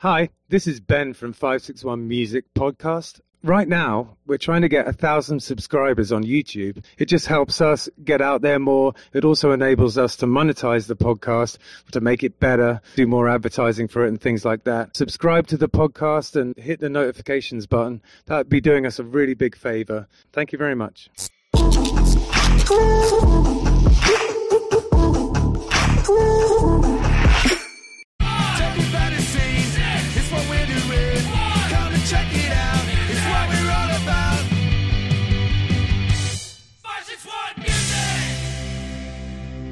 Hi, this is Ben from 561 Music Podcast. Right now, we're trying to get a thousand subscribers on YouTube. It just helps us get out there more. It also enables us to monetize the podcast, to make it better, do more advertising for it and things like that. Subscribe to the podcast and hit the notifications button. That'd be doing us a really big favor. Thank you very much. Everybody sings, it's what we're doing. Come and check it out, it's what we're all about. 561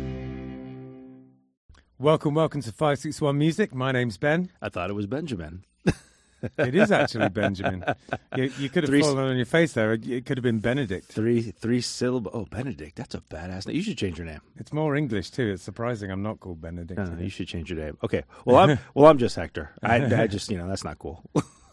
Music! Welcome, welcome to 561 Music. My name's Ben. I thought it was Benjamin. It is actually Benjamin. You, you could have Three s- fallen on your face there. It, it could have been Benedict. Three three syllable. Oh, Benedict. That's a badass name. You should change your name. It's more English too. It's surprising I'm not called Benedict. Uh, you should change your name. Okay. Well, I'm well. I'm just Hector. I, I just you know that's not cool.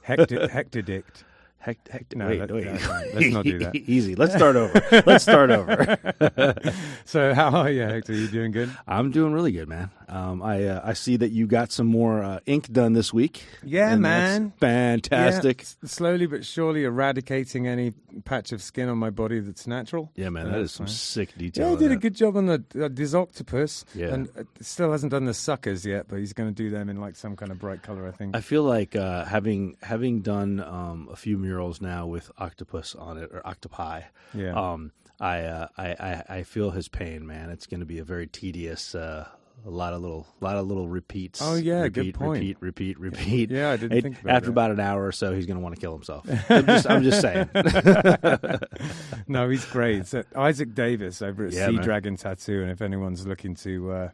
Hector, Hectordict. Hect, Hector. No, wait, that- wait. no, no, let's not do that. E, Easy. Let's start over. Let's start over. So how are you, Hector? You doing good? I'm doing really good, man. Um, I uh, I see that you got some more uh, ink done this week. Yeah, and man. That's fantastic. Yeah, s- slowly but surely eradicating any patch of skin on my body that's natural. Yeah, man. So That that's is some nice. sick detail. Yeah, he in did a that. good job on the uh, this octopus, Yeah. and uh, still hasn't done the suckers yet. But he's going to do them in like some kind of bright color, I think. I feel like uh, having having done um, a few murals now with octopus on it or octopi. Yeah. Um, I, uh, I I I feel his pain, man. It's going to be a very tedious. Uh, a lot of little, lot of little repeats. Oh, yeah, good repeat, point. Repeat, repeat, repeat. Yeah, I didn't And think about After that. about an hour or so, he's going to want to kill himself. I'm just, I'm just saying. no, he's great. It's, uh, Isaac Davis over at Yeah, Sea man. Dragon Tattoo, and if anyone's looking to uh,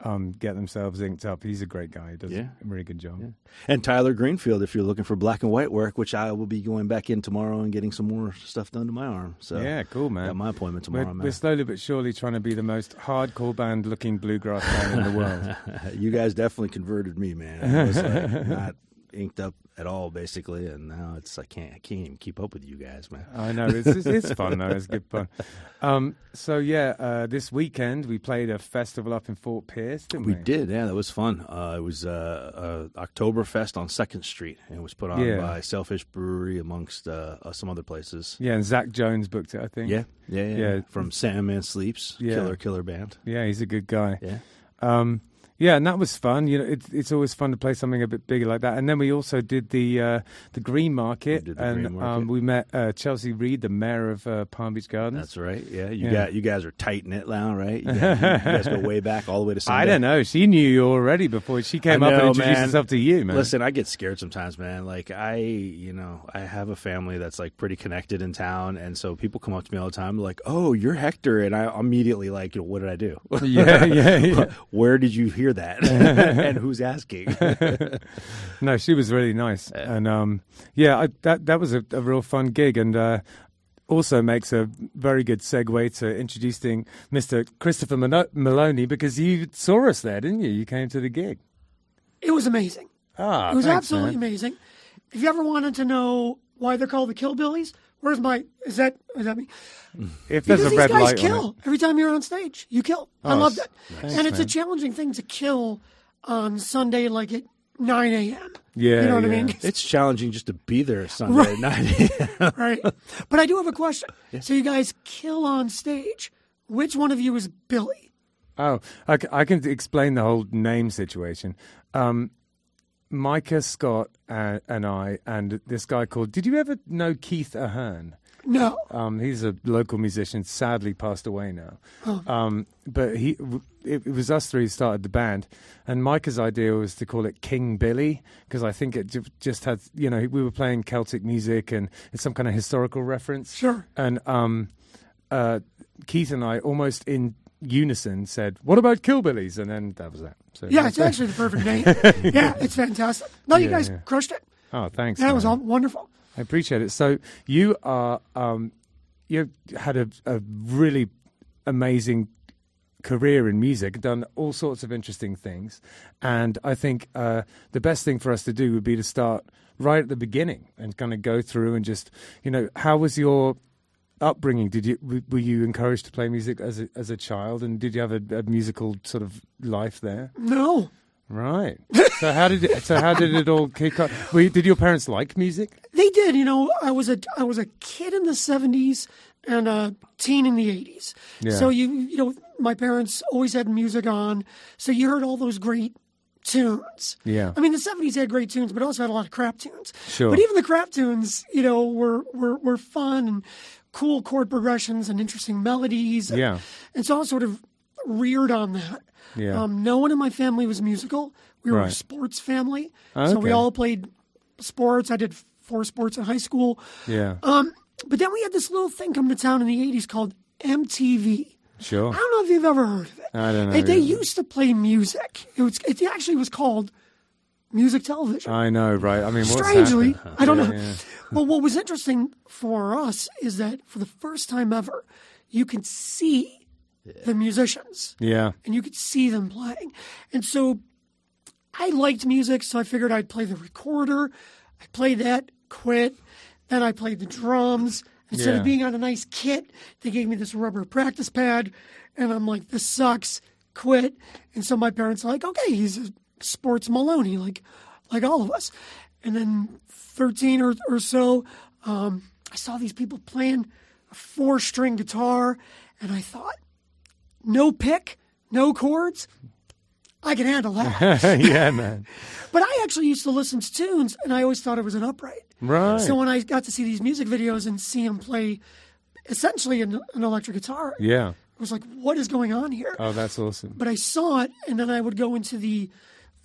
um, get themselves inked up, he's a great guy. He does Yeah. a really good job. and Tyler Greenfield, if you're looking for black and white work, which I will be going back in tomorrow and getting some more stuff done to my arm. So Yeah, cool, man. Got my appointment We're, tomorrow, man. we're slowly but surely trying to be the most hardcore band looking bluegrass band in the world. you guys definitely converted me, man. I was like, not inked up at all, basically, and now it's I can't I can't even keep up with you guys, man. I know it's, it's, it's fun though. It's good fun. Um, so yeah, uh, this weekend we played a festival up in Fort Pierce, didn't we? We did, yeah, that was fun. Uh, it was uh, uh, Oktoberfest on Second Street, and it was put on Yeah. by Selfish Brewery amongst uh, uh, some other places. Yeah, and Zach Jones booked it, I think. Yeah, yeah, yeah. Yeah. From Sandman Sleeps, Yeah. killer killer band. yeah, he's a good guy. Yeah, Um, yeah, and that was fun. You know, it's it's always fun to play something a bit bigger like that. And then we also did the uh, the Green Market, We did the and Green Um, Market. we met uh, Chelsea Reed, the mayor of uh, Palm Beach Gardens. that's right. Yeah, you Yeah. got you guys are tight knit now, right? You, got- you guys go way back all the way to. Sunday. I don't know. She knew you already before she came I up and know, introduced man. herself to you, man. Listen, I get scared sometimes, man. Like I, you know, I have a family that's like pretty connected in town, and so people come up to me all the time, like, "Oh, you're Hector," and I immediately like, you know, what did I do? Yeah, yeah, yeah. Where did you hear that? and who's asking? No, she was really nice, and um, yeah, I, that that was a, a real fun gig, and uh, also makes a very good segue to introducing Mr. Christopher Mano- Maloney because you saw us there, didn't you? You came to the gig. It was amazing. Ah, it was thanks, absolutely man. amazing. If you ever wanted to know why they're called the Kill Billies, where's my? Is that is that me? If there's because a these red guys light kill on it, every time you're on stage. You kill. I Oh, s- love that. nice. and it's man. a challenging thing to kill on Sunday, like at nine a.m. Yeah, you know what yeah. I mean, it's challenging just to be there Sunday night. right? But I do have a question. So you guys kill on stage. Which one of you is Billy? oh, I, c- I can explain the whole name situation. Um, Micah Scott and, and I, and this guy called. Did you ever know Keith Ahern? No. Um, he's a local musician, sadly passed away now. Oh. Um, but he, w- it, it was us three who started the band, and Micah's idea was to call it King Billy because I think it ju- just had, you know, we were playing Celtic music and it's some kind of historical reference. Sure. And um, uh, Keith and I almost in unison said, "What about Killbillies?" And then that was that. So Yeah, it's actually the perfect name. yeah, it's fantastic. No, you Yeah, guys yeah. crushed it. Oh, thanks. That was man. all wonderful. I appreciate it. So you are um, you had a, a really amazing career in music, done all sorts of interesting things, and I think uh, the best thing for us to do would be to start right at the beginning and kind of go through and just you know how was your upbringing did you w- were you encouraged to play music as a, as a child and did you have a, a musical sort of life there No. Right. So how did it, so how did it all kick off? Were you- did your parents like music? They did, you know. I was a I was a kid in the seventies and a teen in the eighties. Yeah. So you you know, my parents always had music on, so you heard all those great tunes. Yeah. I mean, the seventies had great tunes, but also had a lot of crap tunes. Sure. But even the crap tunes, you know, were were were fun and cool chord progressions and interesting melodies. Yeah. And so I was sort of reared on that. Yeah. Um, no one in my family was musical. We were a Right. Ah, sports family, so Okay. we all played sports. I did four sports in high school. Yeah. Um, but then we had this little thing come to town in the 80s called MTV. Sure. I don't know if you've ever heard of it. Oh. I don't know, They, they yeah. used to play music. It, was, it actually was called music television. I know, right? I mean, Uh, what's Strangely, happened? I don't Yeah, know. yeah. But what was interesting for us is that for the first time ever, you can see the musicians Yeah. and you could see them playing. And so I liked music, so I figured I'd play the recorder. I played that, quit. Then I played the drums. Instead Yeah. of being on a nice kit, they gave me this rubber practice pad, and I'm like, this sucks, quit. And so my parents are like, okay, he's a sports Maloney, like, like all of us. And then 13 or, or so, um, I saw these people playing a four string guitar, and I thought, no pick, no chords. I can handle that. yeah, man. but I actually used to listen to tunes, and I always thought it was an upright. Right. So when I got to see these music videos and see him play essentially an, an electric guitar, yeah. I was like, what is going on here? Oh, that's awesome. but I saw it, and then I would go into the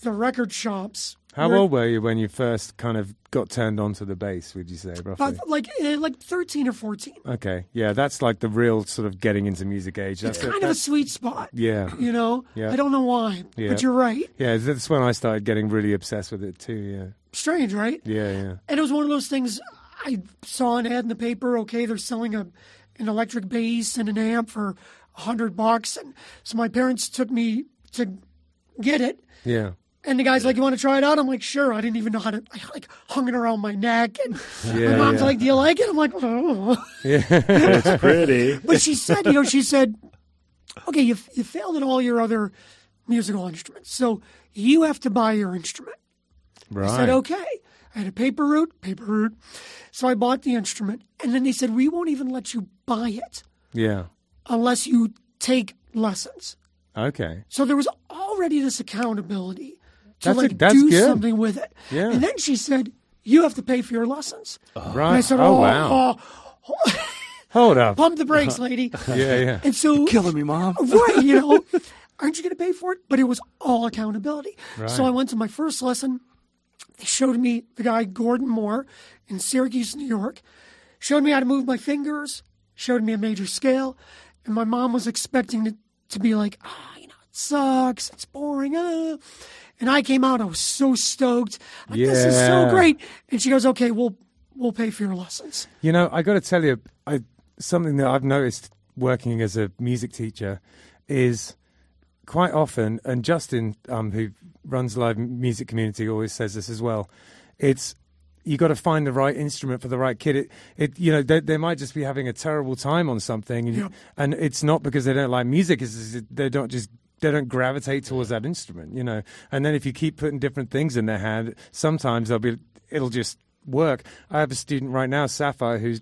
the record shops. How where- old were you when you first kind of got turned onto the bass? Would you say roughly? About, like eh, like thirteen or fourteen. Okay. Yeah, that's like the real sort of getting into music age. That's it. Kind of a sweet spot. Yeah. You know. Yeah. I don't know why, Yeah. but you're right. Yeah, that's when I started getting really obsessed with it too. Strange, right? Yeah. Yeah, yeah. And it was one of those things I saw an ad in the paper. Okay, they're selling a an electric bass and an amp for a hundred bucks, and so my parents took me to get it. Yeah. And the guy's like, "You want to try it out?" I'm like, "Sure." I didn't even know how to. I like hung it around my neck, and Yeah, my mom's yeah. like, "Do you like it?" I'm like, "Oh." It's pretty. But she said, "You know," she said, "Okay, you you failed at all your other musical instruments, so you have to buy your instrument." Right. I said, okay. I had a paper route, paper route. So I bought the instrument. And then they said, we won't even let you buy it Yeah. unless you take lessons. Okay. So there was already this accountability to That's a- like that's do good. something with it. Yeah. And then she said, you have to pay for your lessons. Right. And I said, oh, oh, wow. oh, Hold up. pump the brakes, lady. Yeah, yeah. And so Killing me, mom. right, you know, aren't you going to pay for it? But it was all accountability. So I went to my first lesson. They showed me the guy Gordon Moore in Syracuse, New York. Showed me how to move my fingers. Showed me a major scale, and my mom was expecting to, to be like, ah, you know, it sucks, it's boring. Uh. And I came out, I was so stoked. Like, This is so Yeah. great. And she goes, okay, we'll we'll pay for your lessons. You know, I got to tell you, I, something that I've noticed working as a music teacher is quite often, and Justin, um, who runs live music community, always says this as well. It's you got to find the right instrument for the right kid. It, it you know, they, they might just be having a terrible time on something, and, Yeah. and it's not because they don't like music. It's, just that they don't just they don't gravitate towards that instrument, you know. And then if you keep putting different things in their hand, sometimes they'll be it'll just work. I have a student right now, Sapphire, who's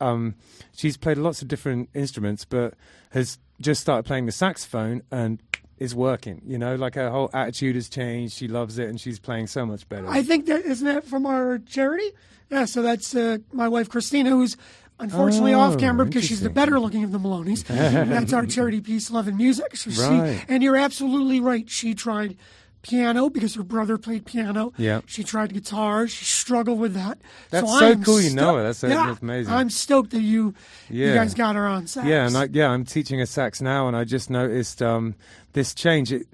um, she's played lots of different instruments, but has just started playing the saxophone and is working. You know, like her whole attitude has changed. She loves it, and she's playing so much better. I think that isn't that from our charity. Yeah, so that's uh, my wife Christina, who's unfortunately Oh, off camera because she's the interesting. better looking of the Maloney's. And that's our charity piece, Love and Music. So Right. she, and you're absolutely right. She tried piano because her brother played piano. Yeah. She tried guitar. She struggled with that. That's so so I'm cool you sto- know her. That's- that's yeah, amazing. I'm stoked that you Yeah. you guys got her on sax. Yeah, and I, yeah, I'm teaching a sax now, and I just noticed um, this change. It,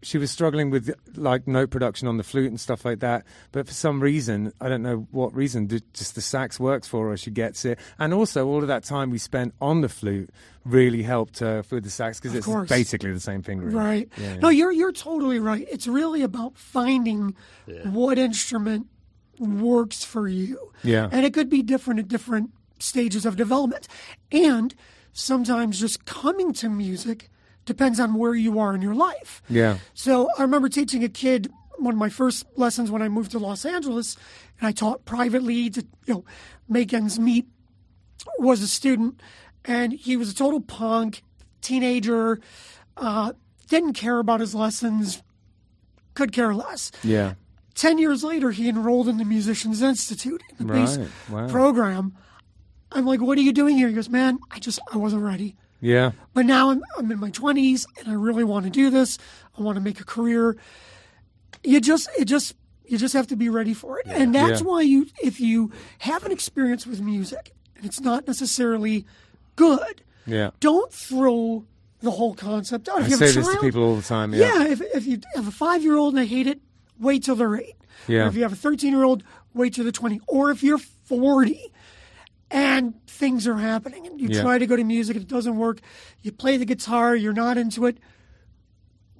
she was struggling with like note production on the flute and stuff like that, but for some reason, I don't know what reason, th- just the sax works for her. She gets it, and also all of that time we spent on the flute really helped her with the sax because it's course. basically the same fingering. Right. No, you're you're totally right. It's really about finding what instrument works for you. Yeah. And it could be different at different stages of development. And sometimes just coming to music depends on where you are in your life. Yeah. So I remember teaching a kid one of my first lessons when I moved to Los Angeles, and I taught privately to you know make ends meet. Was a student, and he was a total punk teenager. Uh, didn't care about his lessons. Could care less. Yeah. 10 years later, he enrolled in the Musicians Institute, the bass Right, wow. program. I'm like, what are you doing here? He goes, man, I just, I wasn't ready. Yeah. But now I'm, I'm in my 20s and I really want to do this. I want to make a career. You just, it just, you just have to be ready for it. And that's Yeah. why you, if you have an experience with music and it's not necessarily good, Yeah. don't throw the whole concept out. If I you have a say this to child- people all the time. Yeah. yeah, if, if you have a five year old and they hate it, wait till they're eight. Yeah. Or if you have a 13 year old, wait till they're 20. Or if you're 40 and things are happening and you Yeah. try to go to music and it doesn't work, you play the guitar, you're not into it,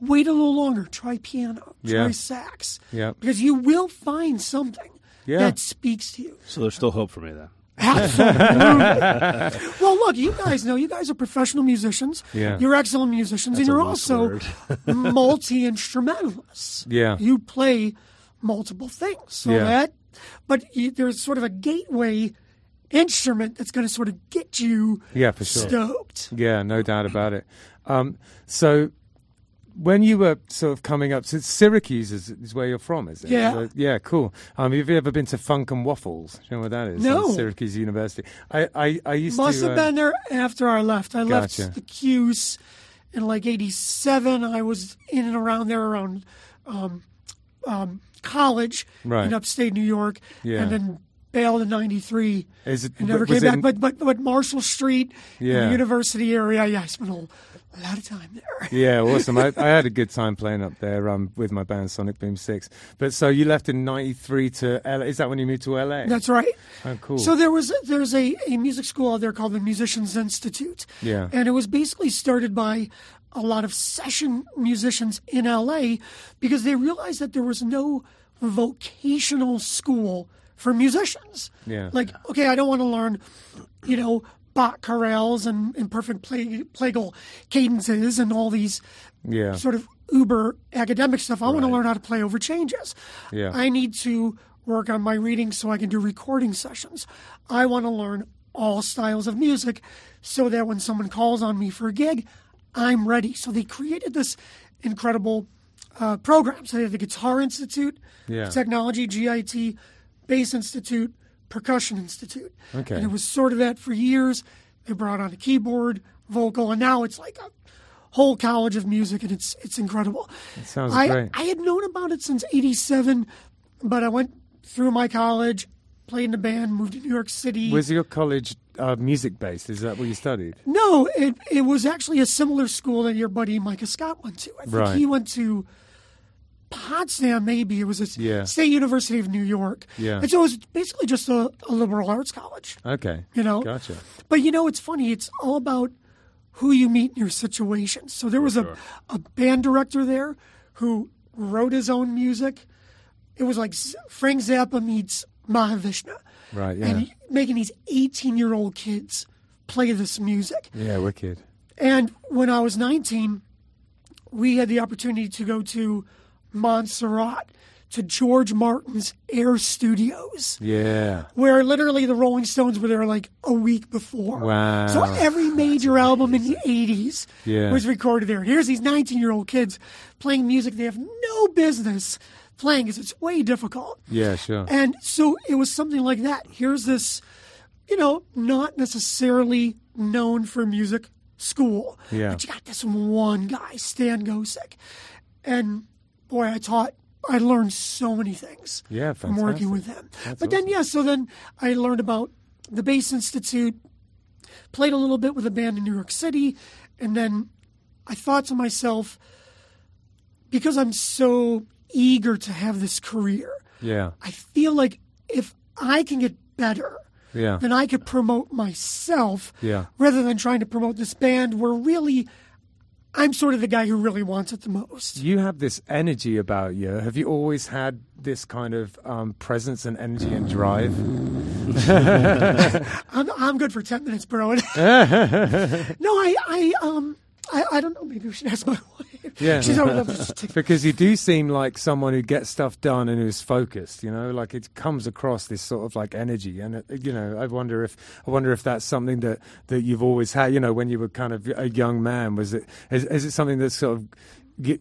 wait a little longer. Try piano, Yeah. try sax. Yeah. Because you will find something Yeah. that speaks to you. So there's still hope for me then. Absolutely. well, look, you guys know you guys are professional musicians. Yeah. You're excellent musicians, and you're a loose also word. multi instrumentalists. Yeah. You play multiple things. So Yeah. that, but you, there's sort of a gateway instrument that's going to sort of get you Yeah, for sure. stoked. Yeah, no doubt about it. Um, so when you were sort of coming up, so Syracuse is, is where you're from, is it? Yeah. So- yeah, cool. Um, have you ever been to Funk and Waffles? Do you know what that is? No. It's Syracuse University. I, I, I used Must to. have uh, been there after I left. I Gotcha. left the Q's in like '87. I was in and around there around um, um, college Right. in upstate New York, Yeah. and then bailed in '93 Is it- and never was came it back. in- But but but Marshall Street, in Yeah. the University area. Yeah, I spent a, a lot of time there. Yeah, awesome. I, I had a good time playing up there um, with my band Sonic Boom 6. But so you left in 93 to LA. Is that when you moved to LA? That's right. Oh, cool. So there was there's a, a music school out there called the Musicians Institute. Yeah. And it was basically started by a lot of session musicians in LA because they realized that there was no vocational school for musicians. Yeah. Like, okay, I don't want to learn, you know, Bach chorales and, and perfect play, plagal cadences and all these Yeah. sort of uber academic stuff. I want to learn how to play over changes. Yeah. I need to work on my reading so I can do recording sessions. I want to learn all styles of music so that when someone calls on me for a gig, I'm ready. So they created this incredible uh, program. So they have the Guitar Institute, Yeah. Technology, GIT, Bass Institute, Percussion Institute. Okay. And it was sort of that for years. They brought on a keyboard, vocal, and now it's like a whole college of music, and it's it's incredible. It sounds I, great. I had known about it since '87, but I went through my college, played in a band, moved to New York City. Was your college uh, music based? Is that what you studied? No, it it was actually a similar school that your buddy Micah Scott went to. I think Right. he went to Potsdam, maybe it was a Yeah. State University of New York. Yeah. and so it was basically just a, a liberal arts college. Okay. You know, Gotcha. But you know, it's funny. It's all about who you meet in your situation. So there was a a band director there who wrote his own music. It was like Z- Frank Zappa meets Mahavishnu. Right, And yeah. he- making these eighteen-year-old kids play this music. Yeah, wicked. And when I was 19, we had the opportunity to go to Montserrat to George Martin's Air Studios, Yeah. where literally the Rolling Stones were there like a week before. Wow. So every major album in the 80s Yeah. was recorded there. And here's these 19 year old kids playing music they have no business playing because it's way difficult. Yeah, sure. And so it was something like that. Here's this, you know, not necessarily known for music school. Yeah. But you got this one guy, Stan Gosick. And boy, I taught, I learned so many things Yeah, from working fantastic. with him. but then, yeah, so then I learned about the Bass Institute, played a little bit with a band in New York City, and then I thought to myself, because I'm so eager to have this career, Yeah. I feel like if I can get better, Yeah. then I could promote myself Yeah. rather than trying to promote this band where really I'm sort of the guy who really wants it the most. You have this energy about you. Have you always had this kind of um, presence and energy and drive? I'm, I'm good for 10 minutes, bro. no, I, I, um, I, I don't know. Maybe we should ask my wife. Yeah. She's already up to take because you do seem like someone who gets stuff done and who's focused you know like it comes across this sort of like energy and uh, you know i wonder if i wonder if that's something that that you've always had you know when you were kind of a young man was it is, is it something that's sort of g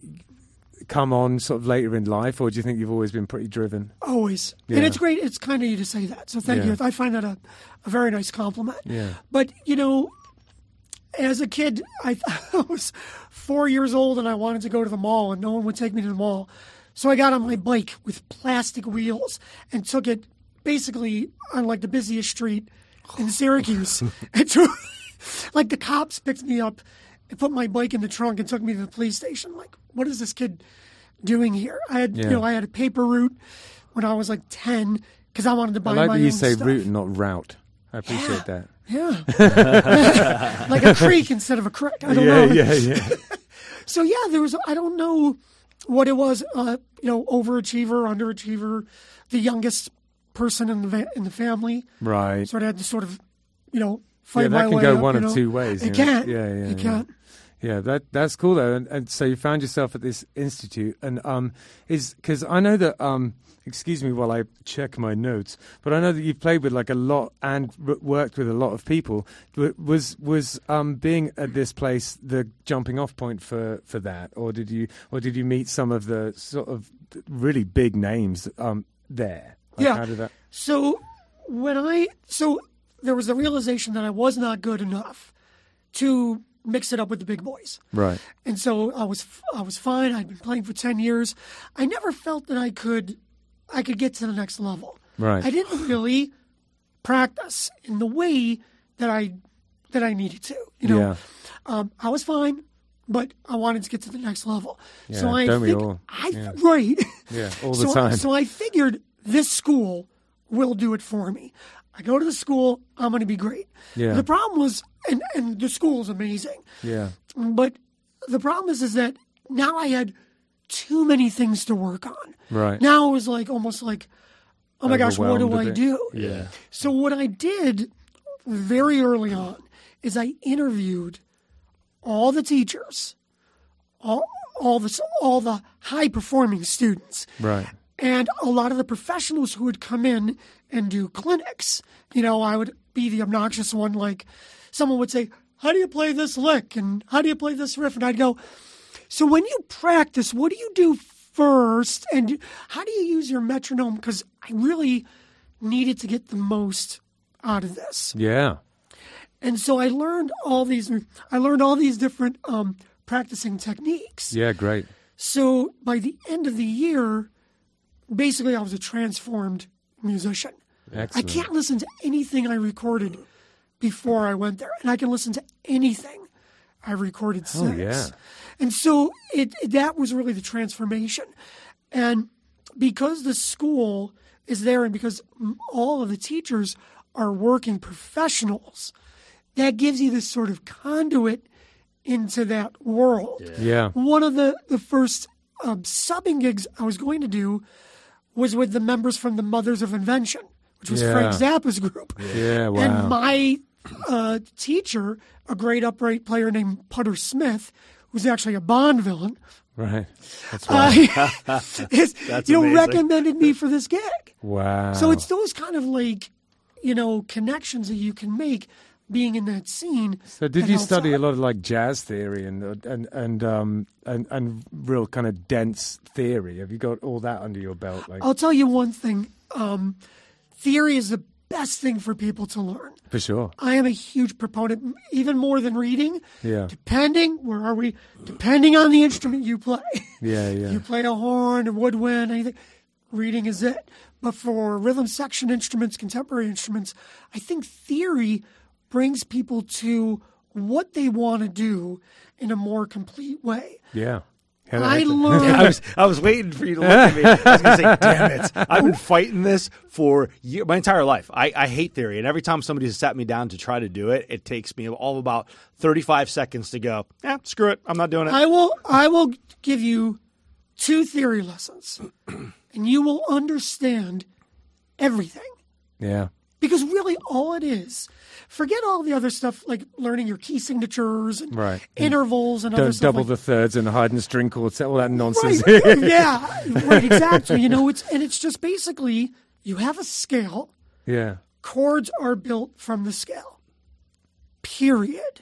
come on sort of later in life or do you think you've always been pretty driven always. Yeah. And it's great. It's kind of you to say that. So thank Yeah. you. I find that a, a very nice compliment. Yeah. But, you know, as a kid, I, I was four years old and I wanted to go to the mall and no one would take me to the mall. So I got on my bike with plastic wheels and took it basically on like the busiest street in Syracuse. and drove, like the cops picked me up and put my bike in the trunk and took me to the police station. Like, what is this kid doing here? I had, Yeah. you know, I had a paper route when I was like 10 because I wanted to buy i like my that you own say stuff. route and not route i appreciate that Yeah. like a creek instead of a creek. I don't know. yeah So yeah, there was I don't know what it was, uh, you know, overachiever, underachiever, the youngest person in the va- in the family. right So I had to sort of, you know, fight yeah, my that can way go up, one you of know. two ways. It you know. can't. Yeah, yeah, It yeah. can't. Yeah, that that's cool though. And, and so you found yourself at this institute, and um, is because I know that um, excuse me while I check my notes, but I know that you've played with like a lot and w- worked with a lot of people. W- Was was um being at this place the jumping off point for for that, or did you or did you meet some of the sort of really big names um there? Like, Yeah. how did that? So when I so there was the realization that I was not good enough to mix it up with the big boys. Right. and so I was I was fine. I'd been playing for ten years. I never felt that I could I could get to the next level. Right. I didn't really practice in the way that I that I needed to. You know, Yeah. um, I was fine, but I wanted to get to the next level. so Yeah, I don't we think all? I Yeah. right. Yeah, all the so, time. So I figured this school will do it for me. I go to the school. I'm going to be great. Yeah. The problem was, and and the school is amazing. Yeah. But the problem is, is that now I had too many things to work on. Right. Now it was like almost like, oh my gosh, what do Overwhelmed a I bit. do? Yeah. So what I did very early on is I interviewed all the teachers, all all the all the high performing students, Right. and a lot of the professionals who would come in and do clinics. You know, I would be the obnoxious one. Like, someone would say, "How do you play this lick?" and "How do you play this riff?" and I'd go, "So when you practice, what do you do first? And how do you use your metronome?" Because I really needed to get the most out of this Yeah. and so I learned all these. I learned all these different um, practicing techniques. Yeah. Great. So by the end of the year, basically, I was a transformed musician. Excellent. I can't listen to anything I recorded before I went there, and I can listen to anything I recorded Oh, since. yeah. And so it that was really the transformation, and because the school is there, and because m- all of the teachers are working professionals, that gives you this sort of conduit into that world Yeah. one of the the first um, subbing gigs I was going to do was with the members from the Mothers of Invention, which was Yeah. Frank Zappa's group. Yeah. Wow. And my uh, teacher, a great upright player named Putter Smith, who's actually a Bond villain, Right. That's uh, right. is, you know, amazing. recommended me for this gig. wow. So it's those kind of like, you know, connections that you can make being in that scene. So did you study a lot of like jazz theory and and and um and, and real kind of dense theory? Have you got all that under your belt? Like I'll tell you one thing. Um, theory is the best thing for people to learn. for sure. I am a huge proponent, m- even more than reading. Yeah. Depending, where are we? Depending on the instrument you play. Yeah. Yeah. You play a horn, a woodwind, anything. Reading is it. But for rhythm section instruments, contemporary instruments, I think theory brings people to what they want to do in a more complete way. yeah. Hannah I Hector. learned. I was I was waiting for you to look at me. I was gonna say, "Damn it! I've been fighting this for year, my entire life. I, I hate theory, and every time somebody has sat me down to try to do it, it takes me all about thirty five seconds to go. Yeah, screw it. I'm not doing it. I will I will give you two theory lessons and you will understand everything. yeah. Because really, all it is, forget all the other stuff like learning your key signatures and Right. intervals and other Don't stuff. double like the thirds and hide and string chords, all that nonsense. Right. yeah. Right. Exactly. You know, it's and it's just basically you have a scale. yeah. Chords are built from the scale. Period.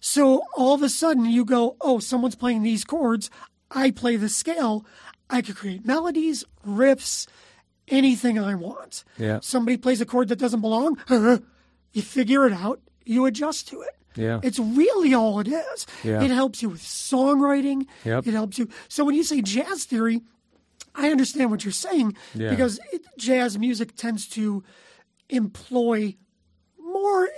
So all of a sudden you go, oh, someone's playing these chords. I play the scale. I could create melodies, riffs, anything I want. Yeah. Somebody plays a chord that doesn't belong. uh-huh, you figure it out. You adjust to it. Yeah. It's really all it is. Yeah. It helps you with songwriting. Yep. It helps you. So when you say jazz theory, I understand what you're saying Yeah. because it, jazz music tends to employ more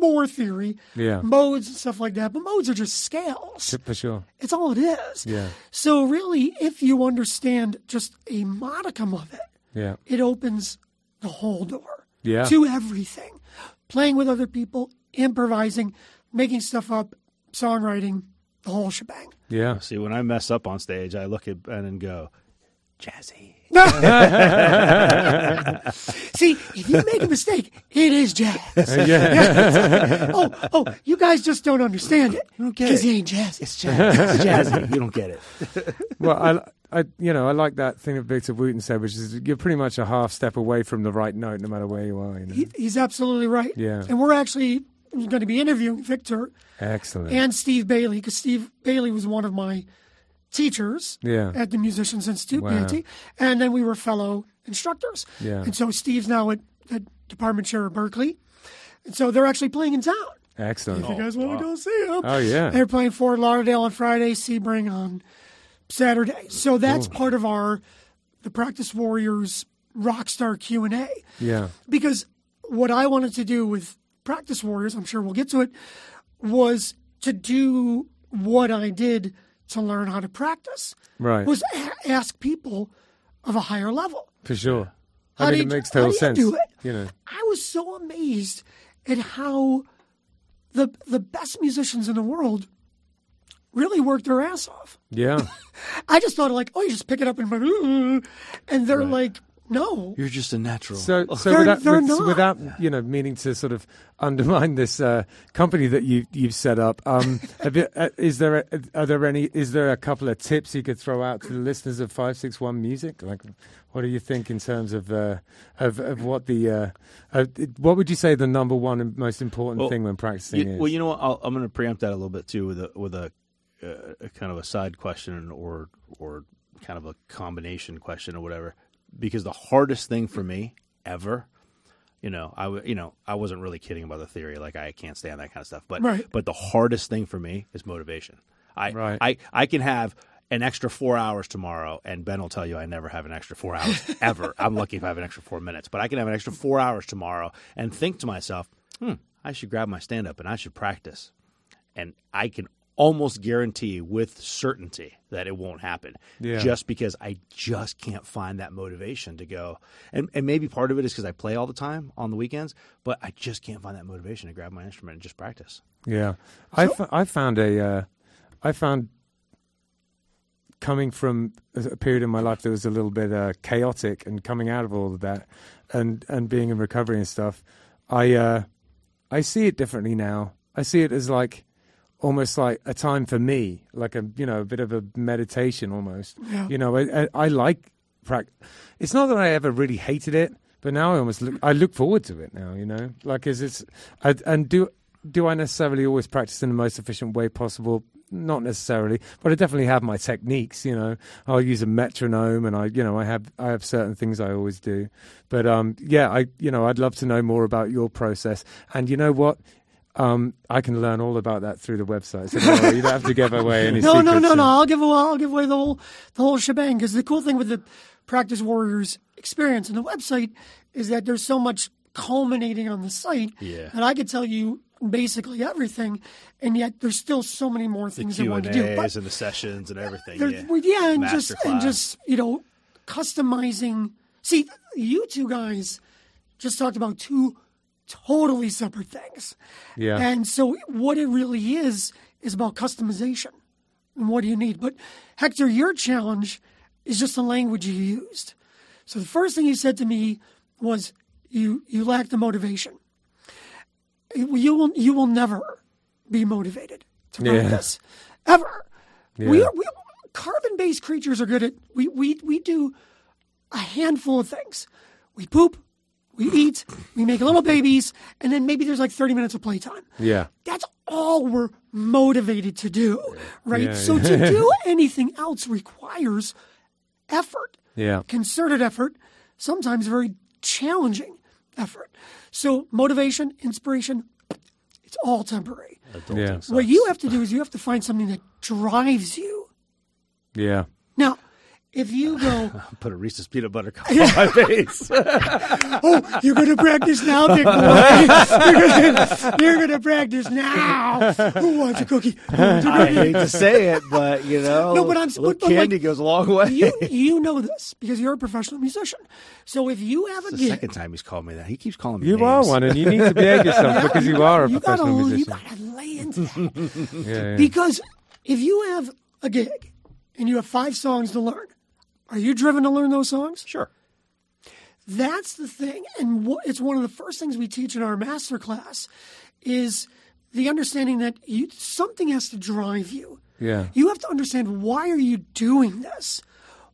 more theory, Yeah. modes and stuff like that. But modes are just scales. For sure. It's all it is. Yeah. So really, if you understand just a modicum of it, Yeah. it opens the whole door Yeah. to everything playing with other people improvising making stuff up songwriting the whole shebang Yeah. See, when I mess up on stage, I look at Ben and go, "Jazzy." see if you make a mistake it is jazz Uh, Yeah. oh oh you guys just don't understand it don't get because it. it ain't jazz It's jazz. It's jazzy. You don't get it. well, I, I, you know, I like that thing that Victor Wooten said, which is you're pretty much a half step away from the right note, no matter where you are. You know? He- he's absolutely right Yeah. and we're actually going to be interviewing victor Excellent. and steve bailey because steve bailey was one of my teachers Yeah. at the Musicians Institute, Wow. BIT, and then we were fellow instructors. Yeah. And so Steve's now at, at department chair at Berkeley, and so they're actually playing in town. Excellent. You guys want to go see them? Oh, yeah. They're playing Fort Lauderdale on Friday, Sebring on Saturday. So that's part of our the Practice Warriors Rockstar Q and A Yeah. because what I wanted to do with Practice Warriors, I'm sure we'll get to it, was to do what I did to learn how to practice. Right. Was a- ask people of a higher level. For sure. How I mean, do it you- makes how total do you sense. do it? You know. I was so amazed at how the the best musicians in the world really worked their ass off. Yeah. I just thought like, oh, you just pick it up and uh, and they're like, no, You're just a natural. So, so They're- without, they're with- not. without you know meaning to sort of undermine this uh, company that you you've set up, um, have you, uh, is there a, are there any is there a couple of tips you could throw out to the listeners of Five Six One Music? Like, what do you think in terms of uh, of, of what the uh, uh, what would you say the number one and most important Well, thing when practicing You- is? Well, you know what? I'll, I'm going to preempt that a little bit too with a with a, uh, a kind of a side question or or kind of a combination question or whatever. Because the hardest thing for me ever, you know, I w- you know I wasn't really kidding about the theory. Like I can't stand that kind of stuff. But Right. but the hardest thing for me is motivation. I Right. I I can have. An extra four hours tomorrow, and Ben will tell you I never have an extra four hours ever. I'm lucky if I have an extra four minutes, but I can have an extra four hours tomorrow and think to myself, hmm, I should grab my stand up and I should practice and I can almost guarantee with certainty that it won't happen Yeah. just because I just can't find that motivation to go. And, and maybe part of it is because I play all the time on the weekends, but I just can't find that motivation to grab my instrument and just practice. Yeah, I fo- I found a uh, I found coming from a a period in my life that was a little bit uh, chaotic, and coming out of all of that, and and being in recovery and stuff, I uh, I see it differently now. I see it as like almost like a time for me, like a you know a bit of a meditation almost. You know, I, I, I like practice. It's not that I ever really hated it, but now I almost look I look forward to it now. You know, like is it's I, and do do I necessarily always practice in the most efficient way possible? Not necessarily, but I definitely have my techniques. You know, I'll use a metronome, and I, you know, I have I have certain things I always do. But um, yeah, I, you know, I'd love to know more about your process. And you know what? Um, I can learn all about that through the website. So don't worry, you don't have to give away any No, secrets. no, no, and- no. I'll give away, I'll give away the whole the whole shebang because the cool thing with the Practice Warriors experience and the website is that there's so much culminating on the site Yeah. that I could tell you basically everying, and yet there's still so many more things I Q want and to do. But A's and the sessions and everything. there, yeah, well, yeah, and just and uh, Masterclass. just you know, customizing. See, you two guys just talked about two totally separate things. Yeah. And so, what it really is is about customization and what do you need. But Hector, your challenge is just the language you used. So the first thing you said to me was, you you lack the motivation. You will you will never be motivated to write Yeah. this ever. We Yeah. are we, carbon based creatures are good at we we we do a handful of things. We poop, we eat, we make little babies, and then maybe there's like 30 minutes of playtime. Yeah. That's all we're motivated to do, right? Yeah. So to do anything else requires effort, Yeah. concerted effort, sometimes very challenging effort. So motivation, inspiration, it's all temporary. Yeah. What you have to do is you have to find something that drives you. Yeah. Now, if you go, Put a Reese's peanut butter cup on my face. oh, you're going to practice now, big boy. You're gonna- You're going to practice now. Who wants a cookie? Who wants a I cookie? hate to say it, but you know, No, but I'm- a little but- but, like, candy goes a long way. you you know this because you're a professional musician. So if you have a the gig, second time he's called me that. He keeps calling me. You are names. one, and you need to behave yourself because you are a you gotta professional you musician. gotta lay into that Yeah, yeah. because if you have a gig and you have five songs to learn, are you driven to learn those songs? Sure. That's the thing, and wha- it's one of the first things we teach in our master class is the understanding that you something has to drive you. Yeah. You have to understand why are you doing this?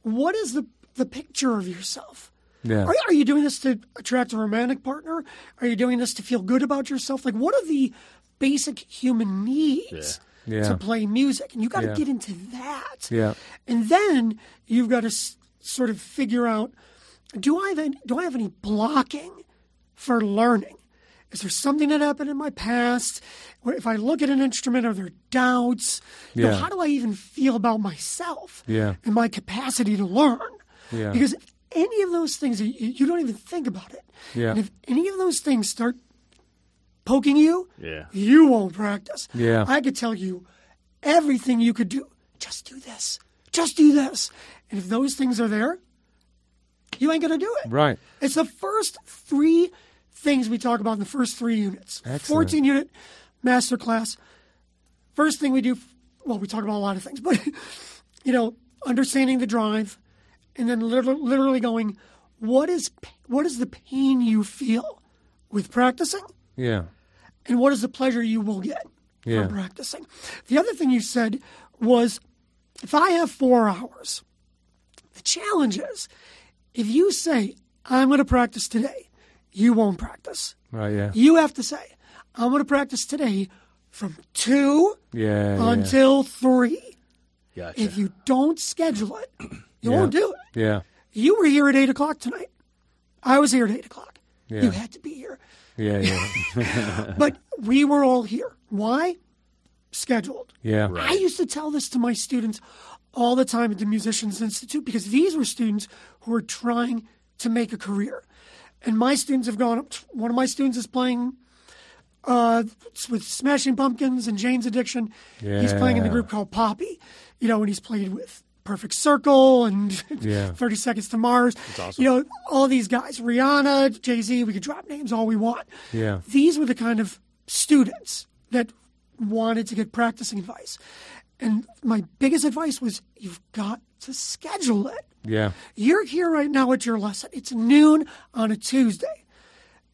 What is the the picture of yourself? Yeah. Are, are you doing this to attract a romantic partner? Are you doing this to feel good about yourself? Like, what are the basic human needs Yeah. Yeah. to play music? And you got to Yeah. get into that. Yeah. And then you've got to s- sort of figure out do I have any, do I have any blocking for learning? Is there something that happened in my past? Where if I look at an instrument, are there doubts? You know, Yeah. how do I even feel about myself Yeah. and my capacity to learn? Yeah. Because if any of those things, you, you don't even think about it. Yeah. And if any of those things start poking you, Yeah. you won't practice. Yeah. I could tell you everything you could do. Just do this. Just do this. And if those things are there, you ain't going to do it. Right. It's the first three things we talk about in the first three units. Excellent. 14 unit master class. First thing we do, well, we talk about a lot of things, but, you know, understanding the drive and then literally, literally going, what is, p- what is the pain you feel with practicing? Yeah. and what is the pleasure you will get Yeah. from practicing. The other thing you said was if I have four hours, the challenge is if you say, I'm going to practice today, you won't practice. Right. Yeah. You have to say, I'm going to practice today from two Yeah. yeah. until three. Gotcha. If you don't schedule it, Yeah. you won't do it. Yeah. You were here at eight o'clock tonight. I was here at eight o'clock. Yeah. You had to be here. Yeah. Yeah. But we were all here. Why? Scheduled. Yeah. I used to tell this to my students all the time at the Musicians Institute because these were students who were trying to make a career. And my students have gone up. One of my students is playing uh, with Smashing Pumpkins and Jane's Addiction. He's playing in the Yeah. group called Poppy, you know, and he's played with Perfect Circle and Yeah. 30 Seconds to Mars. You know, all these guys, Rihanna, Jay Z, we could drop names all we want. Yeah. These were the kind of students that wanted to get practicing advice. And my biggest advice was you've got to schedule it. Yeah. You're here right now at your lesson. It's noon on a Tuesday.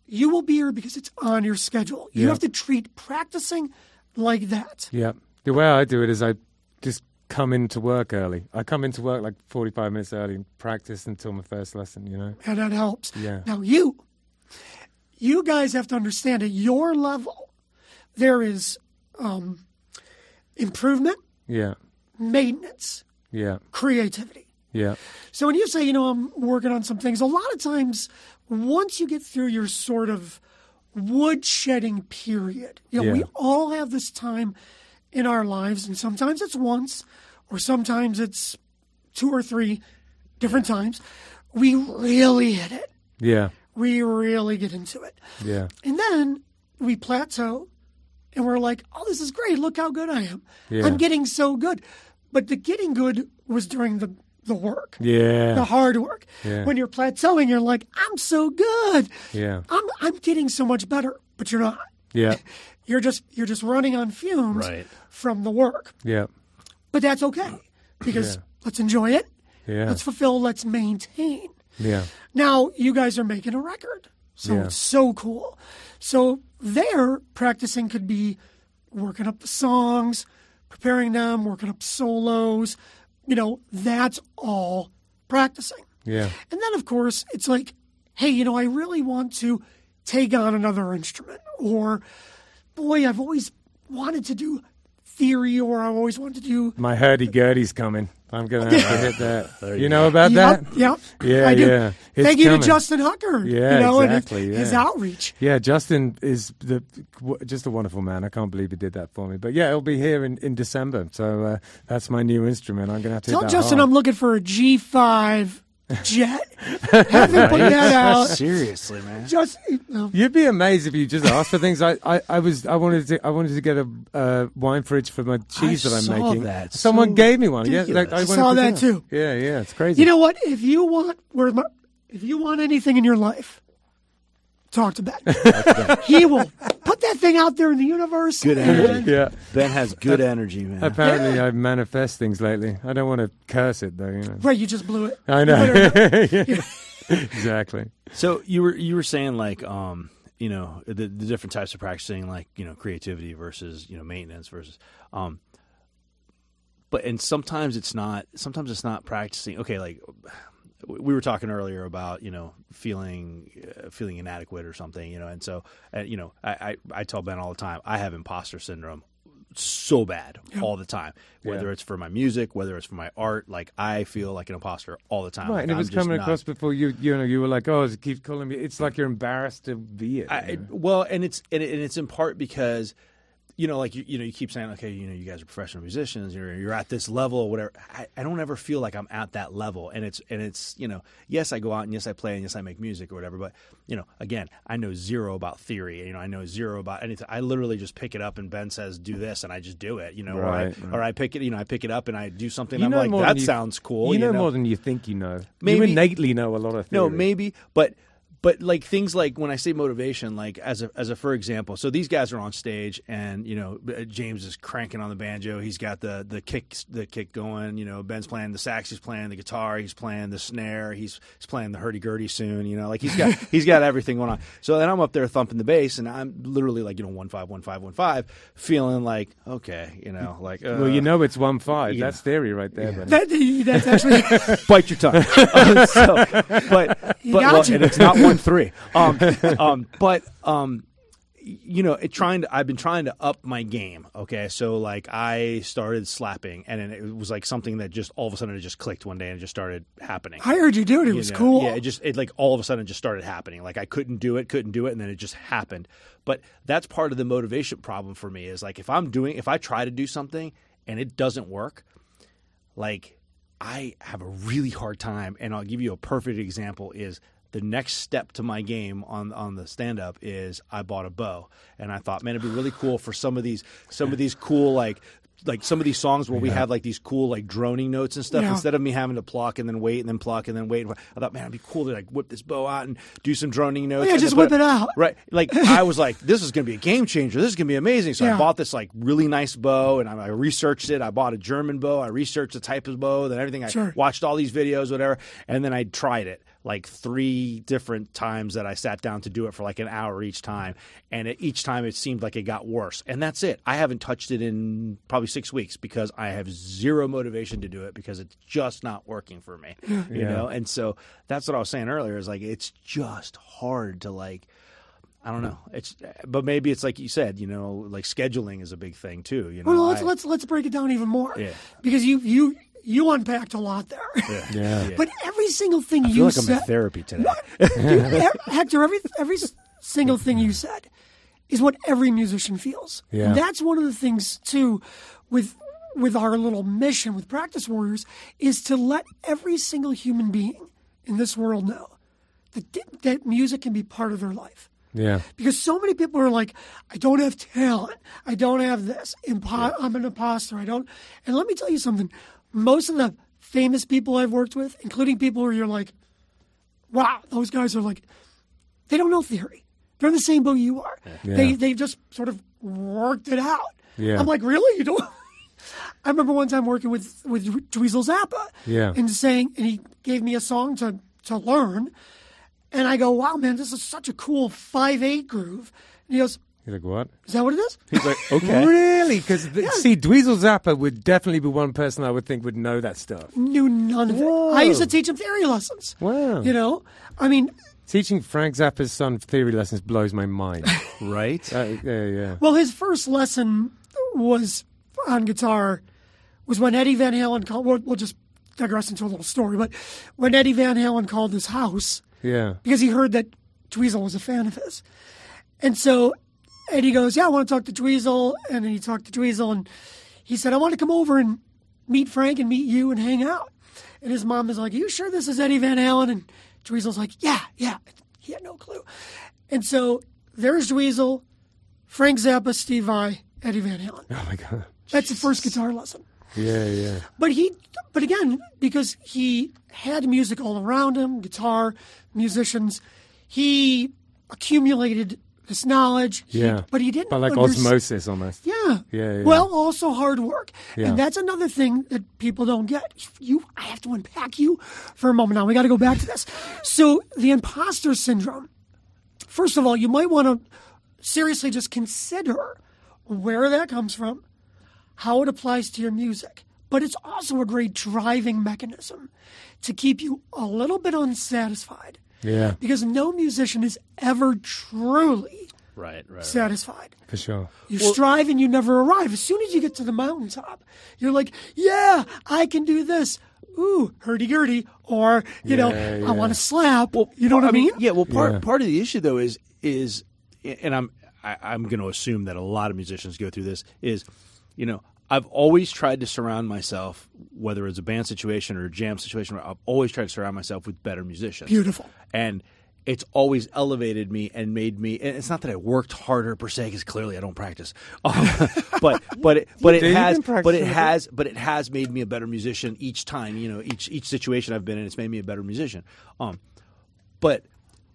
You will be here because it's on your schedule. You Yeah. have to treat practicing like that. Yeah. The way I do it is I just come into work early. I come into work like 45 minutes early and practice until my first lesson, you know? and that helps. Yeah. Now you, you guys have to understand at your level, there is um, improvement, Yeah. maintenance, Yeah. creativity. Yeah. So when you say, you know, I'm working on some things, a lot of times, once you get through your sort of woodshedding period, you know, Yeah. we all have this time in our lives, and sometimes it's once, or sometimes it's two or three different times. We really hit it Yeah. we really get into it. Yeah. And then we plateau and we're like, oh, this is great. Look how good I am. Yeah. I'm getting so good. But the getting good was during the, the work, the Yeah. hard work. Yeah. When you're plateauing, you're like, I'm so good. Yeah. I'm, I'm getting so much better, but you're not. Yeah. You're just you're just running on fumes Right. from the work. Yeah. But that's okay because Yeah. let's enjoy it. Yeah. Let's fulfill, let's maintain. Yeah. Now you guys are making a record. So Yeah. it's so cool. So there, practicing could be working up the songs, preparing them, working up solos. You know, that's all practicing. Yeah. And then, of course, it's like, hey, you know, I really want to take on another instrument. Or, boy, I've always wanted to do theory, or I've always wanted to do. My hurdy-gurdy's coming. I'm going to have to hit that. You know about Yep, that? yep. Yeah, I do. yeah. It's Thank you coming. to Justin Hucker. Yeah, you know, and his- exactly, his yeah. outreach. Yeah, Justin is the w- just a wonderful man. I can't believe he did that for me. But yeah, it'll be here in, in December. So uh, that's my new instrument. I'm going to have to hit Tell that Justin hard. I'm looking for a G5 jet. Have him put that out. Seriously, man. Just, no. You'd be amazed if you just asked for things. I, I, I was I wanted to I wanted to get a uh, wine fridge for my cheese I that I'm saw making. that. Someone So gave me one. Yeah, ridiculous. I I wanted saw to do that too. Yeah, yeah, it's crazy. You know what? If you want, where my, if you want anything in your life, talk to Ben. he will put that thing out there in the universe. Good and- energy. yeah. Ben has good energy, man. Apparently, I manifest things lately. I don't want to curse it though. You know. Right, you just blew it. Uh, I know. exactly. So you were you were saying like um you know the, the different types of practicing like you know creativity versus you know maintenance versus um but and sometimes it's not sometimes it's not practicing okay like we were talking earlier about you know feeling uh, feeling inadequate or something you know and so uh, you know I, I I tell Ben all the time I have imposter syndrome so bad all the time whether Yeah. it's for my music whether it's for my art like I feel like an imposter all the time Right, Like, and it I'm was just coming not- across before you. You know, you were like, "Oh, it keeps calling me." It's like you're embarrassed to be it. I, well, and it's and, it- and it's in part because you know, like you, you know, you keep saying, okay, you know, you guys are professional musicians, you're you're at this level or whatever. I, I don't ever feel like I'm at that level, and it's and it's you know, yes, I go out and yes, I play and yes, I make music or whatever, but you know, again, I know zero about theory, you know, I know zero about anything. I literally just pick it up and Ben says do this, and I just do it, you know, Right, or, I, right. or I pick it, you know, I pick it up and I do something. You I'm know like, more that than you- sounds cool. You know, more than you think you know. you Maybe- innately know a lot of things. No, maybe, but but like things like when I say motivation, like as a as a for example, so these guys are on stage and you know uh, James is cranking on the banjo, he's got the the kick the kick going, you know Ben's playing the sax, he's playing the guitar, he's playing the snare, he's he's playing the hurdy gurdy soon, you know, like he's got he's got everything going on. So then I'm up there thumping the bass, and I'm literally like you know one five one five one five, feeling like okay, you know, like uh, Well, you know, it's one five. That's theory right there. buddy. That, that's actually. bite your tongue. Um, so, but but well, gotcha. and it's not one three. Um, um, but um, you know, it trying to. I've been trying to up my game. Okay, so like I started slapping, and then it was like something that just all of a sudden it just clicked one day and it just started happening. I heard you do it. It You was know, cool. Yeah, it just it like all of a sudden just started happening. Like I couldn't do it, couldn't do it, and then it just happened. But that's part of the motivation problem for me is like if I'm doing if I try to do something and it doesn't work, like I have a really hard time and I'll give you a perfect example is the next step to my game on on the stand up is I bought a bow and I thought man it'd be really cool for some of these some of these cool like like some of these songs where we have like these cool like droning notes and stuff Yeah. instead of me having to pluck and then wait and then pluck and then wait I thought man it'd be cool to like whip this bow out and do some droning notes Oh, yeah, and just then put whip it out. right like I was like this is going to be a game changer this is going to be amazing so I Yeah. bought bought this like really nice bow and I, I researched it. I bought a German bow. I researched the type of bow, then everything. I Sure. watched all these videos, whatever, and then I tried it like three different times that I sat down to do it for like an hour each time, and at each time it seemed like it got worse. And that's it. I haven't touched it in probably six weeks because I have zero motivation to do it because it's just not working for me. You know, and so that's what I was saying earlier. Is like it's just hard to like. I don't know. It's but maybe it's like you said, you know, like scheduling is a big thing too. You know, Well, let's I- let's let's break it down even more. Yeah. Because you you you unpacked a lot there. Yeah. But every single thing I you feel like I'm said, in therapy today. E- Hector, every every s- single thing you said is what every musician feels. Yeah. And that's one of the things too with with our little mission with Practice Warriors is to let every single human being in this world know that di- that music can be part of their life. Yeah. Because so many people are like, I don't have talent. I don't have this. Impo- I'm an imposter. I don't. And let me tell you something. Most of the famous people I've worked with, including people where you're like, wow, those guys are like, they don't know theory. They're in the same boat you are. They Yeah. they've just sort of worked it out. Yeah. I'm like, really? You don't? I remember one time working with with Dweezil Zappa. Yeah. And saying, and he gave me a song to to learn, And I go, wow, man, this is such a cool 5 8 groove. And he goes, You're like, what? is that what it is? He's like, okay. Really? Because see, Dweezil Zappa would definitely be one person I would think would know that stuff. Knew none of it. I used to teach him theory lessons. Wow. You know, I mean, Teaching Frank Zappa's son theory lessons blows my mind. right? Uh, yeah, yeah. well, his first lesson was on guitar was when Eddie Van Halen called. We'll, we'll just digress into a little story, but when Eddie Van Halen called his house, Yeah. because he heard that Dweezil was a fan of his. And so Eddie goes, Yeah, I want to talk to Dweezil. And then he talked to Dweezil and he said, I want to come over and meet Frank and meet you and hang out. And his mom is like, Are you sure this is Eddie Van Allen? And Dweezil's like, Yeah, yeah. He had no clue. And so there's Dweezil, Frank Zappa, Steve Vai, Eddie Van Halen. Oh my god. That's the first guitar lesson. Yeah, yeah. But he, but again, because he had music all around him, guitar, musicians, he accumulated this knowledge. He- Yeah. but he didn't. But like underst- osmosis almost. Yeah. Yeah, yeah. Well, also hard work, Yeah. and that's another thing that people don't get. You, I have to unpack you for a moment. Now we got to go back to this. So the imposter syndrome. First of all, you might want to seriously just consider where that comes from how it applies to your music, but it's also a great driving mechanism to keep you a little bit unsatisfied. Yeah. Because no musician is ever truly Right, right. satisfied. For sure. You strive and you never arrive. As soon as you get to the mountaintop, you're like, yeah, I can do this. Ooh, hurdy gurdy. Or, you know, I want to slap. you know what I mean? Yeah. Well, part part of the issue though is is, and I'm I, I'm going to assume that a lot of musicians go through this is, you know, I've always tried to surround myself, whether it's a band situation or a jam situation, I've always tried to surround myself with better musicians. Beautiful. And it's always elevated me and made me. And it's not that I worked harder per se, because clearly I don't practice. Um, but but it, but it do. You've has been but it practicing. has has but it has made me a better musician each time you know each each situation i've been in it's made me a better musician um but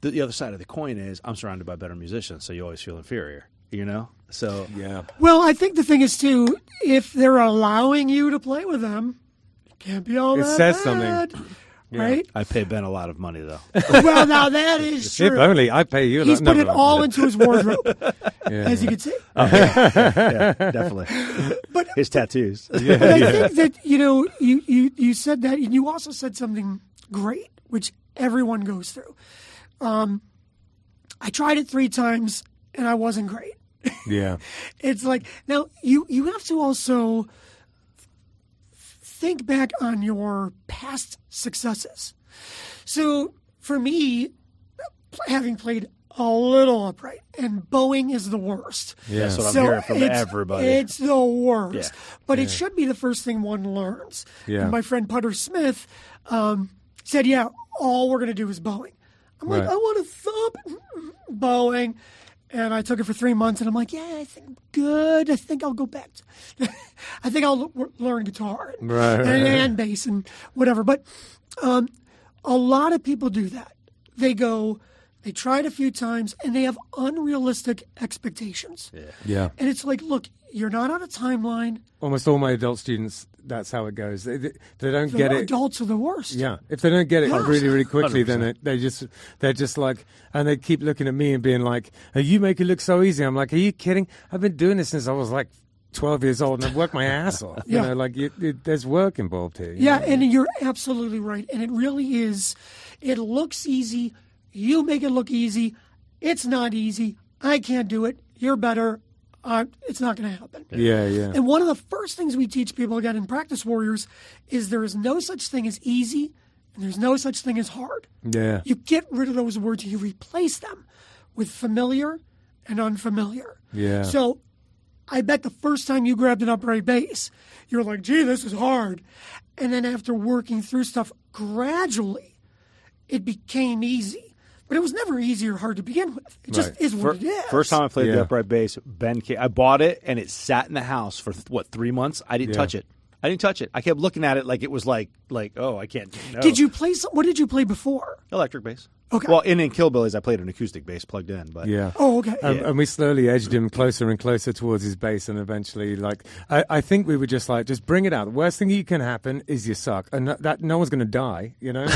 the, the other side of the coin is i'm surrounded by better musicians so you always feel inferior you know so Yeah. Well, I think the thing is, too, if they're allowing you to play with them, it can't be all It that says something. bad, Right? i pay ben a lot of money though well, now that is If true. only I pay you. a He's lot. put No, it no, no. all into his wardrobe, as you can see. yeah definitely But- his tattoos but I think that you know, you, you you said that, and you also said something great, which everyone goes through. Um, I tried it three times, and I wasn't great. Yeah. It's like now you you have to also think back on your past successes. So for me, having played a little upright, and Boeing is the worst. Yeah. That's what I'm So hearing from it's- everybody. It's the worst. Yeah. But it should be the first thing one learns. Yeah. And my friend Putter Smith um, said, Yeah, all we're going to do is Boeing. I'm like, Right. I want to thump Boeing. And I took it for three months and I'm like, Yeah, I think I'm good. I think I'll go back. To, I think I'll l- learn guitar and, Right, right, and, right. and bass and whatever. But um, a lot of people do that. They go, they try it a few times and they have unrealistic expectations. Yeah. And it's like, look, you're not on a timeline. Almost all my adult students, that's how it goes. They, they, they don't The get it. adults are the worst. Yeah, if they don't get it Yeah. really, really quickly, then it, they just they're just like, and they keep looking at me and being like, "Oh, "You make it look so easy." I'm like, "Are you kidding? I've been doing this since I was like 12 years old, and I've worked my ass off." You Yeah. know, like you, you, there's work involved here. you Yeah, know? and you're absolutely right. And it really is. It looks easy. You make it look easy. It's not easy. I can't do it. You're better. Uh, it's not going to happen. yeah, yeah, And one of the first things we teach people again in Practice Warriors is there is no such thing as easy and there's no such thing as hard. yeah. You get rid of those words and you replace them with familiar and unfamiliar. Yeah. So I bet the first time you grabbed an upright bass, you're like, gee, this is hard. And then after working through stuff gradually, it became easy. But it was never easy or hard to begin with. It just Right. is what it is. First time I played Yeah. the upright bass, Ben came, I bought it and it sat in the house for th- what three months. I didn't Yeah. touch it. I didn't touch it. I kept looking at it like it was like like oh I can't. no. Did you play some, what did you play before? electric bass? Okay. Well, in in Kill Billies, I played an acoustic bass plugged in, but Yeah. Oh, okay. Uh, Um, And we slowly edged him closer and closer towards his base, and eventually, like, I, I think we were just like, just bring it out. The worst thing that can happen is you suck, and that, that no one's going to die, you know.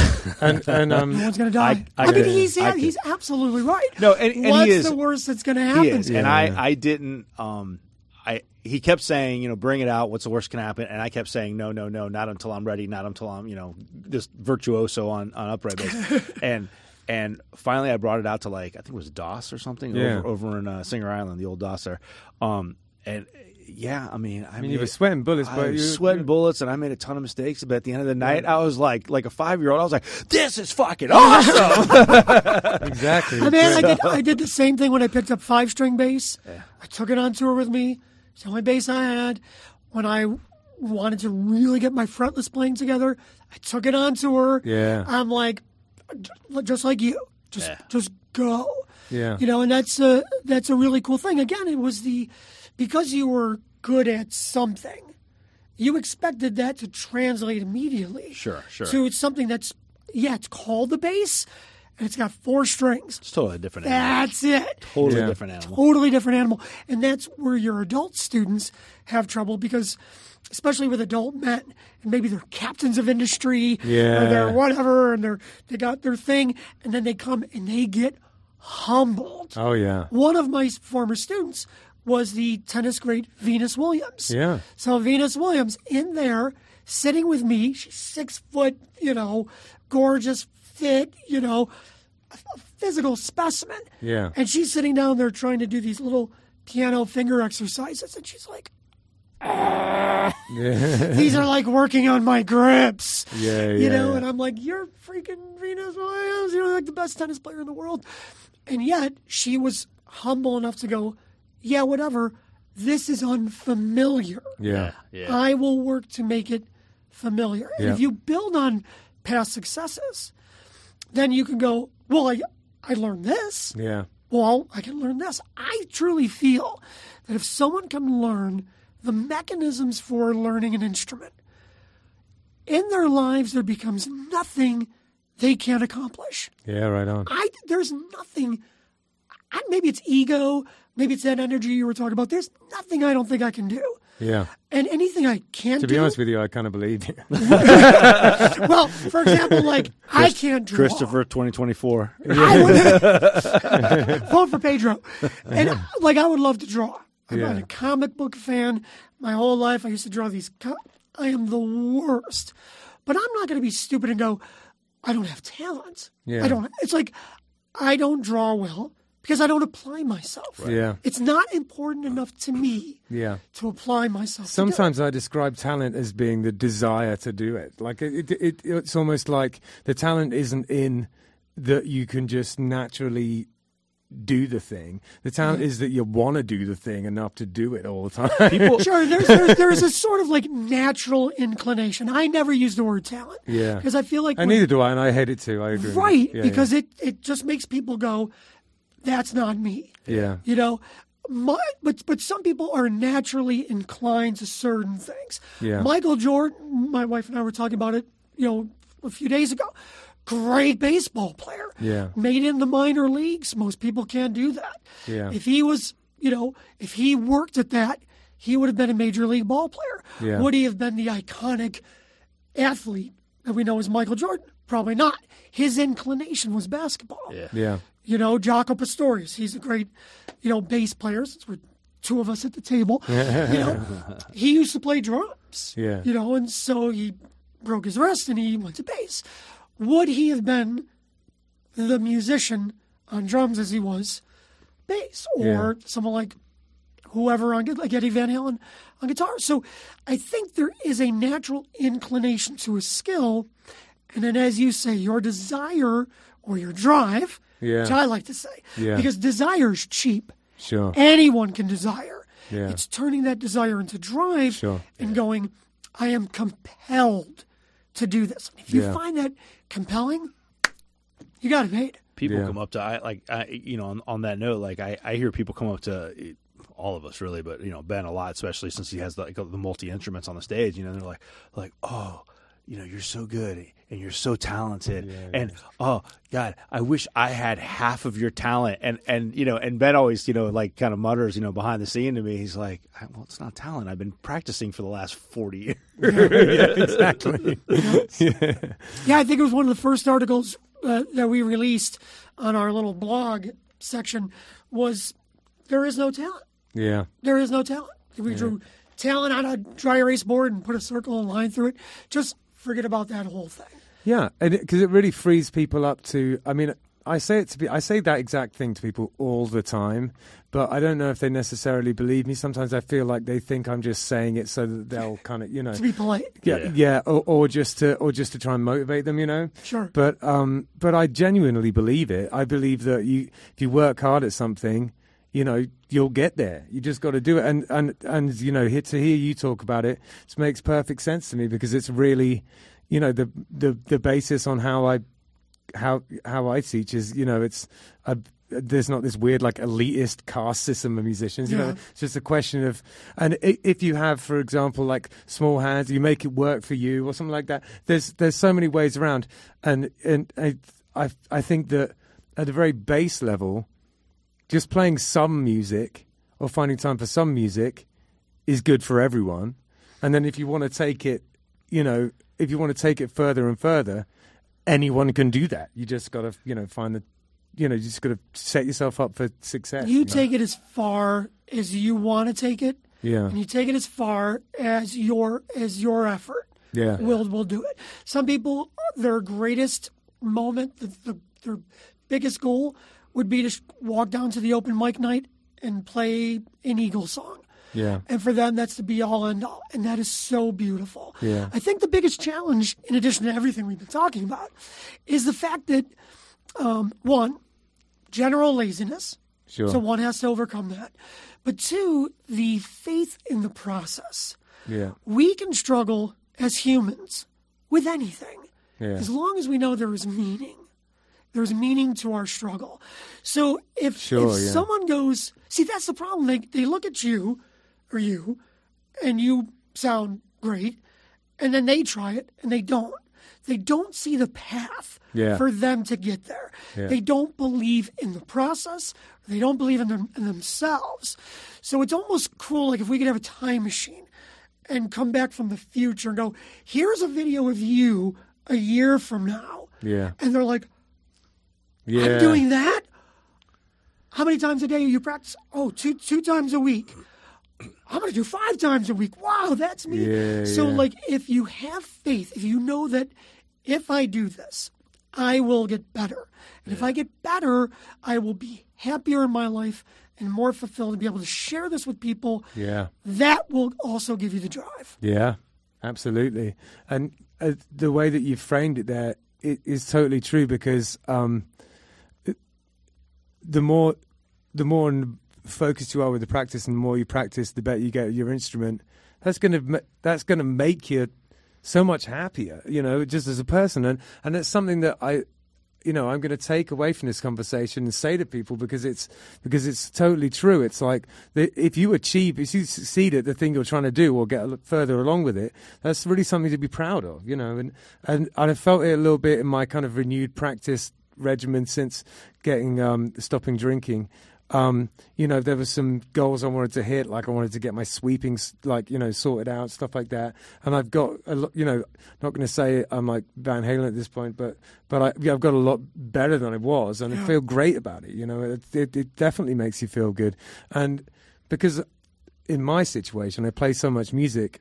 and and um, No one's gonna die. I I, get mean, it. he's I get he's absolutely right. No, and- and he what's is- the worst that's gonna he happen? is, and I I didn't um I he kept saying you know bring it out what's the worst can happen and I kept saying no no no not until I'm ready not until I'm you know this virtuoso on on upright bass and and finally I brought it out to like I think it was DOS or something Yeah. over, over in uh, Singer Island the old DOS there um and yeah I mean I, I mean mean, you were sweating bullets, I but you, was sweating bullets, and I made a ton of mistakes. But at the end of the night, I was like, like a five year old. I was like, "This is fucking awesome!" exactly. I mean, Oh, I did, I did the same thing when I picked up five string bass. I took it on tour with me. It's the only bass I had. When I wanted to really get my fretless playing together, I took it on tour. Yeah. I'm like, j- just like you, just just go. Yeah. You know, and that's a that's a really cool thing. Again, it was the because you were good at something, you expected that to translate immediately. Sure, sure. So it's something that's yeah, it's called the bass, and it's got four strings. it's totally different. Animal. That's it. Totally Yeah. different animal. Totally different animal. And that's where your adult students have trouble because, especially with adult men, and maybe they're captains of industry Yeah. or they're whatever, and they're they got their thing, and then they come and they get humbled. oh yeah, One of my former students was the tennis great Venus Williams. Yeah. So Venus Williams in there sitting with me. She's six foot, you know, gorgeous, fit, you know, a a physical specimen. Yeah. And she's sitting down there trying to do these little piano finger exercises, and she's like, these are like working on my grips. Yeah, yeah, You know, yeah. and I'm like, you're freaking Venus Williams. You're like the best tennis player in the world. And yet she was humble enough to go, yeah, whatever. This is unfamiliar. yeah, I will work to make it familiar. And Yeah. if you build on past successes, then you can go, well, I, I learned this yeah, well, I can learn this. I truly feel that if someone can learn the mechanisms for learning an instrument, in their lives there becomes nothing they can't accomplish. yeah. Right on. I there's nothing. I, maybe it's ego. Maybe it's that energy you were talking about. There's nothing I don't think I can do, Yeah. and anything I can To do. be honest with you, I kind of believe you. well, for example, like I can't draw. Christopher 2024. I would vote for Pedro. And like, I would love to draw. I'm not Yeah. a comic book fan. My whole life, I used to draw these. Co- I am the worst. But I'm not going to be stupid and go. I don't have talent. Yeah. I don't. It's like I don't draw well because I don't apply myself. Yeah. It's not important enough to me. Yeah. To apply myself. to do it. Sometimes I describe talent as being the desire to do it. Like it, it, it, it's almost like the talent isn't in that you can just naturally do the thing. The talent is that you want to do the thing enough to do it all the time. Sure, there's, there's there's a sort of like natural inclination. I never use the word talent. Yeah. Because I feel like and when- neither do I, and I hate it too. I agree. right Yeah, because it it just makes people go, that's not me. Yeah. You know, my, but but some people are naturally inclined to certain things. Yeah. Michael Jordan, my wife and I were talking about it, you know, a few days ago. Great baseball player. Yeah. Made it in the minor leagues. Most people can't do that. Yeah. If he was, you know, if he worked at that, he would have been a major league ball player. Yeah. Would he have been the iconic athlete that we know as Michael Jordan? Probably not. His inclination was basketball. yeah, You know, Jaco Pastorius, he's a great, you know, bass player since we're two of us at the table. you know, he used to play drums. Yeah. You know, and so he broke his wrist and he went to bass. Would he have been the musician on drums as he was bass or someone like whoever on gu- like Eddie Van Halen on guitar? So I think there is a natural inclination to a skill. And then, as you say, your desire or your drive, Yeah. which I like to say, Yeah. because desire's cheap. sure. Anyone can desire. Yeah. It's turning that desire into drive Sure. and going, I am compelled to do this. And if you Yeah. find that compelling, you got it made. people Yeah. come up to I like I you know on, on that note like I I hear people come up to eh, all of us really but you know Ben a lot especially since he has like the multi instruments on the stage you know they're like like oh you know, you're so good and you're so talented. and oh God, I wish I had half of your talent. And and you know, and Ben always, you know, like kind of mutters, you know, behind the scene to me, he's like, "I- Well, it's not talent. I've been practicing for the last forty years. exactly. Yeah, I think it was one of the first articles uh, that we released on our little blog section was there is no talent. yeah. There is no talent. We drew talent on a dry erase board and put a circle and line through it. Just forget about that whole thing. Yeah, and because it, really frees people up to. I mean, I say it to be. I say that exact thing to people all the time, but I don't know if they necessarily believe me. Sometimes I feel like they think I'm just saying it so that they'll kind of, you know, To be polite. yeah, yeah, or, or just to or just to try and motivate them, you know. Sure. But um, but I genuinely believe it. I believe that you, if you work hard at something, you know, you'll get there. You just got to do it. And and and you know, here to hear you talk about it, it makes perfect sense to me because it's really, you know, the the the basis on how I how how I teach is you know it's a, there's not this weird like elitist caste system of musicians. You know, Yeah. it's just a question of and i- if you have, for example, like small hands, you make it work for you or something like that. There's there's so many ways around, and and I I, I think that at a very base level, just playing some music or finding time for some music is good for everyone. And then if you want to take it, you know, if you want to take it further and further, anyone can do that. You just got to, you know, find the, you know, you just got to set yourself up for success. You know? take it as far as you want to take it. Yeah. And you take it as far as your as your effort. Yeah. Will will do it. Some people their greatest moment, the, the, their biggest goal would be to sh- walk down to the open mic night and play an Eagle song. Yeah. And for them, that's the be all end all. And that is so beautiful. Yeah. I think the biggest challenge, in addition to everything we've been talking about, is the fact that, um, one, general laziness. Sure. So one has to overcome that. But two, the faith in the process. Yeah. We can struggle as humans with anything Yeah. as long as we know there is meaning. There's meaning to our struggle. So if, Sure, if yeah. someone goes, see, that's the problem. They, they look at you or you and you sound great, and then they try it and they don't. They don't see the path Yeah. for them to get there. Yeah. They don't believe in the process. They don't believe in, them, in themselves. So it's almost cool, like if we could have a time machine and come back from the future and go, here's a video of you a year from now. Yeah. And they're like, Yeah. I'm doing that. How many times a day are you practice? Oh, two two times a week. I'm gonna do five times a week. Wow, that's me. Yeah, so yeah. like if you have faith, if you know that if I do this, I will get better. And if I get better, I will be happier in my life and more fulfilled and be able to share this with people. Yeah. That will also give you the drive. Yeah, absolutely. And uh, the way that you framed it there it is totally true because um, it- the more the more n- focused you are with the practice, and the more you practice, the better you get at your instrument. That's gonna ma- that's gonna make you so much happier, you know, just as a person. And and it's something that I you know, I'm going to take away from this conversation and say to people because it's because it's totally true. It's like the, if you achieve, if you succeed at the thing you're trying to do or get a li- further along with it, that's really something to be proud of, you know. And and, and I felt it a little bit in my kind of renewed practice regimen since getting um, stopping drinking. Um, you know, there were some goals I wanted to hit, like I wanted to get my sweepings, like you know, sorted out, stuff like that. And I've got a lot, you know, not going to say I'm like Van Halen at this point, but but I, yeah, I've got a lot better than I was, and I feel great about it. You know, it, it, it definitely makes you feel good, and because in my situation, I play so much music.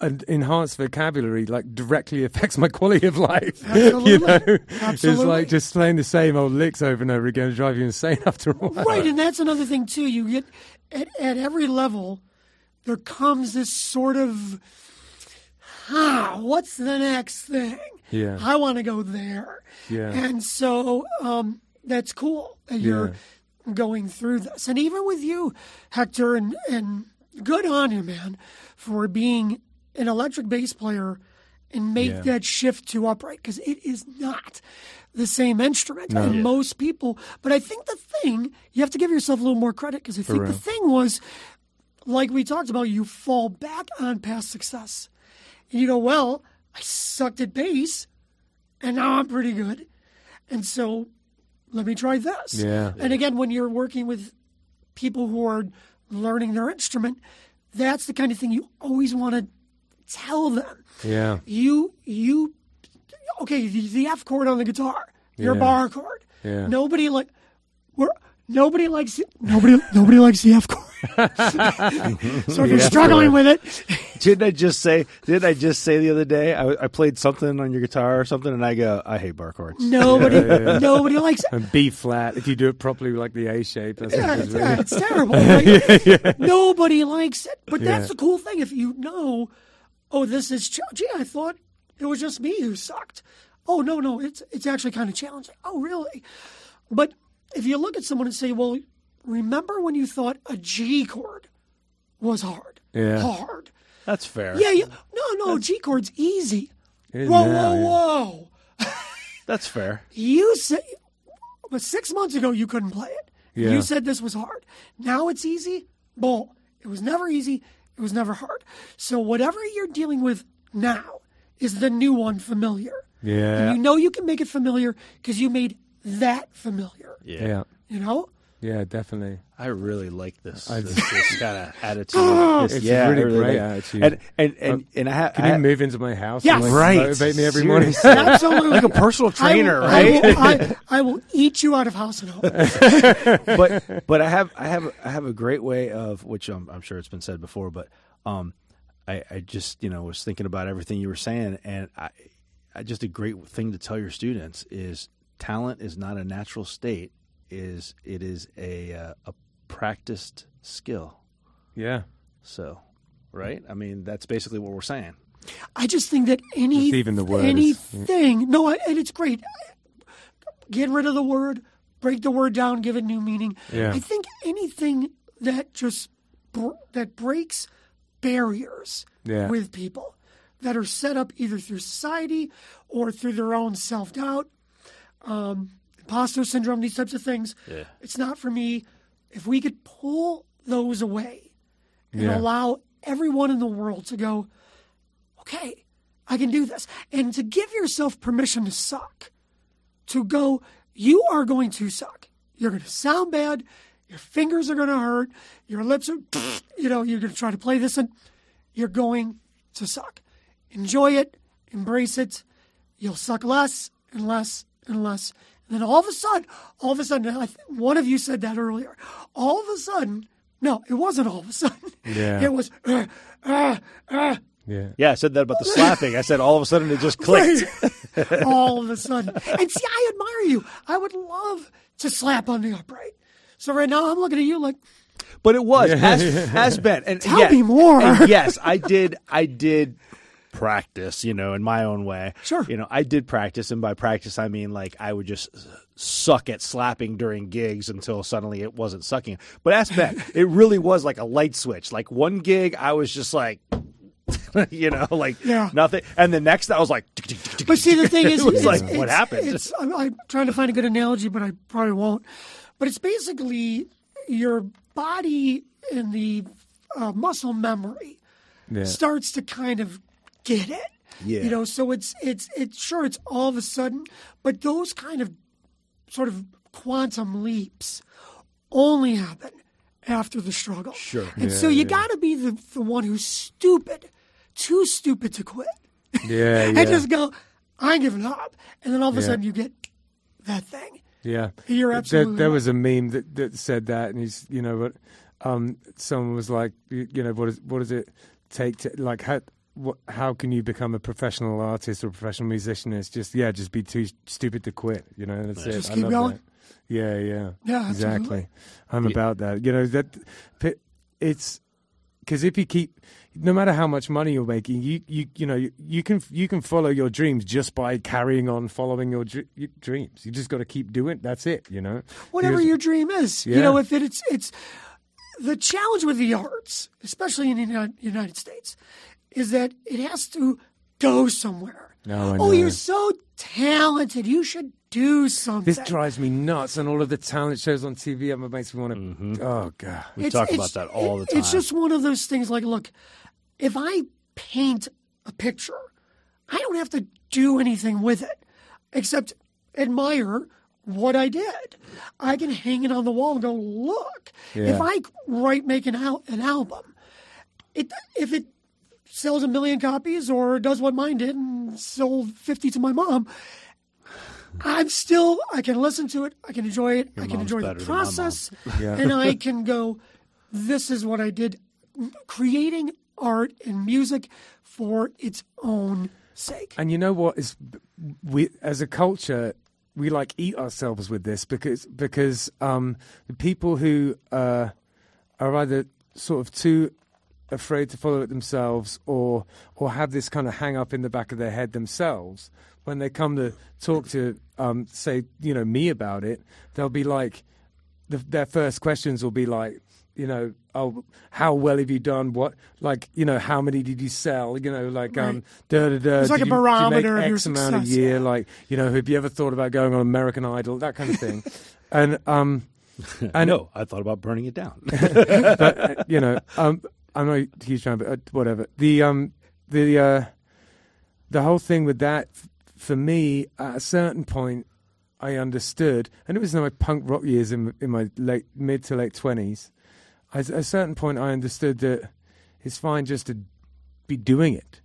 And enhanced vocabulary like directly affects my quality of life. Absolutely. You know, it's Absolutely. like just playing the same old licks over and over again, drive you insane after a while. Right, and that's another thing too. You get at, at every level, there comes this sort of ah, what's the next thing? Yeah. I want to go there. Yeah. and so um, that's cool that you're going through this, and even with you, Hector, and and good on you, man, for being an electric bass player and make Yeah. that shift to upright because it is not the same instrument and most people. But I think the thing you have to give yourself a little more credit because I think the real. thing was, like we talked about, you fall back on past success. And you go, well, I sucked at bass and now I'm pretty good. And so let me try this. Yeah. And again, when you're working with people who are learning their instrument, that's the kind of thing you always want to tell them. Yeah. You you okay, the, the F chord on the guitar, your Yeah. bar chord. Yeah. Nobody like we're nobody likes nobody nobody likes the F chord. so if you're struggling with it, Didn't I just say? Didn't I just say the other day? I, I played something on your guitar or something, and I go, I hate bar chords. nobody nobody likes it. And B flat, if you do it properly, like the A shape. That's Yeah, what it's, it's yeah, really- it's terrible. Like, Nobody likes it. But that's the cool thing. If you know, oh, this is ch- gee, I thought it was just me who sucked. Oh no, no, it's it's actually kind of challenging. Oh really? But if you look at someone and say, well, remember when you thought a G chord was hard? Yeah. Hard. That's fair. Yeah, yeah. No, no, G chord's easy. is Whoa, now, whoa, yeah. whoa. That's fair. You said, but six months ago you couldn't play it. Yeah. You said this was hard. Now it's easy. Bull. It was never easy. It was never hard. So whatever you're dealing with now is the new one familiar. Yeah. And you know you can make it familiar because you made that familiar. Yeah. You know. Yeah, definitely. I really like this. I- this, this kind of attitude. This- It's yeah, I really really great like it. Uh, attitude. And and and, and I, ha- Can I you move into my house? Yes. and, like, Right. Motivate me every morning. Seriously. Absolutely. like a personal trainer, I right? will, I, will, I, I will eat you out of house and home. but but I have I have I have a great way of which I'm, I'm sure it's been said before, but um, I, I just you know was thinking about everything you were saying, and I, I just a great thing to tell your students is talent is not a natural state, is it is a uh, a practiced skill. yeah. So, right? I mean, that's basically what we're saying. I just think that any Just even the word is- anything. No, I, and it's great. Get rid of the word, break the word down, give it new meaning. Yeah. I think anything that just br- that breaks barriers Yeah. with people that are set up either through society or through their own self doubt, um, imposter syndrome, these types of things. Yeah. It's not for me. If we could pull those away and Yeah. allow everyone in the world to go, okay, I can do this. And to give yourself permission to suck, to go, you are going to suck. You're going to sound bad. Your fingers are going to hurt. Your lips are, you know, you're going to try to play this and you're going to suck. Enjoy it, embrace it. You'll suck less and less and less. And then all of a sudden, all of a sudden, and I think one of you said that earlier. All of a sudden, no, it wasn't all of a sudden. Yeah. It was, uh, uh, uh, Yeah. Yeah, I said that about the slapping. I said all of a sudden it just clicked. all of a sudden. And see, I admire you. I would love to slap on the upright. So right now, I'm looking at you like, but it was has has been. And Tell yeah, me more. and yes, I did. I did practice, you know, in my own way. Sure. You know, I did practice, and by practice I mean like I would just suck at slapping during gigs until suddenly it wasn't sucking. But that's been. it really was like a light switch. Like one gig, I was just like. you know, like Yeah. nothing, and the next I was like. But see, the thing is, it was it's- like it's- what happened? It's, I'm, I'm trying to find a good analogy, but I probably won't. But it's basically your body and the uh, muscle memory Yeah. starts to kind of get it. Yeah. You know, so it's it's it's sure it's all of a sudden, but those kind of sort of quantum leaps only happen after the struggle. Sure. And so you got to be the, the one who's stupid, too stupid to quit Yeah. and Yeah. just go, I'm giving up. And then all of a Yeah. sudden you get that thing. Yeah, You're There- absolutely There, right. was a meme that, that said that, and he's you know, but um, someone was like, you you know, what is what does it take to like how what, how can you become a professional artist or professional musician? It's just yeah, just be too stupid to quit. You know, that's it. Just I keep love going. that. Yeah, yeah, Yeah, exactly. absolutely. I'm about that. You know that p- it's because if you keep no matter how much money you're making you you you know you, you can you can follow your dreams just by carrying on following your, dr- your dreams you just got to keep doing that's it you know Whatever Because- your dream is, you Yeah. know, if it, it's, it's the challenge with the arts, especially in the Uni- United States, is that it has to go somewhere. No, I oh, know. you're so talented. You should do something. this drives me nuts and all of the talent shows on tv it makes me want to oh god talk about that all the It's just one of those things like, look, if I paint a picture. I don't have to do anything with it except admire what I did. I can hang it on the wall and go, look. If I write, make an, al- an album, it, if it sells a million copies or does what mine did and sold 50 to my mom, I'm still, I can listen to it, I can enjoy it, I can mom's enjoy the better than my mom. process, and I can go, this is what I did. Creating art and music for its own sake. And you know what is we as a culture we like eat ourselves with this because because um, the people who uh, are either sort of too afraid to follow it themselves or or have this kind of hang up in the back of their head themselves when they come to talk to um, say you know me about it they'll be like the, their first questions will be like, you know, oh, how well have you done? What, like, you know, how many did you sell? You know, like, um, da da da. It's like did you- did you a make barometer of your X amount success, a year. Like, you know, have you ever thought about going on American Idol? That kind of thing. and um, I know. I thought about burning it down. but, you know, um, I'm not a huge fan, but uh, whatever. The um, the uh, the whole thing with that, f- for me, at a certain point, I understood, and it was in my punk rock years in in my late mid to late twenties. At a certain point, I understood that it's fine just to be doing it.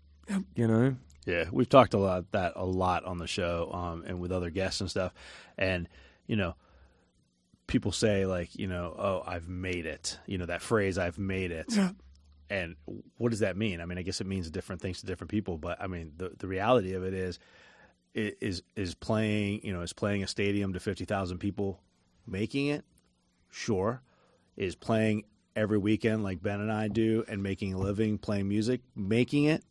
You know, Yeah, we've talked a lot that a lot on the show, um, and with other guests and stuff. And you know, people say like, you know, oh, I've made it. You know that phrase, I've made it. Yeah. And what does that mean? I mean, I guess it means different things to different people, but I mean, the the reality of it is, i- is is playing, you know, is playing a stadium to fifty thousand people, making it, sure, is playing every weekend like Ben and I do, and making a living playing music, making it.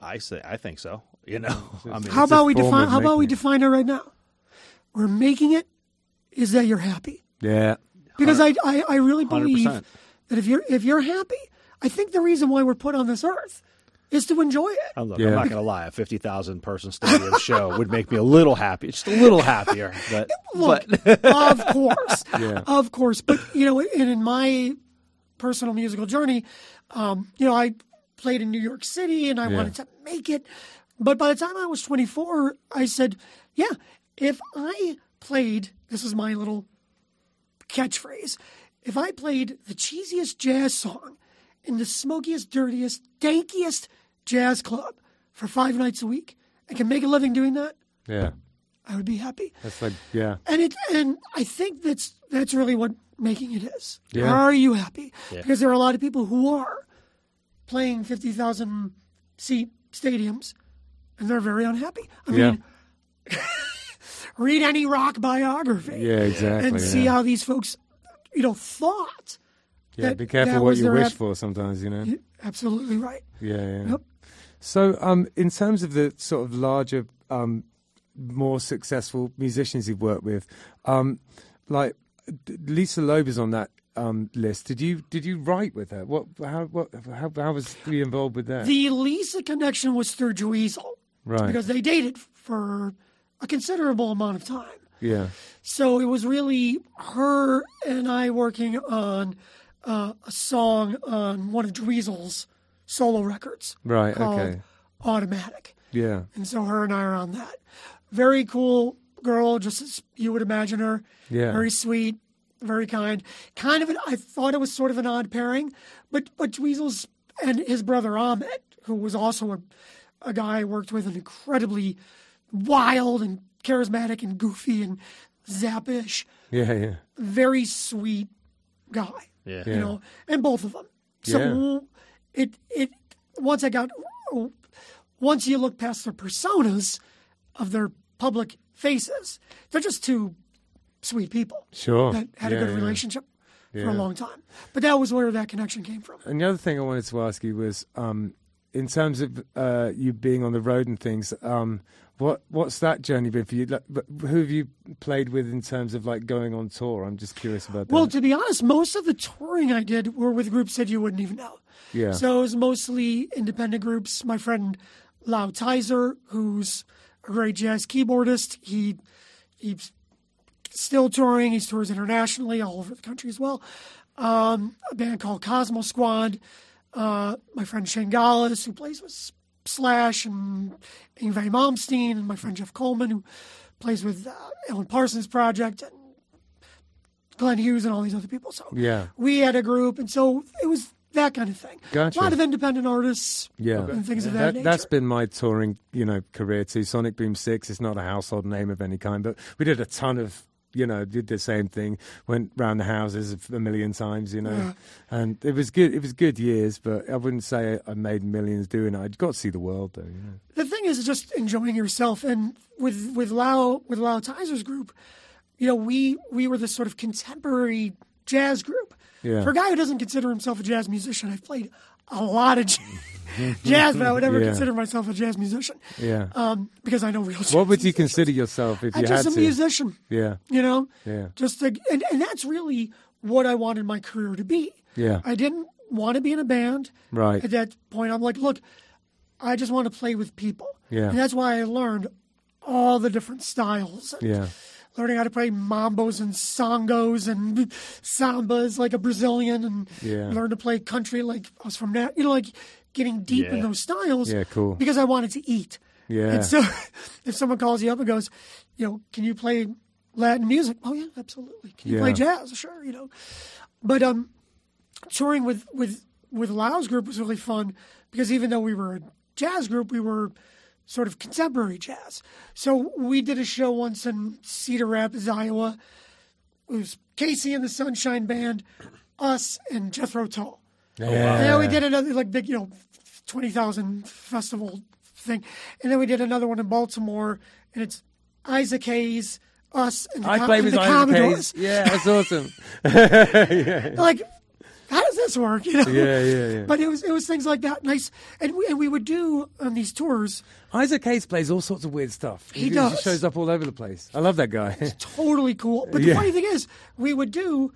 I say I think so. You know, I mean, How It's a about we form define? of How about we making it. define it right now? We're making it. Is that you're happy? yeah, Because I, I, I really believe 100%. that if you're if you're happy, I think the reason why we're put on this earth is to enjoy it. I'm, Oh, look, Yeah. I'm not gonna lie. A fifty thousand person stadium show would make me a little happy, just a little happier. But Look, of course, Yeah. of course. But you know, and in my personal musical journey, um, you know, I played in New York City and I Yeah. wanted to make it. But by the time I was 24, I said, "Yeah, if I played, this is my little catchphrase. If I played the cheesiest jazz song in the smokiest, dirtiest, dankiest jazz club for five nights a week, and can make a living doing that, yeah. I would be happy." That's like, yeah, and it and I think that's that's really what making it is. Yeah. Are you happy? Because there are a lot of people who are playing fifty thousand seat stadiums, and they're very unhappy. I yeah, mean, read any rock biography yeah, exactly. and see yeah. how these folks, you know, thought. yeah, that- be that careful what was you their wish app- for. Sometimes, you know. Absolutely right. Yeah, yeah. Yep. So, um, in terms of the sort of larger, um, more successful musicians you've worked with, um, like d- Lisa Loeb is on that um, list. Did you did you write with her? What how what how, how was you involved with that? The Lisa connection was through Dweezil right. because they dated for a considerable amount of time. yeah. So it was really her and I working on uh, a song on one of Dweezil's solo records. Right, called okay. Automatic. Yeah. And so her and I are on that. Very cool girl, just as you would imagine her. Yeah. Very sweet, very kind. Kind of, an, I thought it was sort of an odd pairing, but but Dweezil's and his brother Ahmet, who was also a, a guy I worked with, an incredibly wild and charismatic and goofy and zappish, Yeah. Yeah. very sweet guy yeah, you know, and both of them. So it it once I got once you look past their personas of their public faces, they're just two sweet people Sure. that had Yeah, a good yeah. relationship for Yeah. a long time. But that was where that connection came from. And the other thing I wanted to ask you was, um, in terms of uh, you being on the road and things, um, what what's that journey been for you? Like, wh- who have you played with in terms of like going on tour? I'm just curious about that. Well, to be honest, most of the touring I did were with groups that you wouldn't even know. Yeah. So it was mostly independent groups. My friend Lau Tizer, who's a great jazz keyboardist, he he's still touring. He tours internationally, all over the country as well. Um, a band called Cosmo Squad. Uh, my friend Shane Gallis, who plays with S- Slash and Ingve Malmsteen and my friend Jeff Coleman, who plays with uh, Alan Parsons Project and Glenn Hughes and all these other people. So Yeah. we had a group, and so it was that kind of thing. Gotcha. A lot of independent artists, Yeah. and things of that, That, nature. that's been my touring, you know, career too. Sonic Boom Six is not a household name of any kind, but we did a ton of, you know, did the same thing. Went round the houses a a million times, you know, and it was good. It was good years, but I wouldn't say I made millions doing it. I got to see the world though. You know. the thing is just enjoying yourself and with with Lao with Lao Tizer's group, you know, we we were this sort of contemporary jazz group. Yeah. For a guy who doesn't consider himself a jazz musician, I've played a lot of j- jazz, but I would never Yeah. consider myself a jazz musician. Yeah. Um, because I know real jazz what would you musicians. consider yourself if I'm you just had a to? musician. Yeah. You know? Yeah. Just like and, and that's really what I wanted my career to be. Yeah. I didn't want to be in a band. Right. At that point I'm like, look, I just want to play with people. Yeah. And that's why I learned all the different styles. and Yeah. Learning how to play mambos and songos and sambas like a Brazilian and Yeah. learn to play country like I was from that you know, like getting deep in Yeah. those styles. Yeah, cool. Because I wanted to eat. Yeah. And so if someone calls you up and goes, you know, can you play Latin music? Oh yeah, absolutely. Can you play Yeah. jazz? Sure, you know. But um touring with with with Lao's group was really fun because even though we were a jazz group, we were sort of contemporary jazz. So we did a show once in Cedar Rapids, Iowa. It was Casey and the Sunshine Band, us and Jethro Tull. And then we did another like big, you know, twenty thousand festival thing, and then we did another one in Baltimore, and it's Isaac Hayes, us, and the, I Com- played and with the Iron Commodores. Case. Yeah, that's awesome. Like, how does this work? You know? Yeah, yeah, yeah. But it was it was things like that. Nice, and we, and we would do on these tours Isaac Hayes plays all sorts of weird stuff. He does. Just shows up all over the place. I love that guy. totally cool. But the Yeah. funny thing is, we would do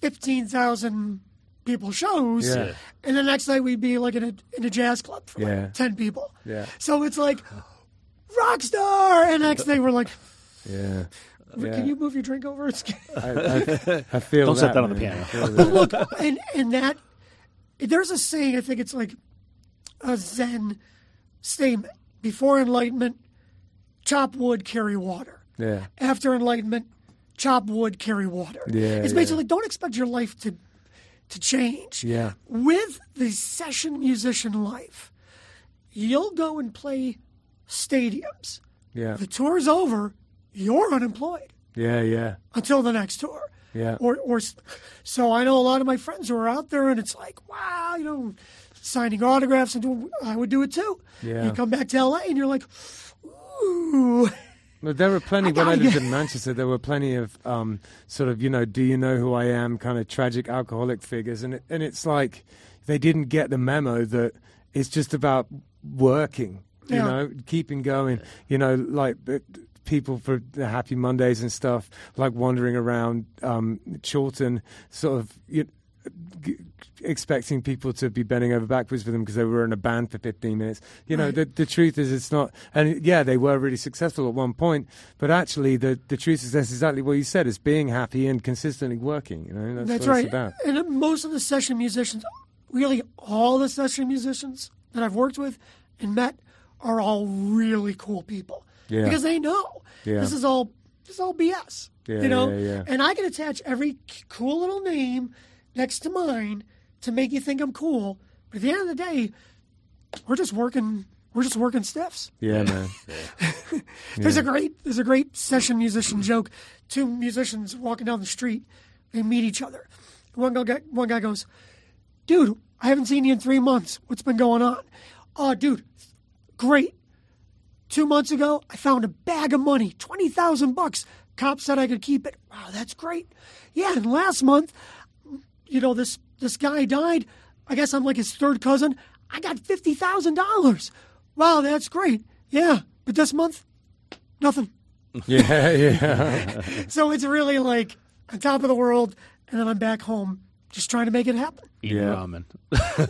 fifteen thousand people shows, Yeah. and the next night we'd be like in a in a jazz club for like, Yeah. ten people. Yeah. So it's like rock star, and next thing we're like, yeah. Yeah. can you move your drink over? It's I, I, I feel Don't that, set that on the man. piano. I feel that. look, and and that there's a saying. I think it's like a Zen statement: before enlightenment, chop wood, carry water. yeah. after enlightenment, chop wood, carry water. Yeah, it's yeah. basically like, don't expect your life to to change. Yeah. With the session musician life, you'll go and play stadiums. Yeah. The tour's over, you're unemployed Yeah. Yeah. until the next tour. Yeah. Or or s- so I know a lot of my friends who are out there, and it's like, wow, you know, signing autographs and doing. I would do it too. Yeah. You come back to LA and you're like, ooh. Well, there were plenty. when I gotta lived get- in Manchester, there were plenty of um, sort of, you know, do you know who I am? Kind of tragic alcoholic figures, and it, and it's like they didn't get the memo that it's just about working, you Yeah. know, keeping going, you know, like. But, People for the Happy Mondays and stuff, like wandering around um, Chawton, sort of you, g- expecting people to be bending over backwards for them because they were in a band for 15 minutes. You know, the, the truth is it's not, and yeah, they were really successful at one point, but actually the, the truth is that's exactly what you said. It's being happy and consistently working, you know, that's, That's what right. it's about. And uh, most of the session musicians, really all the session musicians that I've worked with and met, are all really cool people. Yeah. Because they know Yeah. this is all this is all BS. Yeah, you know. yeah, yeah. And I can attach every c- cool little name next to mine to make you think I'm cool. But at the end of the day, we're just working. We're just working stiffs. Yeah, man. There's a great there's a great session musician joke. Two musicians walking down the street, they meet each other. One guy one guy goes, "Dude, I haven't seen you in three months. What's been going on?" "Oh, dude, great. Two months ago, I found a bag of money, twenty thousand bucks. Cop said I could keep it. Wow, that's great. Yeah, and last month, you know this this guy died. I guess I'm like his third cousin. I got fifty thousand dollars. Wow, that's great. Yeah, but this month, nothing. Yeah, yeah. So it's really like on top of the world, and then I'm back home just trying to make it happen. Eating Yeah. ramen.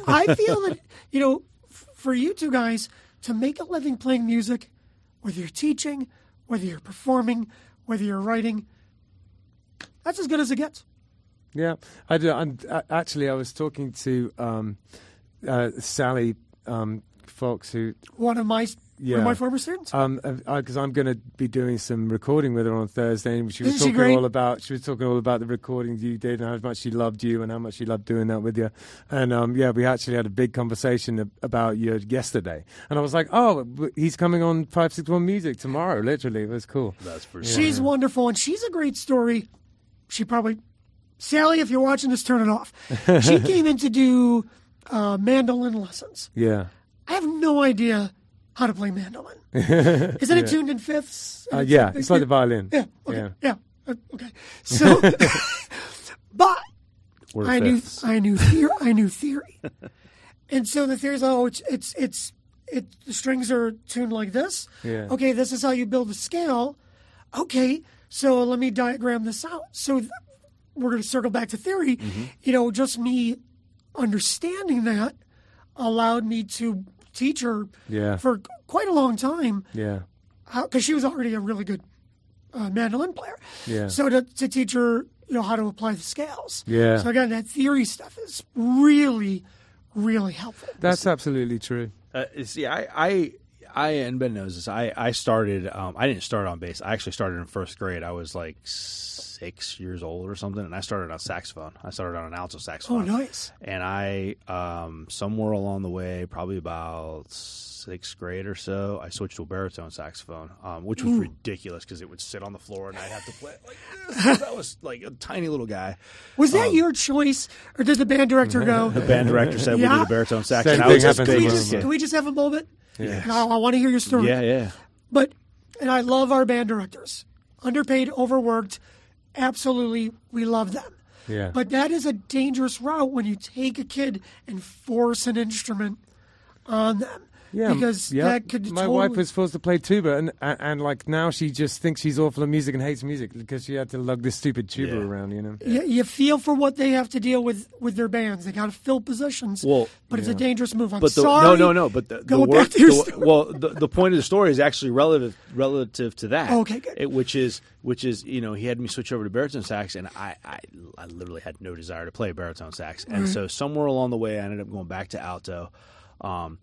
I feel that you know, f- for you two guys to make a living playing music, whether you're teaching, whether you're performing, whether you're writing, that's as good as it gets. Yeah, I do. I'm, a- actually, I was talking to um, uh, Sally um, Fox, who One of my one Yeah. of my former students. um, because I'm going to be doing some recording with her on Thursday, and she was Isn't she talking great? all about she was talking all about the recordings you did and how much she loved you and how much she loved doing that with you, and um, yeah, we actually had a big conversation ab- about you yesterday, and I was like, oh, w- he's coming on Five Six One Music tomorrow, literally, it was cool. That's for sure. she's wonderful and she's a great story. She probably Sally, if you're watching this, turn it off. She came in to do uh, mandolin lessons. Yeah, I have no idea how to play mandolin. Isn't it tuned in fifths? uh, yeah, it's like the violin. Yeah. Okay. yeah. Yeah. Uh, Okay. So, but We're I knew fifths. I knew theory. I knew theory. And so the theory's oh, it's it's it's it. The strings are tuned like this. Yeah. Okay, this is how you build a scale. Okay, so let me diagram this out. So th- we're going to circle back to theory. You know, just me understanding that allowed me to teach her Yeah. for qu- quite a long time yeah, because she was already a really good uh, mandolin player. Yeah. So to, to teach her, you know, how to apply the scales. Yeah. So again, that theory stuff is really, really helpful. that's absolutely true. Uh, see, I, I, I, and Ben knows this. I, I started. Um, I didn't start on bass. I actually started in first grade. I was like six years old or something, and I started on saxophone. I started on an alto Oh, saxophone. nice. And I, um, somewhere along the way, probably about sixth grade or so, I switched to a baritone saxophone, um, which was ridiculous because it would sit on the floor and I'd have to play it like this. 'cause I was like a tiny little guy. Was Um, that your choice, or did the band director go? Band director said we Yeah. need a baritone sax. Same and I thing was just happens with big Can we Band as a just director. can we just have a moment? Yes. No, I want to hear your kid. story. Yeah, yeah. But and I love our band directors, underpaid, overworked. Absolutely, we love them. Yeah. But that is a dangerous route when you take a kid and force an instrument on them. Yeah, Because yeah. that could my totally, wife was forced to play tuba, and, and and like now she just thinks she's awful at music and hates music because she had to lug this stupid tuba Yeah. around, you know. You, you feel for what they have to deal with with their bands. They got to fill positions. Well, but it's a dangerous move. I'm but the, sorry. no, no, no. But the, the Going wor- back to your the- story. well, the, the point of the story is actually relative relative to that. Okay, good. It- which is which is you know he had me switch over to baritone sax, and I I, I literally had no desire to play baritone sax, and so somewhere along the way I ended up going back to alto. Um,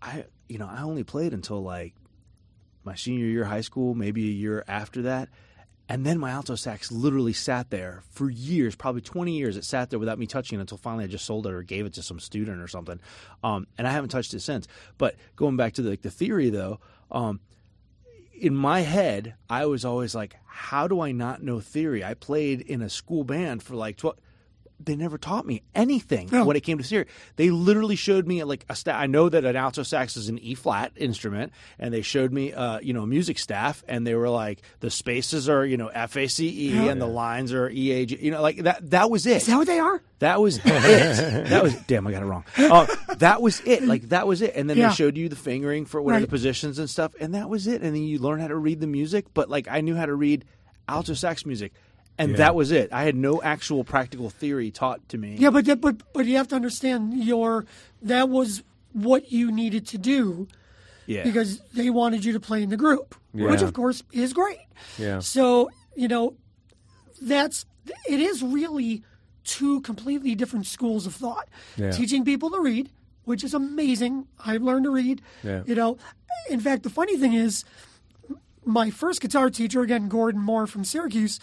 I you know I only played until like my senior year of high school, maybe a year after that. And then my alto sax literally sat there for years, probably 20 years. It sat there without me touching it until finally I just sold it or gave it to some student or something. Um, and I haven't touched it since. But going back to the, like, the theory, though, um, in my head, I was always like, how do I not know theory? I played in a school band for like 12. They never taught me anything No. when it came to theory. They literally showed me like a sta- I know that an alto sax is an E flat instrument, and they showed me, uh, you know, a music staff, and they were like, the spaces are you know F A C E, and the lines are E A G. You know, like that. That was it. Is that what they are? That was it. that was damn. I got it wrong. Uh, that was it. Like that was it. And then Yeah. they showed you the fingering for whatever Right. the positions and stuff, and that was it. And then you learn how to read the music. But like I knew how to read alto sax music, and that was it. I had no actual practical theory taught to me. Yeah, but that, but but you have to understand your that was what you needed to do Yeah. because they wanted you to play in the group, which Yeah. of course is great. Yeah. So you know, that's it is really two completely different schools of thought. Yeah. Teaching people to read, which is amazing. I've learned to read. Yeah. You know, in fact, the funny thing is, my first guitar teacher, again, Gordon Moore from Syracuse,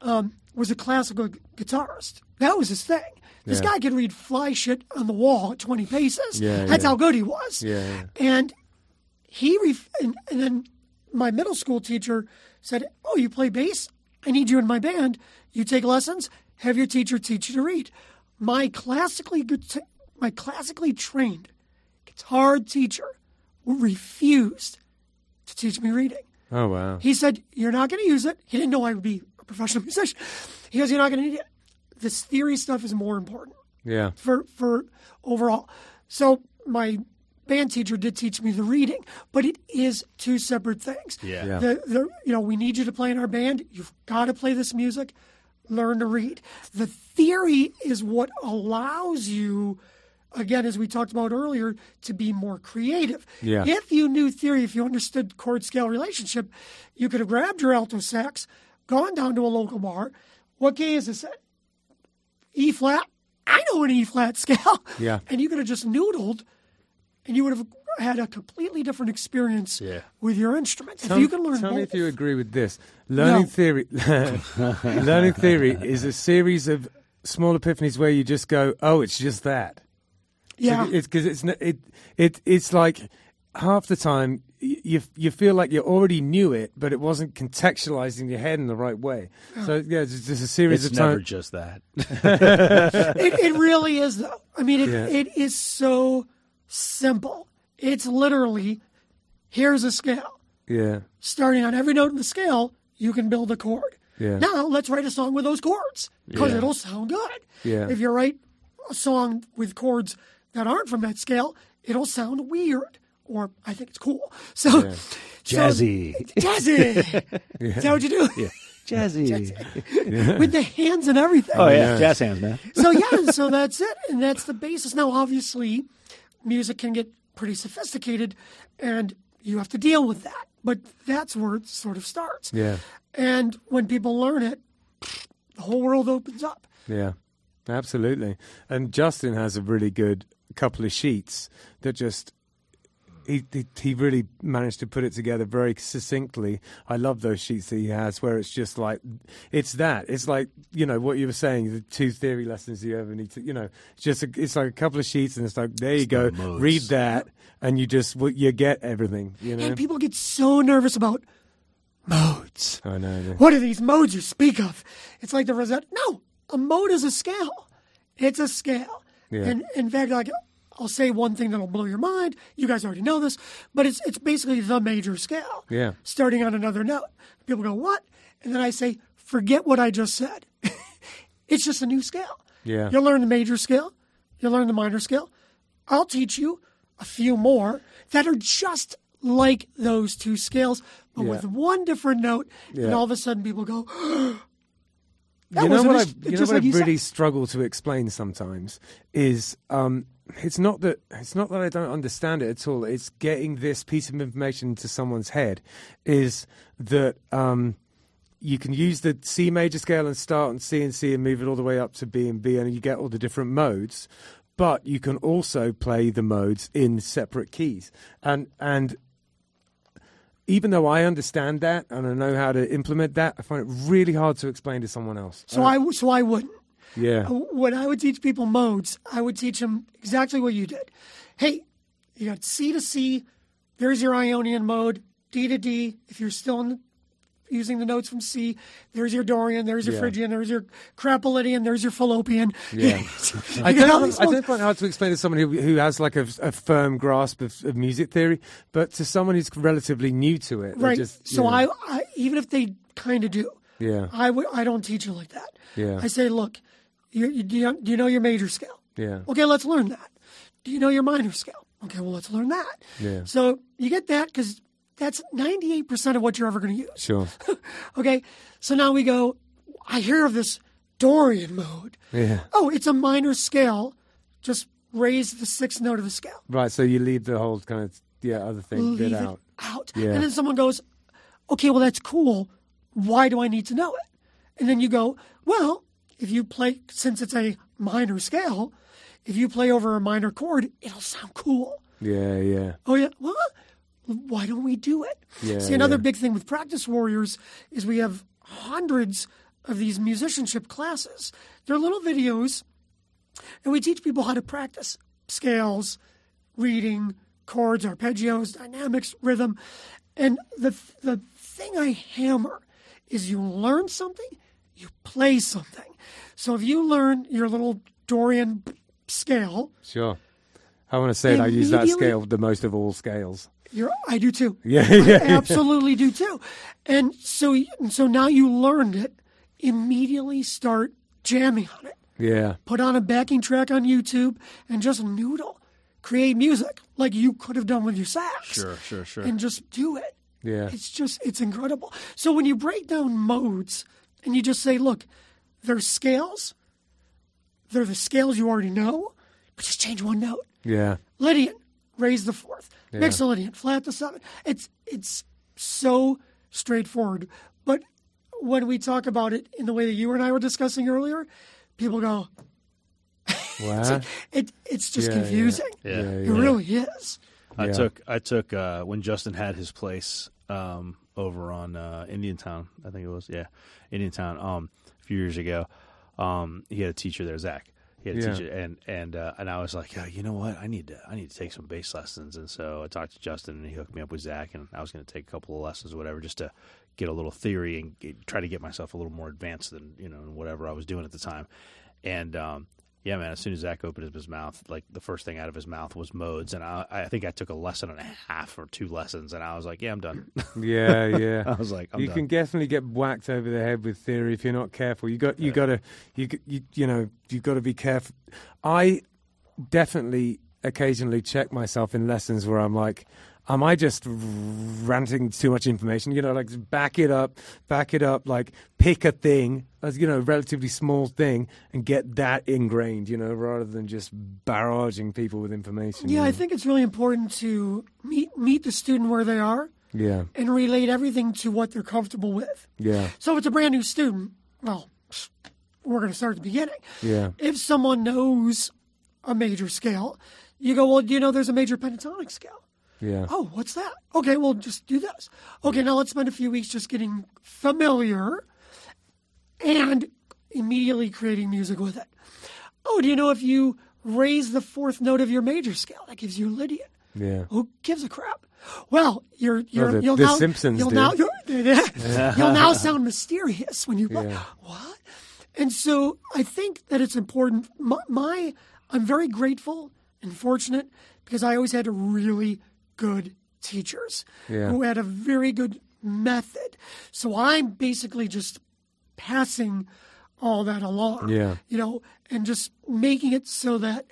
um, was a classical gu- guitarist. That was his thing. This Yeah. guy could read fly shit on the wall at 20 paces. Yeah, That's yeah. how good he was. Yeah, yeah. And he, ref- and, and then my middle school teacher said, Oh, you play bass? I need you in my band. You take lessons, have your teacher teach you to read. My classically, gut- my classically trained guitar teacher refused to teach me reading. Oh wow. He said, You're not going to use it. He didn't know I would be a professional musician. He goes, You're not going to need it. This theory stuff is more important Yeah. for, for overall. So, my band teacher did teach me the reading, but it is two separate things. Yeah. Yeah. The, the, you know, we need you to play in our band. You've got to play this music, learn to read. The theory is what allows you, again, as we talked about earlier, to be more creative. Yeah. If you knew theory, if you understood chord scale relationship, you could have grabbed your alto sax, gone down to a local bar. What key is this? at? E flat. I know an E flat scale. Yeah. And you could have just noodled and you would have had a completely different experience Yeah. with your instrument. Tell if you me- can learn tell both, me if you agree with this. Learning No. theory, learning theory is a series of small epiphanies where you just go, "Oh, it's just that." yeah, It's because it's n- it it it's like half the time y- you you feel like you already knew it, but it wasn't contextualized in your head in the right way. Oh. So yeah, it's just a series It's of time. never just that. it, it really is though. I mean, it, it is so simple. It's literally here's a scale. yeah, Starting on every note in the scale, you can build a chord. Yeah. Now let's write a song with those chords because it'll sound good. Yeah. If you write a song with chords that aren't from that scale, it'll sound weird. Or I think it's cool. So so- Jazzy. jazzy. Is that what you do? Jazzy. with the hands and everything. Oh yeah, jazz hands, man. so yeah, so that's it, and that's the basis. Now, obviously, music can get pretty sophisticated, and you have to deal with that. But that's where it sort of starts. yeah, And when people learn it, the whole world opens up. yeah, absolutely. And Justin has a really good couple of sheets that just. He, he he really managed to put it together very succinctly. I love those sheets that he has where it's just like, it's that. It's like you know what you were saying, the two theory lessons you ever need to, you know, it's just a, it's like a couple of sheets and it's like there you go, modes. read that, and you just well, you get everything. You know, And people get so nervous about modes. I know. yeah. What are these modes you speak of? It's like the Rosetta. No, a mode is a scale. It's a scale. Yeah. And in fact, like I'll say one thing that'll blow your mind. You guys already know this, but it's it's basically the major scale. Yeah. Starting on another note, people go what? And then I say, forget what I just said. it's just a new scale. Yeah. You'll learn the major scale. You'll learn the minor scale. I'll teach you a few more that are just like those two scales, but Yeah. with one different note. Yeah. And all of a sudden, people go, that you know wasn't what a- I, just you know what like I you said. really struggle to explain sometimes is um, it's not that it's not that I don't understand it at all. It's getting this piece of information into someone's head is that um, you can use the C major scale and start on C and C and move it all the way up to B and B, and you get all the different modes. But you can also play the modes in separate keys, and and even though I understand that and I know how to implement that, I find it really hard to explain to someone else. So I, w- so I wouldn't. Yeah. When I would teach people modes, I would teach them exactly what you did. Hey, you got C to C, there's your Ionian mode, D to D, if you're still in using the notes from C, there's your Dorian, there's your Yeah. Phrygian, there's your Crapolidian, there's your Fallopian. Yeah. You I got all don't, these I modes. don't find it hard to explain to someone who, who has like a, a firm grasp of, of music theory, but to someone who's relatively new to it, they right. Just, so yeah. I, I, even if they kind of do, Yeah. I would, I don't teach it like that. Yeah. I say, look, you, you, do you- do you know your major scale? Yeah. Okay, let's learn that. Do you know your minor scale? Okay, well, let's learn that. Yeah. So you get that because that's 98% of what you're ever going to use. Sure. Okay. So now we go, I hear of this Dorian mode. Yeah. Oh, it's a minor scale. Just raise the sixth note of the scale. Right. So you leave the whole kind of yeah other thing Leave bit it out. out. Yeah. And then someone goes, okay, well, that's cool. Why do I need to know it? And then you go, well, if you play, since it's a minor scale, if you play over a minor chord, it'll sound cool. Yeah. Yeah. Oh yeah. Well, why don't we do it? Yeah, See, another yeah. big thing with practice warriors is we have hundreds of these musicianship classes. They're little videos, and we teach people how to practice scales, reading, chords, arpeggios, dynamics, rhythm, and the the thing I hammer is you learn something, you play something. So if you learn your little Dorian scale, Sure. I want to say that I use that Immediately- scale the most of all scales. You're, I do too. Yeah, yeah, I yeah. absolutely do too. And so, y- and so now you learned it. Immediately start jamming on it. Yeah. Put on a backing track on YouTube and just noodle, create music like you could have done with your sax. Sure, sure, sure. And just do it. Yeah. It's just, it's incredible. So when you break down modes and you just say, look, they're scales. They're the scales you already know, but just change one note. Yeah. Lydian, raise the fourth. Mixolydian, flat the seventh. It's it's so straightforward. But when we talk about it in the way that you and I were discussing earlier, people go, Wow. it it's just Yeah, yeah. confusing. Yeah. It really is. I Yeah. took I took uh, when Justin had his place um, over on uh, Indian Town. I think it was yeah, Indian Town. Um, a few years ago, um, he had a teacher there, Zach. He had a Yeah. teacher, and and uh, and I was like, "Yeah, you know what? I need to I need to take some bass lessons. And so I talked to Justin, and he hooked me up with Zach, and I was going to take a couple of lessons, or whatever, just to get a little theory and get, try to get myself a little more advanced than you know whatever I was doing at the time. And um, yeah, man, as soon as Zach opened up his mouth, like the first thing out of his mouth was modes, and I, I think I took a lesson and a half or two lessons, and I was like, "Yeah, I'm done." Yeah, yeah. I was like, I'm you done. can definitely get whacked over the head with theory if you're not careful. You got, you got to, you, g- you, you know, you've got to be careful. I definitely occasionally check myself in lessons where I'm like, am I just ranting too much information? You know, like back it up, back it up, like pick a thing, as you know, a relatively small thing, and get that ingrained. You know, rather than just barraging people with information. Yeah, you I know? think it's really important to meet meet the student where they are yeah, and relate everything to what they're comfortable with. yeah, So if it's a brand new student, well, we're going to start at the beginning. yeah. If someone knows a major scale, you go, well, do you know there's a major pentatonic scale? Yeah. Oh, what's that? Okay, well, just do this. Okay, now let's spend a few weeks just getting familiar and immediately creating music with it. Oh, do you know if you raise the fourth note of your major scale, that gives you Lydian? Yeah. Who gives a crap? Well, you're, you're the- you'll the now, Simpsons you'll do. now you're, you'll now sound mysterious when you play. Yeah. what? And so I think that it's important. My, my I'm very grateful and fortunate because I always had really good teachers Yeah. who had a very good method. So I'm basically just passing all that along. Yeah. You know, and just making it so that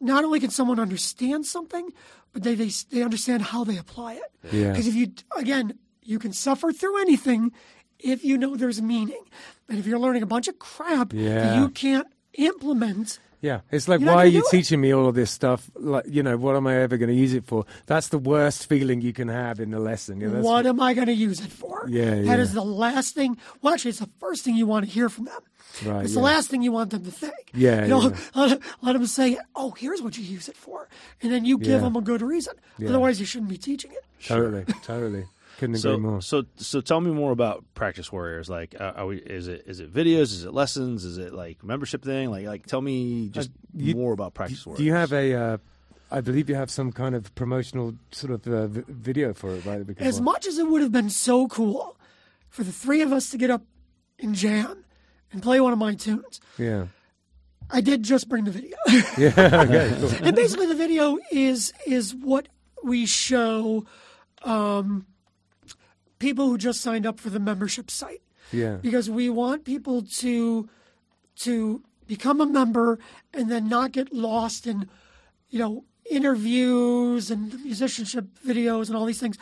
not only can someone understand something, but they they, they understand how they apply it. Yeah. Because if you again, you can suffer through anything if you know there's meaning, and if you're learning a bunch of crap that Yeah. you can't implement. Yeah, it's like, You're not why are gonna you do it. teaching me all of this stuff? Like, you know, what am I ever going to use it for? That's the worst feeling you can have in the lesson. You know, that's- what am I going to use it for? Yeah, That yeah. is the last thing. Well, actually, it's the first thing you want to hear from them. Right, it's the yeah. last thing you want them to think. Yeah, You know, yeah. let, let them say, "Oh, here's what you use it for," and then you give Yeah. them a good reason. Otherwise, you shouldn't be teaching it. Totally, totally. Couldn't agree so, more. so, so tell me more about Practice Warriors. Like, uh, are, are we? Is it is it videos? Is it lessons? Is it like membership thing? Like, like tell me just Uh, you- more about Practice Warriors. Do you have a? Uh, I believe you have some kind of promotional sort of uh, v- video for it, right? that we can as watch? much as it would have been so cool for the three of us to get up and jam and play one of my tunes, yeah, I did just bring the video. yeah, okay, cool. and basically, the video is is what we show um, people who just signed up for the membership site yeah, because we want people to to become a member and then not get lost in you know interviews and musicianship videos and all these things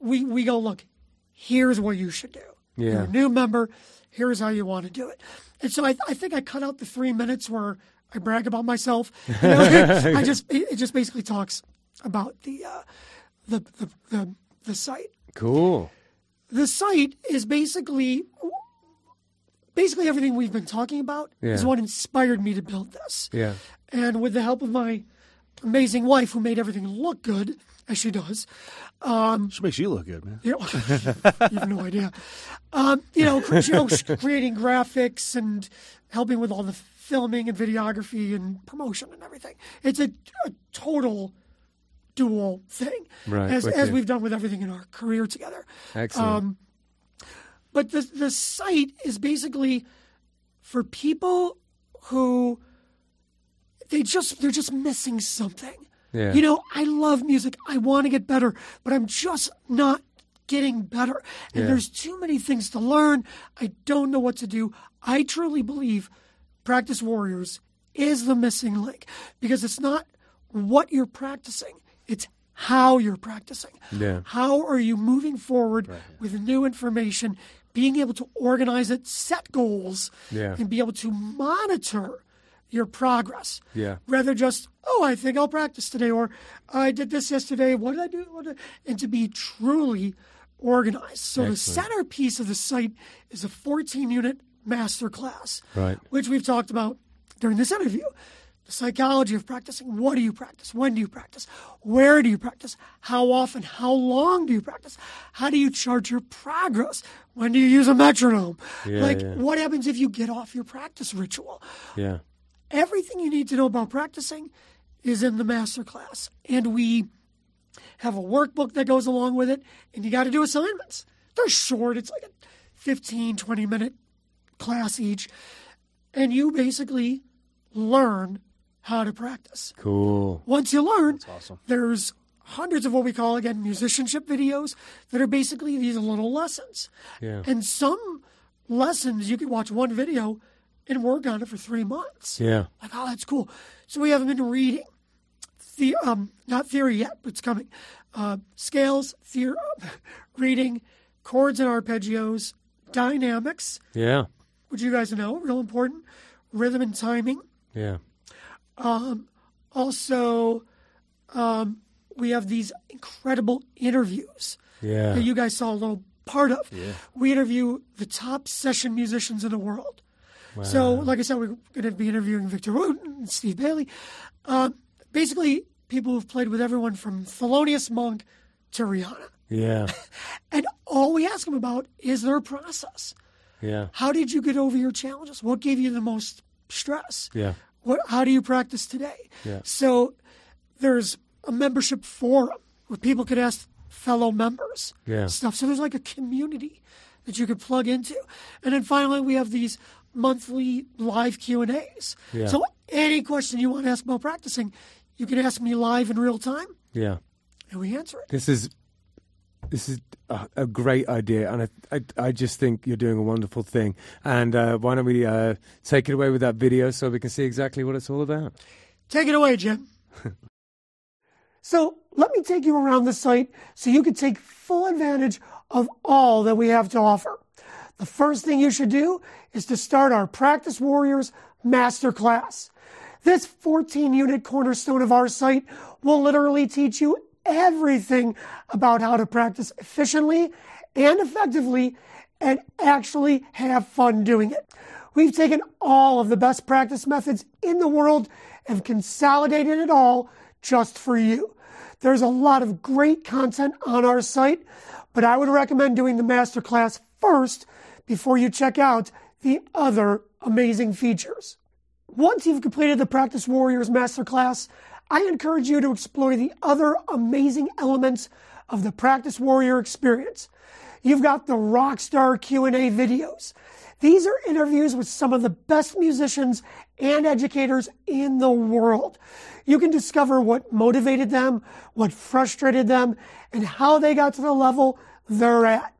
we we go look here's what you should do you're Yeah. a new member here's how you want to do it and so i, I think i cut out the three minutes where i brag about myself you know, i just it, it just basically talks about the uh the the the, the site cool. the site is basically basically everything we've been talking about is Yeah. what inspired me to build this. Yeah, And with the help of my amazing wife who made everything look good, as she does, She makes you look good, man. you know, you have no idea. Um, you know, cr- you know, creating graphics and helping with all the filming and videography and promotion and everything. It's a, a total dual thing, Right, Uh, as, with as you. we've done with everything in our career together. excellent. Um, but the the site is basically for people who they just they're just missing something. Yeah. You know, I love music. I want to get better, but I'm just not getting better. And Yeah. there's too many things to learn. I don't know what to do. I truly believe Practice Warriors is the missing link because it's not what you're practicing, it's how you're practicing. Yeah. How are you moving forward with new information, being able to organize it, set goals, Yeah. and be able to monitor your progress? Yeah. Rather just, oh, I think I'll practice today, or I did this yesterday. What did I do? What did I-" And to be truly organized. So the centerpiece of the site is a 14 unit master class, Right. which we've talked about during this interview. the psychology of practicing. What do you practice? When do you practice? Where do you practice? How often? How long do you practice? How do you chart your progress? When do you use a metronome? like, yeah. what happens if you get off your practice ritual? Yeah. everything you need to know about practicing is in the master class and we have a workbook that goes along with it and you got to do assignments they're short it's like a 15 20 minute class each and you basically learn how to practice Cool. once you learn, there's hundreds of what we call again musicianship videos that are basically these little lessons. Yeah. And some lessons you can watch one video and work on it for three months. Yeah. Like, oh, that's cool. So we haven't been reading, the um, not theory yet, but it's coming. Uh, scales, theory, reading, chords and arpeggios, dynamics, Yeah. which you guys know, real important, rhythm and timing. Yeah. also um, we have these incredible interviews Yeah. that you guys saw a little part of. We interview the top session musicians in the world. So, like I said, we're going to be interviewing Victor Wooten and Steve Bailey. Um, basically, people who've played with everyone from Thelonious Monk to Rihanna. Yeah. And all we ask them about is their process. Yeah. How did you get over your challenges? What gave you the most stress? Yeah. What? How do you practice today? Yeah. So there's a membership forum where people could ask fellow members Yeah. stuff. So there's like a community that you could plug into, and then finally we have these monthly live Q and A's. Yeah. So any question you want to ask about practicing, you can ask me live in real time, Yeah. and we answer it. This is this is a, a great idea, and I, I I just think you're doing a wonderful thing. And uh, why don't we uh, take it away with that video so we can see exactly what it's all about? Take it away, Jim. so let me take you around the site so you can take full advantage of all that we have to offer. The first thing you should do is to start our Practice Warriors Masterclass. This 14 unit cornerstone of our site will literally teach you everything about how to practice efficiently and effectively and actually have fun doing it. We've taken all of the best practice methods in the world and consolidated it all just for you. There's a lot of great content on our site, but I would recommend doing the masterclass first before you check out the other amazing features. Once you've completed the Practice Warriors Masterclass, I encourage you to explore the other amazing elements of the Practice Warrior experience. You've got the Rockstar Q&A videos. These are interviews with some of the best musicians and educators in the world. You can discover what motivated them, what frustrated them, and how they got to the level they're at.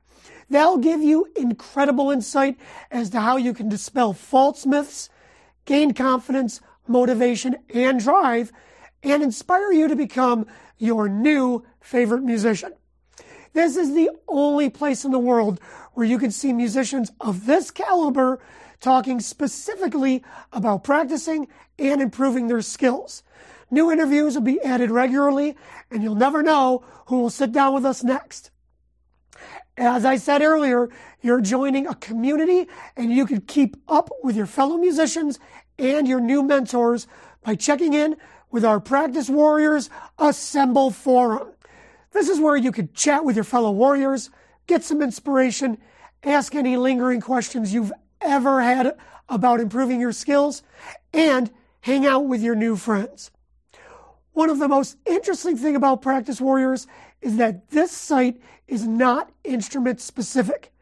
They'll give you incredible insight as to how you can dispel false myths, gain confidence, motivation, and drive, and inspire you to become your new favorite musician. This is the only place in the world where you can see musicians of this caliber talking specifically about practicing and improving their skills. New interviews will be added regularly, and you'll never know who will sit down with us next. As I said earlier, you're joining a community and you can keep up with your fellow musicians and your new mentors by checking in with our Practice Warriors Assemble Forum. This is where you can chat with your fellow warriors, get some inspiration, ask any lingering questions you've ever had about improving your skills, and hang out with your new friends one of the most interesting thing about practice warriors is that this site is not instrument specific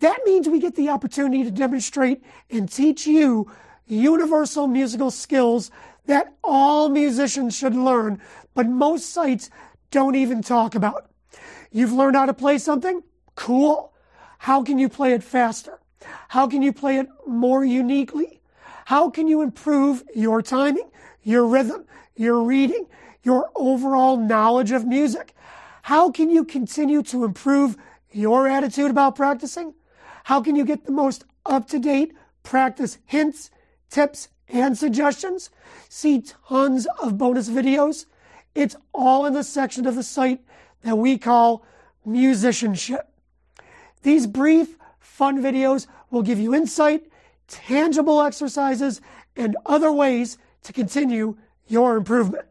that means we get the opportunity to demonstrate and teach you universal musical skills that all musicians should learn but most sites don't even talk about you've learned how to play something cool how can you play it faster how can you play it more uniquely how can you improve your timing, your rhythm, your reading, your overall knowledge of music? How can you continue to improve your attitude about practicing? How can you get the most up to date practice hints, tips, and suggestions? See tons of bonus videos. It's all in the section of the site that we call musicianship. These brief, fun videos will give you insight, tangible exercises, and other ways to continue your improvement.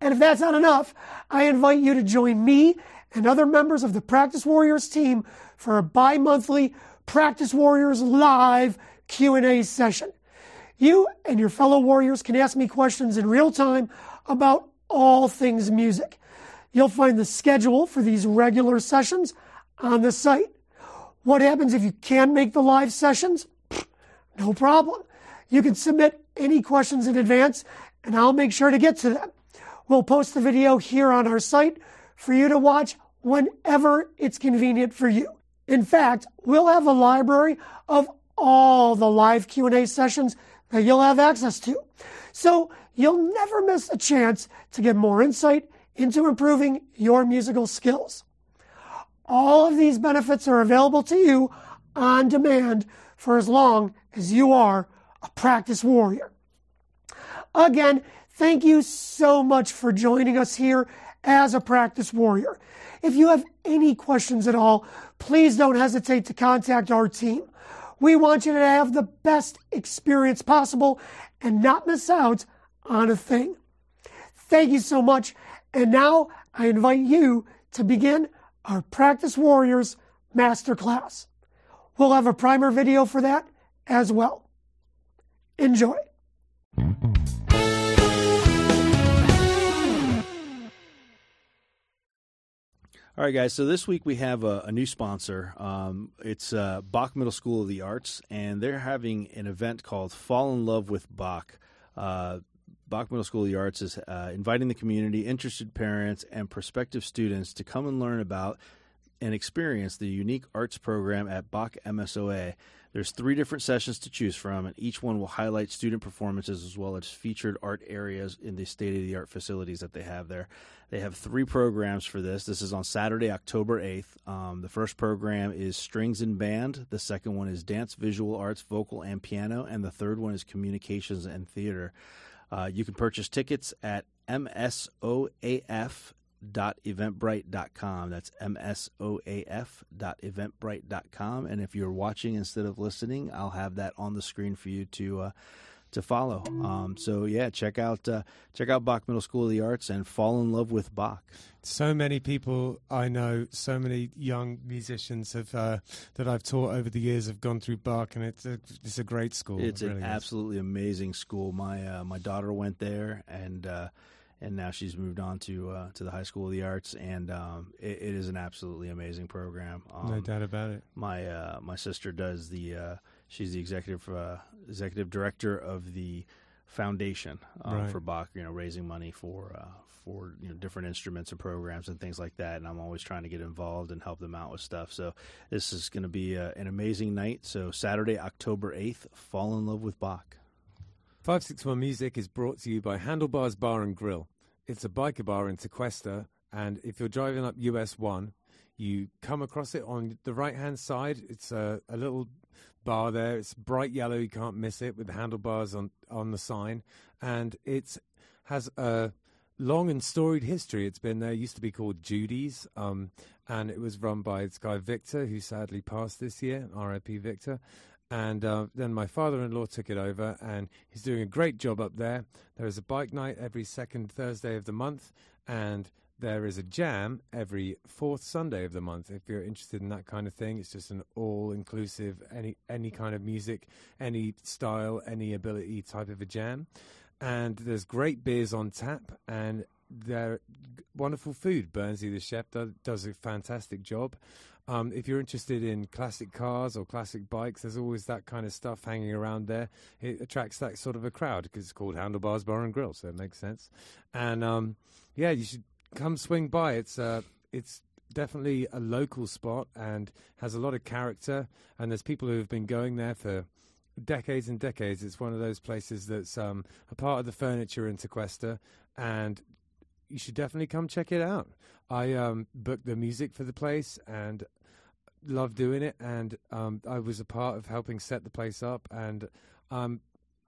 And if that's not enough, I invite you to join me and other members of the Practice Warriors team for a bi-monthly Practice Warriors live Q&A session. You and your fellow warriors can ask me questions in real time about all things music. You'll find the schedule for these regular sessions on the site. What happens if you can't make the live sessions? No problem. You can submit any questions in advance and I'll make sure to get to them. We'll post the video here on our site for you to watch whenever it's convenient for you. In fact, we'll have a library of all the live Q&A sessions that you'll have access to. So you'll never miss a chance to get more insight into improving your musical skills. All of these benefits are available to you on demand for as long as you are a practice warrior. Again, thank you so much for joining us here as a practice warrior. If you have any questions at all, please don't hesitate to contact our team. We want you to have the best experience possible and not miss out on a thing. Thank you so much. And now I invite you to begin our Practice Warriors Masterclass. We'll have a primer video for that as well. Enjoy. All right, guys. So this week we have a, a new sponsor. Um, it's uh, Bach Middle School of the Arts, and they're having an event called "Fall in Love with Bach." Uh, Bach Middle School of the Arts is uh, inviting the community, interested parents, and prospective students to come and learn about and experience the unique arts program at Bach MSOA. There's three different sessions to choose from, and each one will highlight student performances as well as featured art areas in the state of the art facilities that they have there. They have three programs for this. This is on Saturday, October 8th. Um, the first program is Strings and Band, the second one is Dance, Visual Arts, Vocal, and Piano, and the third one is Communications and Theater. Uh, you can purchase tickets at MSOAF dot eventbrite.com that's m-s-o-a-f dot eventbrite.com and if you're watching instead of listening i'll have that on the screen for you to uh, to follow um, so yeah check out uh, check out bach middle school of the arts and fall in love with bach so many people I know, so many young musicians have uh, that I've taught over the years have gone through Bach, and it's a, it's a great school. it's it an really is. absolutely amazing school my uh, my daughter went there and uh, and now she's moved on to uh, to the high school of the arts and um, it, it is an absolutely amazing program um, no doubt about it. my uh, my sister does the uh, she's the executive uh, executive director of the foundation um, Right. for Bach, you know, raising money for uh, for you know different instruments and programs and things like that. And I'm always trying to get involved and help them out with stuff. So this is going to be uh, an amazing night. So Saturday, October eighth, fall in love with Bach. 561 Music is brought to you by Handlebars Bar and Grill. It's a biker bar in Tequesta, and if you're driving up US 1, you come across it on the right hand side. It's a, a little bar there. It's bright yellow, you can't miss it, with handlebars on, on the sign. And it's has a long and storied history. It's been there. It used to be called Judy's, um, and it was run by this guy Victor, who sadly passed this year. R.I.P. Victor. And uh, then my father-in-law took it over, and he's doing a great job up there. There is a bike night every second Thursday of the month, and there is a jam every fourth Sunday of the month. If you're interested in that kind of thing, it's just an all-inclusive, any any kind of music, any style, any ability type of a jam and there's great beers on tap and there wonderful food. Bernsey the chef do, does a fantastic job. Um, if you're interested in classic cars or classic bikes, there's always that kind of stuff hanging around there. It attracts that sort of a crowd because it's called Handlebars Bar and Grill, so it makes sense. And um, yeah, you should come swing by. It's uh, it's definitely a local spot and has a lot of character. And there's people who have been going there for decades and decades. It's one of those places that's um, a part of the furniture in Tequesta, and you should definitely come check it out. I um, booked the music for the place and love doing it, and um, I was a part of helping set the place up, and um,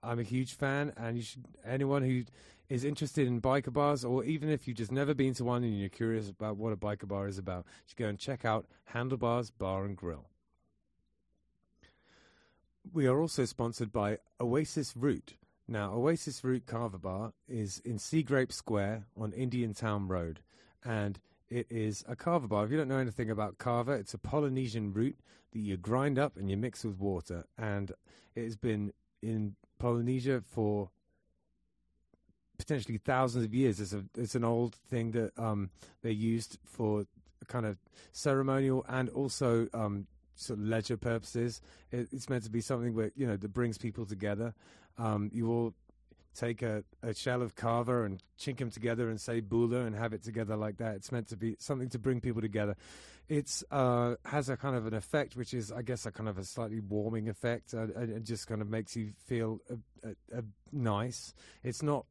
I'm a huge fan. And you should anyone who is interested in biker bars, or even if you've just never been to one and you're curious about what a biker bar is about, you should go and check out Handlebars Bar and Grill. We are also sponsored by Oasis Root. Now, Oasis Root Carver Bar is in Sea Grape Square on Indian Town Road, and it is a carver bar. If you don't know anything about carver, it's a Polynesian root that you grind up and you mix with water, and it has been in Polynesia for potentially thousands of years. It's a it's an old thing that um, they used for kind of ceremonial and also um, sort of leisure purposes. It, it's meant to be something where you know that brings people together. Um, you all take a, a shell of carver and chink them together and say bula and have it together like that. It's meant to be something to bring people together. It's uh, has a kind of an effect, which is I guess a kind of a slightly warming effect, uh, and it just kind of makes you feel uh, uh, uh, nice. It's not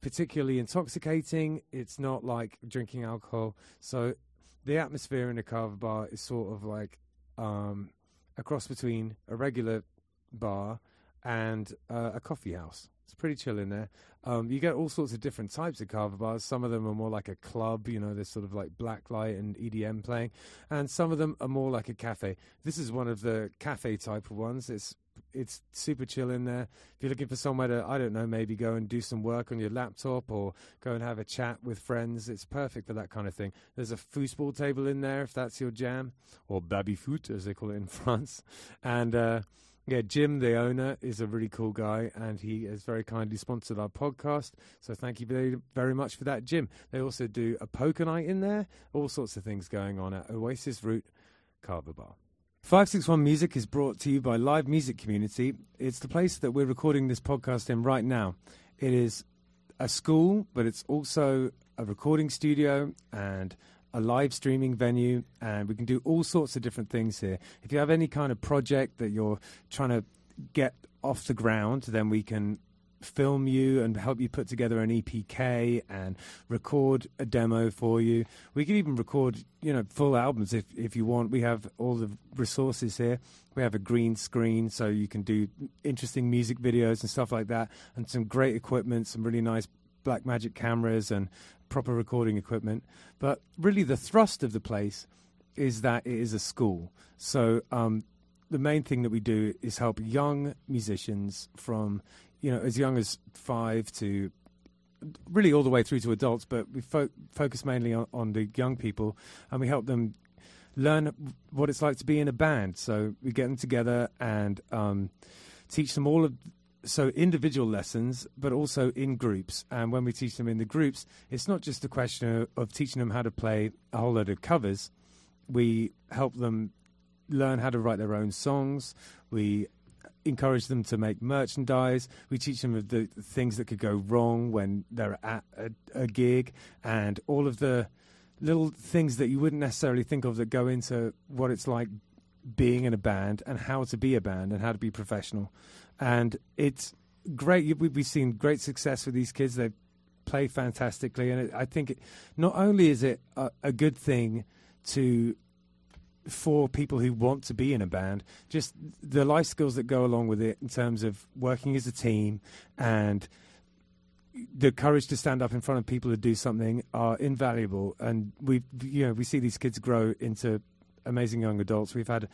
particularly intoxicating. It's not like drinking alcohol. So the atmosphere in a carver bar is sort of like um, a cross between a regular bar and uh, a coffee house. It's pretty chill in there. Um, you get all sorts of different types of carver bars. Some of them are more like a club, you know, there's sort of like black light and EDM playing, and some of them are more like a cafe. This is one of the cafe type of ones. It's it's super chill in there. If you're looking for somewhere to, I don't know, maybe go and do some work on your laptop or go and have a chat with friends, it's perfect for that kind of thing. There's a foosball table in there if that's your jam, or baby foot as they call it in France. And uh, yeah, Jim, the owner, is a really cool guy and he has very kindly sponsored our podcast. So thank you very, very much for that, Jim. They also do a poker night in there, all sorts of things going on at Oasis Root Carver Bar. 561 Music is brought to you by Live Music Community. It's the place that we're recording this podcast in right now. It is a school, but it's also a recording studio and a live streaming venue, and we can do all sorts of different things here. If you have any kind of project that you're trying to get off the ground, then we can film you and help you put together an EPK and record a demo for you. We can even record, you know, full albums if, if you want. We have all the resources here. We have a green screen so you can do interesting music videos and stuff like that and some great equipment, some really nice black magic cameras and proper recording equipment. But really the thrust of the place is that it is a school. So um the main thing that we do is help young musicians from you know, as young as five to really all the way through to adults, but we fo- focus mainly on, on the young people and we help them learn what it's like to be in a band. So we get them together and um, teach them all of so individual lessons, but also in groups. And when we teach them in the groups, it's not just a question of, of teaching them how to play a whole load of covers. We help them learn how to write their own songs. We encourage them to make merchandise. We teach them of the things that could go wrong when they're at a, a gig and all of the little things that you wouldn't necessarily think of that go into what it's like being in a band and how to be a band and how to be professional. And it's great. We- We've seen great success with these kids. They play fantastically. And it, I think it, not only is it a, a good thing to for people who want to be in a band, just the life skills that go along with it in terms of working as a team and the courage to stand up in front of people to do something are invaluable. And we, you know, we see these kids grow into amazing young adults. We've had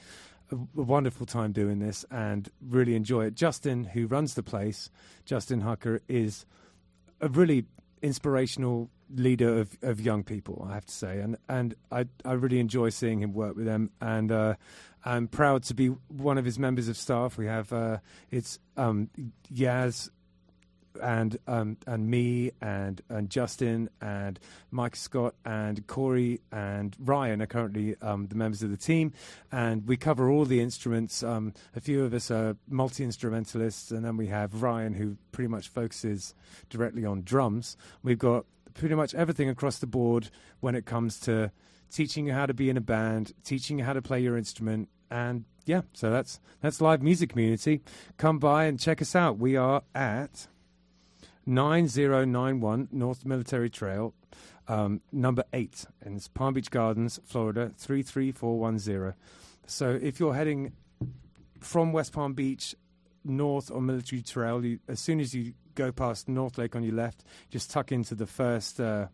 a, a wonderful time doing this and really enjoy it. Justin, who runs the place, Justin Hucker, is a really inspirational leader of, of young people, I have to say, and and I I really enjoy seeing him work with them, and uh, I'm proud to be one of his members of staff. We have uh, it's um, Yaz and um, and me and and Justin and Mike Scott and Corey and Ryan are currently um, the members of the team, and we cover all the instruments. Um, a few of us are multi instrumentalists, and then we have Ryan who pretty much focuses directly on drums. We've got pretty much everything across the board when it comes to teaching you how to be in a band, teaching you how to play your instrument, and yeah, so that's that's live music community. Come by and check us out. We are at 9091 North Military Trail, um, number eight, and it's Palm Beach Gardens, Florida, 33410. So if you're heading from West Palm Beach north on Military Trail, you, as soon as you go past North Lake on your left, just tuck into the first. Uh,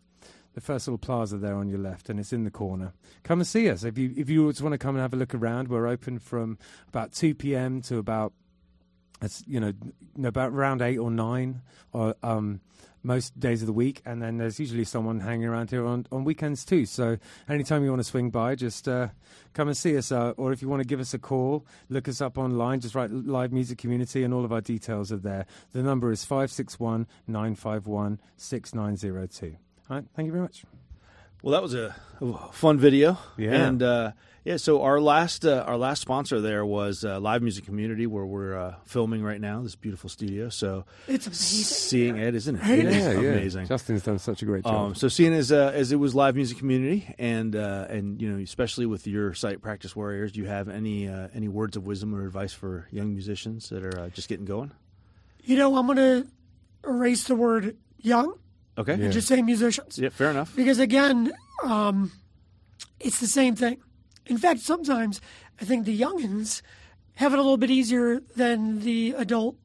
the first little plaza there on your left, and it's in the corner. Come and see us if you if you want to come and have a look around. We're open from about two p.m. to about it's you know n- about round eight or nine or um, most days of the week, and then there's usually someone hanging around here on, on weekends too. So anytime you want to swing by, just uh, come and see us, uh, or if you want to give us a call, look us up online. Just write live music community, and all of our details are there. The number is five six one nine five one six nine zero two. All right, thank you very much. Well, that was a a fun video. Yeah. And uh, yeah, so our last uh, our last sponsor there was uh, Live Music Community, where we're uh, filming right now. This beautiful studio. So It's amazing. Seeing it, isn't it? It is amazing. Justin's done such a great job. Um, so seeing as uh, as it was live music community, and uh, and you know especially with your site practice warriors, do you have any uh, any words of wisdom or advice for young musicians that are uh, just getting going? You know, I'm gonna erase the word young Okay, and just say musicians. Yeah, fair enough. Because again, um, it's the same thing. In fact, sometimes I think the youngins have it a little bit easier than the adult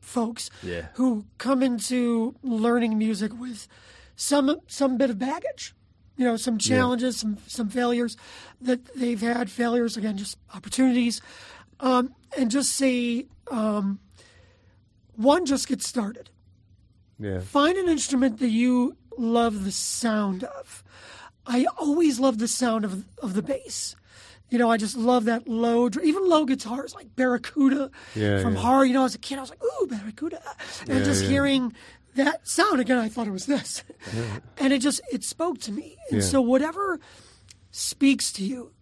folks Yeah. who come into learning music with some some bit of baggage, you know, some challenges, some some failures that they've had. Failures again, just opportunities, um, and just say um, one, just get started yeah. find an instrument that you love the sound of. I always love the sound of of the bass. You know, I just love that low, dr- even low guitars like Barracuda Yeah, from yeah. Har. You know, as a kid, I was like, "Ooh, Barracuda," and Yeah, just yeah. hearing that sound again, I thought it was this, and it just it spoke to me. And Yeah. so, whatever speaks to you,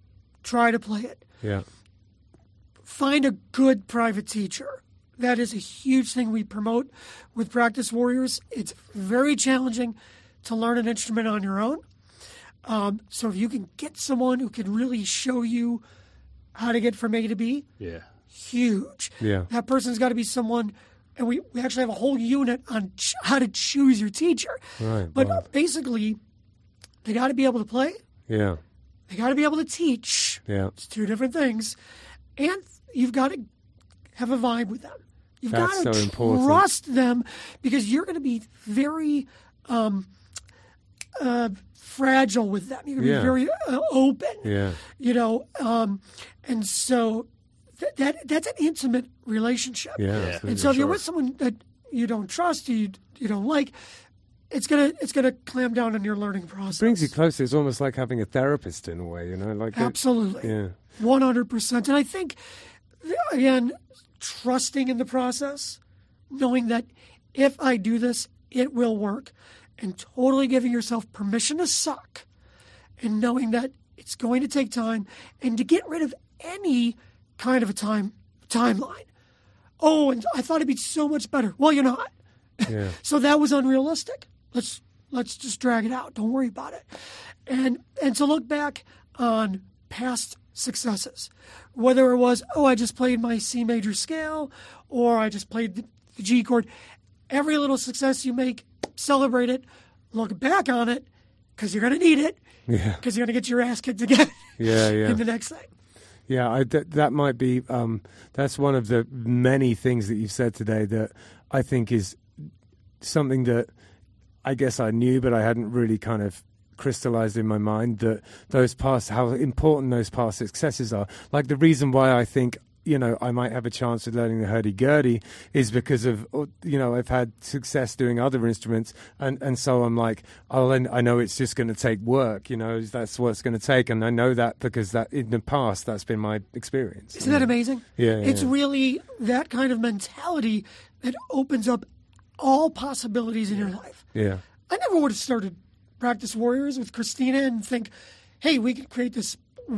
try to play it Yeah. find a good private teacher. That is a huge thing we promote with Practice Warriors. It's very challenging to learn an instrument on your own. Um, so if you can get someone who can really show you how to get from A to B, Yeah. huge. Yeah. That person's got to be someone, and we, we actually have a whole unit on ch- how to choose your teacher. Right, But wow. basically, they got to be able to play, Yeah. they got to be able to teach. Yeah. It's two different things. And you've got to have a vibe with them. You've That's got to so important. trust them because you're going to be very um, uh, fragile with them. You're going to Yeah. be very uh, open. Yeah. You know, um, and so th- that that's an intimate relationship. Yeah. And absolutely. so if you're with someone that you don't trust, you you don't like, it's gonna it's gonna clamp down on your learning process. brings you closer. It's almost like having a therapist in a way, you know, like it- Absolutely. yeah, One hundred percent, and I think again, trusting in the process, knowing that if I do this, it will work, and totally giving yourself permission to suck, and knowing that it's going to take time, and to get rid of any kind of a time timeline. Oh, and I thought it'd be so much better. Well, you're not. yeah, So that was unrealistic. Let's let's just drag it out. Don't worry about it. And and to look back on past successes, whether it was oh I just played my C major scale or I just played the, the G chord, every little success you make, celebrate it. Look back on it because you're gonna need it yeah, because you're gonna get your ass kicked again yeah, yeah. in the next thing. Yeah, I, that, that might be. Um, that's one of the many things that you've said today that I think is something that I guess I knew, but I hadn't really kind of crystallized in my mind that those past, how important those past successes are. Like the reason why I think. You know, I might have a chance at learning the hurdy gurdy is because of uh, you know I've had success doing other instruments, and and so I'm like, I'll end, I know it's just going to take work. You know, that's what it's going to take, and I know that because that in the past that's been my experience. Isn't that amazing? Yeah, yeah, It's yeah. really that kind of mentality that opens up all possibilities in your life. Yeah, I never would have started Practice Warriors with Christina and think, hey, we could create this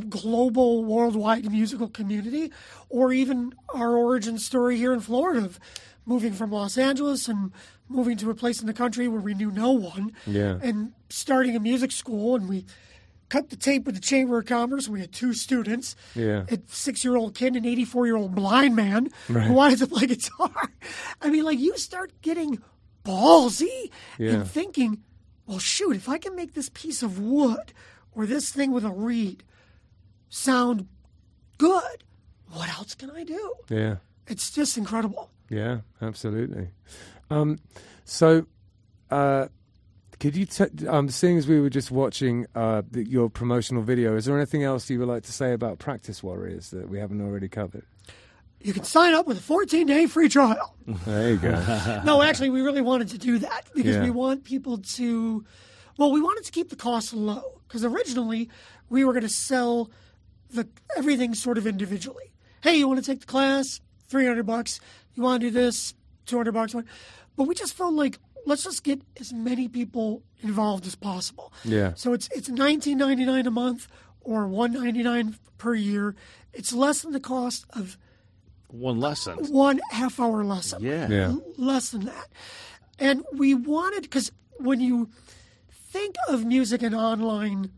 global, worldwide musical community, or even our origin story here in Florida of moving from Los Angeles and moving to a place in the country where we knew no one Yeah. and starting a music school and we cut the tape with the chamber of commerce we had two students Yeah. a six-year-old kid and 84-year-old blind man Right. who wanted to play guitar i mean like you start getting ballsy Yeah. and thinking well shoot if i can make this piece of wood or this thing with a reed sound good what else can i do yeah. it's just incredible Yeah, absolutely. Um, so, uh, could you, t- um, seeing as we were just watching uh, the, your promotional video, is there anything else you would like to say about Practice Warriors that we haven't already covered? You can sign up with a 14 day free trial. There you go. no, actually, we really wanted to do that because Yeah. we want people to. Well, we wanted to keep the cost low because originally we were going to sell the everything sort of individually. Hey, you want to take the class? Three hundred bucks. You want to do this? Two hundred bucks. But we just felt like let's just get as many people involved as possible. Yeah. So it's it's nineteen ninety nine a month or one ninety nine per year. It's less than the cost of One lesson. one half hour lesson Yeah. Yeah. less than that. And we wanted because when you think of music and online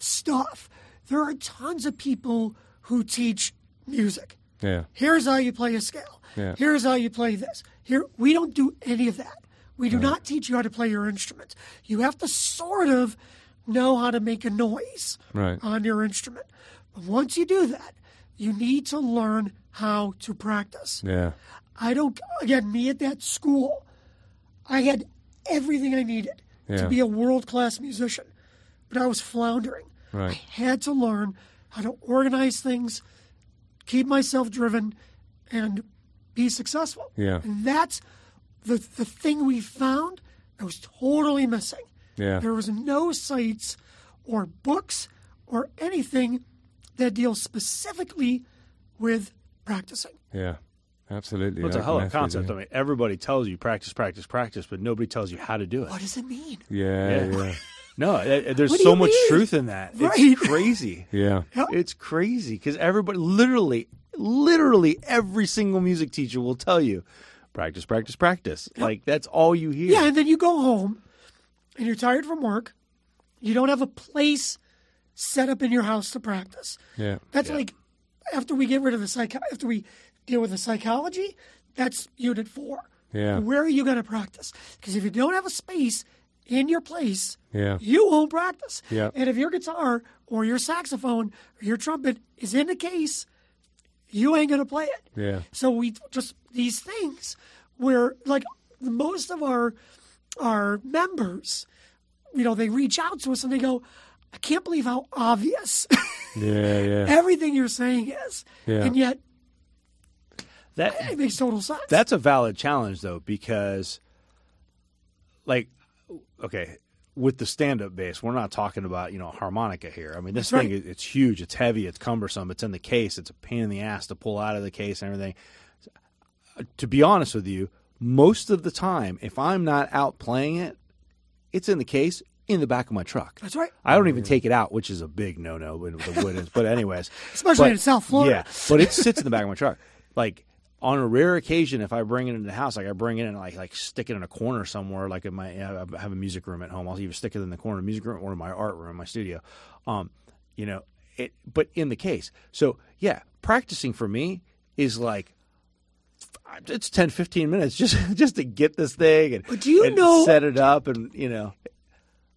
stuff, there are tons of people who teach music. Yeah. Here's how you play a scale. Yeah. Here's how you play this. Here we don't do any of that. We do not teach you how to play your instrument. You have to sort of know how to make a noise Right. on your instrument. But once you do that, you need to learn how to practice. Yeah. I don't, again, me at that school, I had everything I needed Yeah. to be a world class musician, but I was floundering. Right. I had to learn how to organize things, keep myself driven, and be successful. Yeah. And that's the, the thing we found that was totally missing. Yeah. There was no sites or books or anything that deals specifically with practicing. Yeah. Absolutely. It's I a hell can of a actually concept. do- I mean, everybody tells you practice, practice, practice, but nobody tells you how to do it. What does it mean? Yeah. Yeah. Yeah. No, uh, uh, there's What do so you much mean? truth in that. Right. It's crazy. Yeah. It's crazy because everybody, literally, literally every single music teacher will tell you, practice, practice, practice. Like that's all you hear. Yeah, and then you go home and you're tired from work. You don't have a place set up in your house to practice. Yeah. That's like after we get rid of the psych after we deal with the psychology, that's unit 4. Yeah. Where are you going to practice? Because if you don't have a space in your place, Yeah. you won't practice. Yeah. And if your guitar or your saxophone or your trumpet is in the case, you ain't going to play it. Yeah. So we just these things where like most of our our members, you know, they reach out to us and they go, I can't believe how obvious Yeah. Yeah. everything you're saying is. Yeah. And yet That it makes total sense. that's a valid challenge though because, like, okay, with the stand-up bass, we're not talking about you know harmonica here. I mean, this That's thing right. is it's huge, it's heavy, it's cumbersome, it's in the case, it's a pain in the ass to pull out of the case and everything. to be honest with you, most of the time, if I'm not out playing it, it's in the case in the back of my truck. That's right. I don't even take it out, which is a big no no with the woodens. But anyways, Especially but- in South Florida. Yeah, but it sits in the back of my truck. Like on a rare occasion, if I bring it into the house, like I bring it in, like like stick it in a corner somewhere. Like in my, I have a music room at home. I'll either stick it in the corner of the music room or in my art room, my studio. Um, you know, it. But in the case, so yeah, practicing for me is like it's 10 15 minutes just just to get this thing and, But do you and know- set it up and you know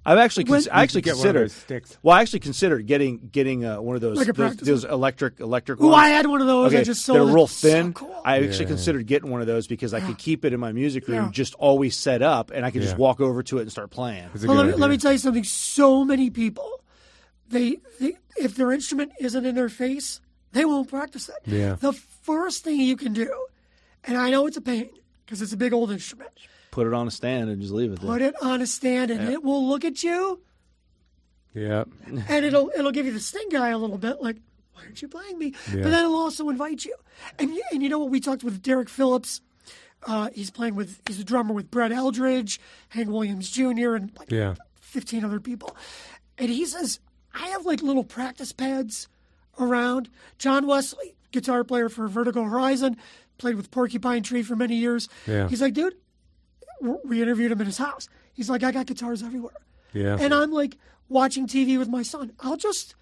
i've actually cons- When- I actually You should get one of considered those sticks. well i actually considered getting getting uh, one of those Like a those, practice those electric electric Ooh, ones. I had one of those. I okay, just they're sold it. real So thin cool. i actually considered getting one of those because i could keep it in my music room Yeah. just always set up and i could just Yeah. walk over to it and start playing It's a Well, good let me, let me idea. tell you something. So many people, they, they if their instrument isn't in their face, they won't practice it. Yeah. The first thing you can do, and I know it's a pain because it's a big old instrument. put it on a stand and just leave it there Put it on a stand, and it will look at you, Yeah. and it'll it'll give you the sting eye a little bit, like why aren't you playing me? Yeah. But then it'll also invite you. And y- and you know what? We talked with Derek Phillips. Uh, he's playing with he's a drummer with Brett Eldridge, Hank Williams Jr., and like Yeah. 15 other people. And he says, I have like little practice pads around. John Wesley, guitar player for Vertical Horizon, played with Porcupine Tree for many years. Yeah. He's like, dude, w- we interviewed him in his house. He's like, I got guitars everywhere. Yeah. And I'm like watching TV with my son. I'll just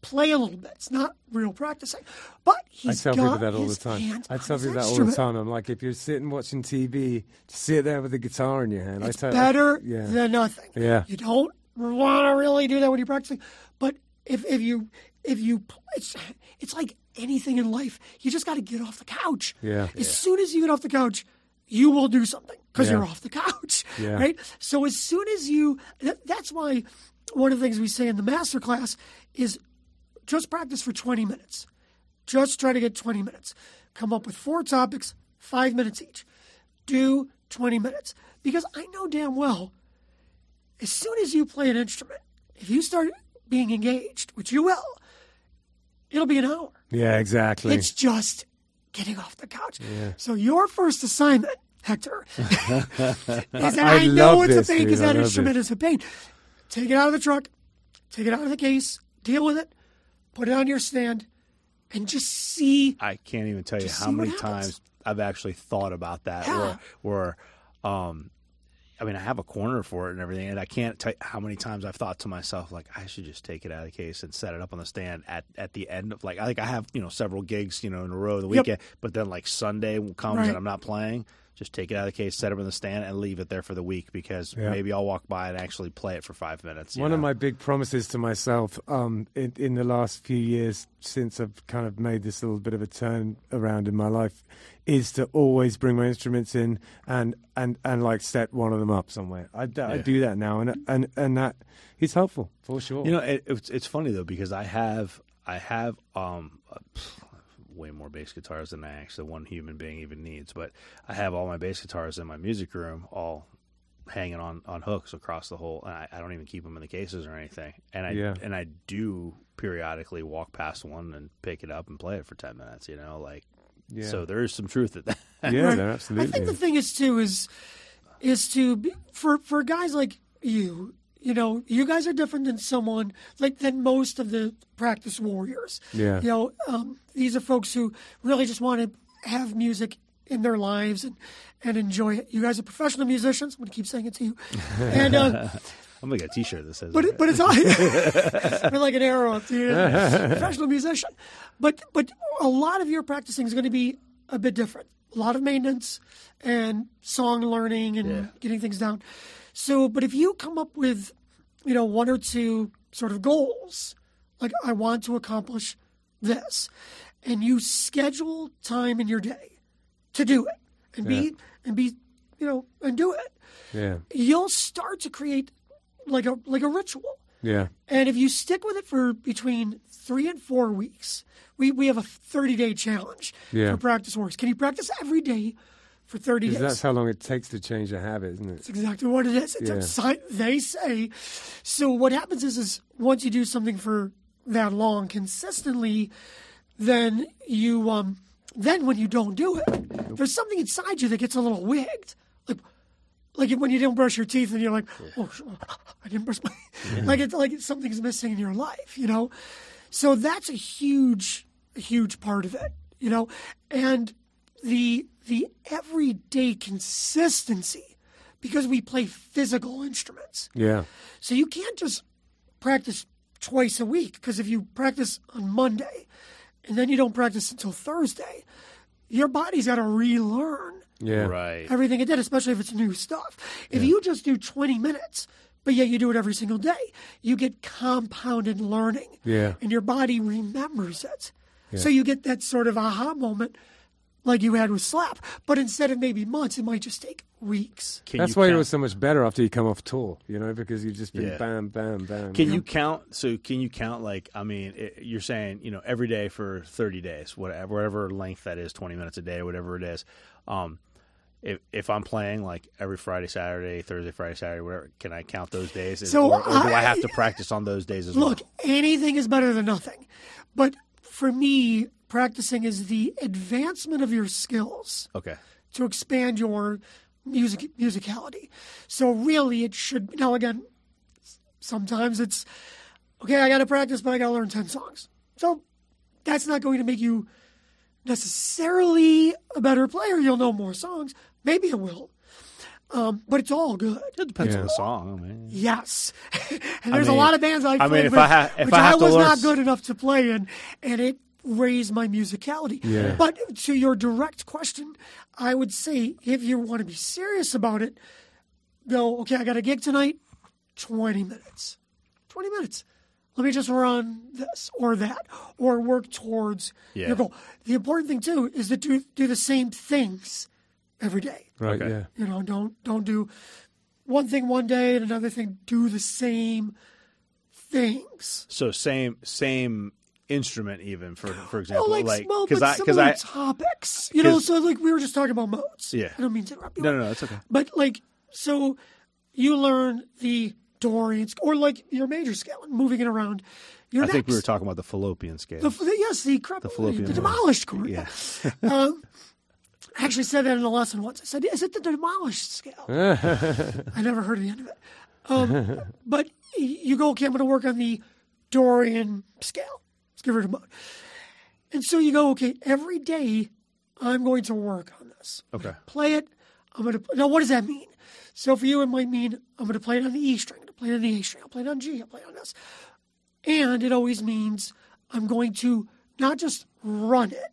play a little bit. It's not real practicing. But I he's tell people got that all the his time. hands I on tell his people that all the instrument. time. I'm like, if you're sitting watching TV, just sit there with a guitar in your hand. It's I tell better yeah. than nothing. Yeah. You don't want to really do that when you're practicing, but if if you if you it's it's like anything in life, you just got to get off the couch. Yeah. As soon as you get off the couch, you will do something because Yeah. you're off the couch, Yeah. right? So as soon as you, that, that's why one of the things we say in the master class is just practice for 20 minutes. Just try to get 20 minutes. come up with four topics, five minutes each. Do 20 minutes. Because I know damn well, as soon as you play an instrument, if you start being engaged, which you will, it'll be an hour. Yeah, exactly. It's just getting off the couch. So your first assignment, Hector, is that I, I know love it's this, a pain dude. because I that love instrument is a pain. Take it out of the truck, take it out of the case, deal with it, put it on your stand, and just see. I can't even tell you Just how see what many happens. times I've actually thought about that. Yeah. Where, where, um, I mean, I have a corner for it and everything, and I can't tell you how many times I've thought to myself, like, I should just take it out of the case and set it up on the stand at, at the end of like, I think I have you know several gigs you know in a row the Yep. weekend, but then like Sunday comes Right. and I'm not playing. Just take it out of the case, set it up on the stand, and leave it there for the week because maybe I'll walk by and actually play it for five minutes. you One of know? my big promises to myself um, in, in the last few years, since I've kind of made this little bit of a turn around in my life, is to always bring my instruments in and and, and like set one of them up somewhere. I, d- I do that now, and and and that is helpful for sure. You know, it, it's it's funny though because I have I have um uh, pff, way more bass guitars than I actually one human being even needs, but I have all my bass guitars in my music room all hanging on on hooks across the whole and I, I don't even keep them in the cases or anything. And I Yeah. and I do periodically walk past one and pick it up and play it for 10 minutes, you know, like so there is some truth to that. yeah, Right. no, absolutely. I think the thing is too is is to be, for for guys like you, you know, you guys are different than someone like than most of the practice warriors. Yeah. you know, um, these are folks who really just want to have music in their lives and and enjoy it. You guys are professional musicians. I'm gonna keep saying it to you, and. Uh, I'm going to get a t-shirt that says but that. it, but it's all we're like an arrow up to you. professional musician. But but a lot of your practicing is going to be a bit different. A lot of maintenance and song learning and getting things down. So, but if you come up with, you know, one or two sort of goals, like I want to accomplish this, and you schedule time in your day to do it, and be and be, you know, and do it yeah, you'll start to create like a like a ritual. yeah, And if you stick with it for between three and four weeks, we, we have a thirty day challenge Yeah. for practice works. Can you practice every day for thirty 'Cause days? that's how long it takes to change a habit, isn't it? That's exactly what it is. It's Yeah. a sign they say. So what happens is, is once you do something for that long consistently, then you um then when you don't do it, there's something inside you that gets a little wigged, like like when you didn't brush your teeth and you're like, oh, sh- I didn't brush my like it's like something's missing in your life, you know. So that's a huge, huge part of it, you know, and the the everyday consistency because we play physical instruments. Yeah, So you can't just practice twice a week because if you practice on Monday and then you don't practice until Thursday, your body's got to relearn yeah, right. everything it did, especially if it's new stuff. If you just do 20 minutes, but yet you do it every single day, you get compounded learning. Yeah. And your body remembers it. So you get that sort of aha moment like you had with slap. But instead of maybe months, it might just take weeks. Can That's you why count- it was so much better after you come off tour, you know, because you've just been Yeah. bam, bam, bam. Can you count? So can you count? Like, I mean, it, you're saying you know every day for 30 days, whatever whatever length that is, 20 minutes a day, whatever it is. Um, if if I'm playing like every Friday, Saturday, Thursday, Friday, Saturday, whatever, can I count those days? Is- So or, or do I I- have to practice on those days as Look, well? anything is better than nothing. But for me, practicing is the advancement of your skills. Okay, to expand your music musicality. So really, it should now again. s- Sometimes it's okay. I got to practice, but I got to learn ten songs. So that's not going to make you necessarily a better player. You'll know more songs. Maybe it will, um, but it's all good. it depends on the song. oh, I mean, Yes, and there's mean- a lot of bands I mean, played if with, I ha- if which I I, have to was learn not s- good enough to play in, and it raised my musicality. Yeah. But to your direct question, I would say if you want to be serious about it, go okay. I got a gig tonight, twenty minutes, twenty minutes. Let me just run this or that, or work towards Yeah. your goal. The important thing too is to do do the same things every day Right, Okay. yeah. you know don't don't do one thing one day and another thing do the same things so same same instrument, even for for example, Well, Oh, like, like well, because but I some because of the I topics, you know. 'cause- So like we were just talking about modes. Yeah. I don't mean to interrupt you. no no no it's okay. But like, so you learn the Dorian sc- or like your major scale and moving it around. Your I think we were next. talking about the fallopian scale. The, the, yes, the crap, the, fallopian one. demolished chord. yeah, Um, I actually said that in a lesson once. I said, "Is it the demolished scale?" I never heard the end of it. Um, but y- you go, okay, I'm going to work on the Dorian scale. Let's get rid of mode. And so you go, okay, every day I'm going to work on this. I'm Okay. gonna Play it. I'm going to. Now, what does that mean? So for you, it might mean I'm going to play it on the E string, I'm going to play it on the A string, I'll play it on G, I'll play it on this. And it always means I'm going to not just run it,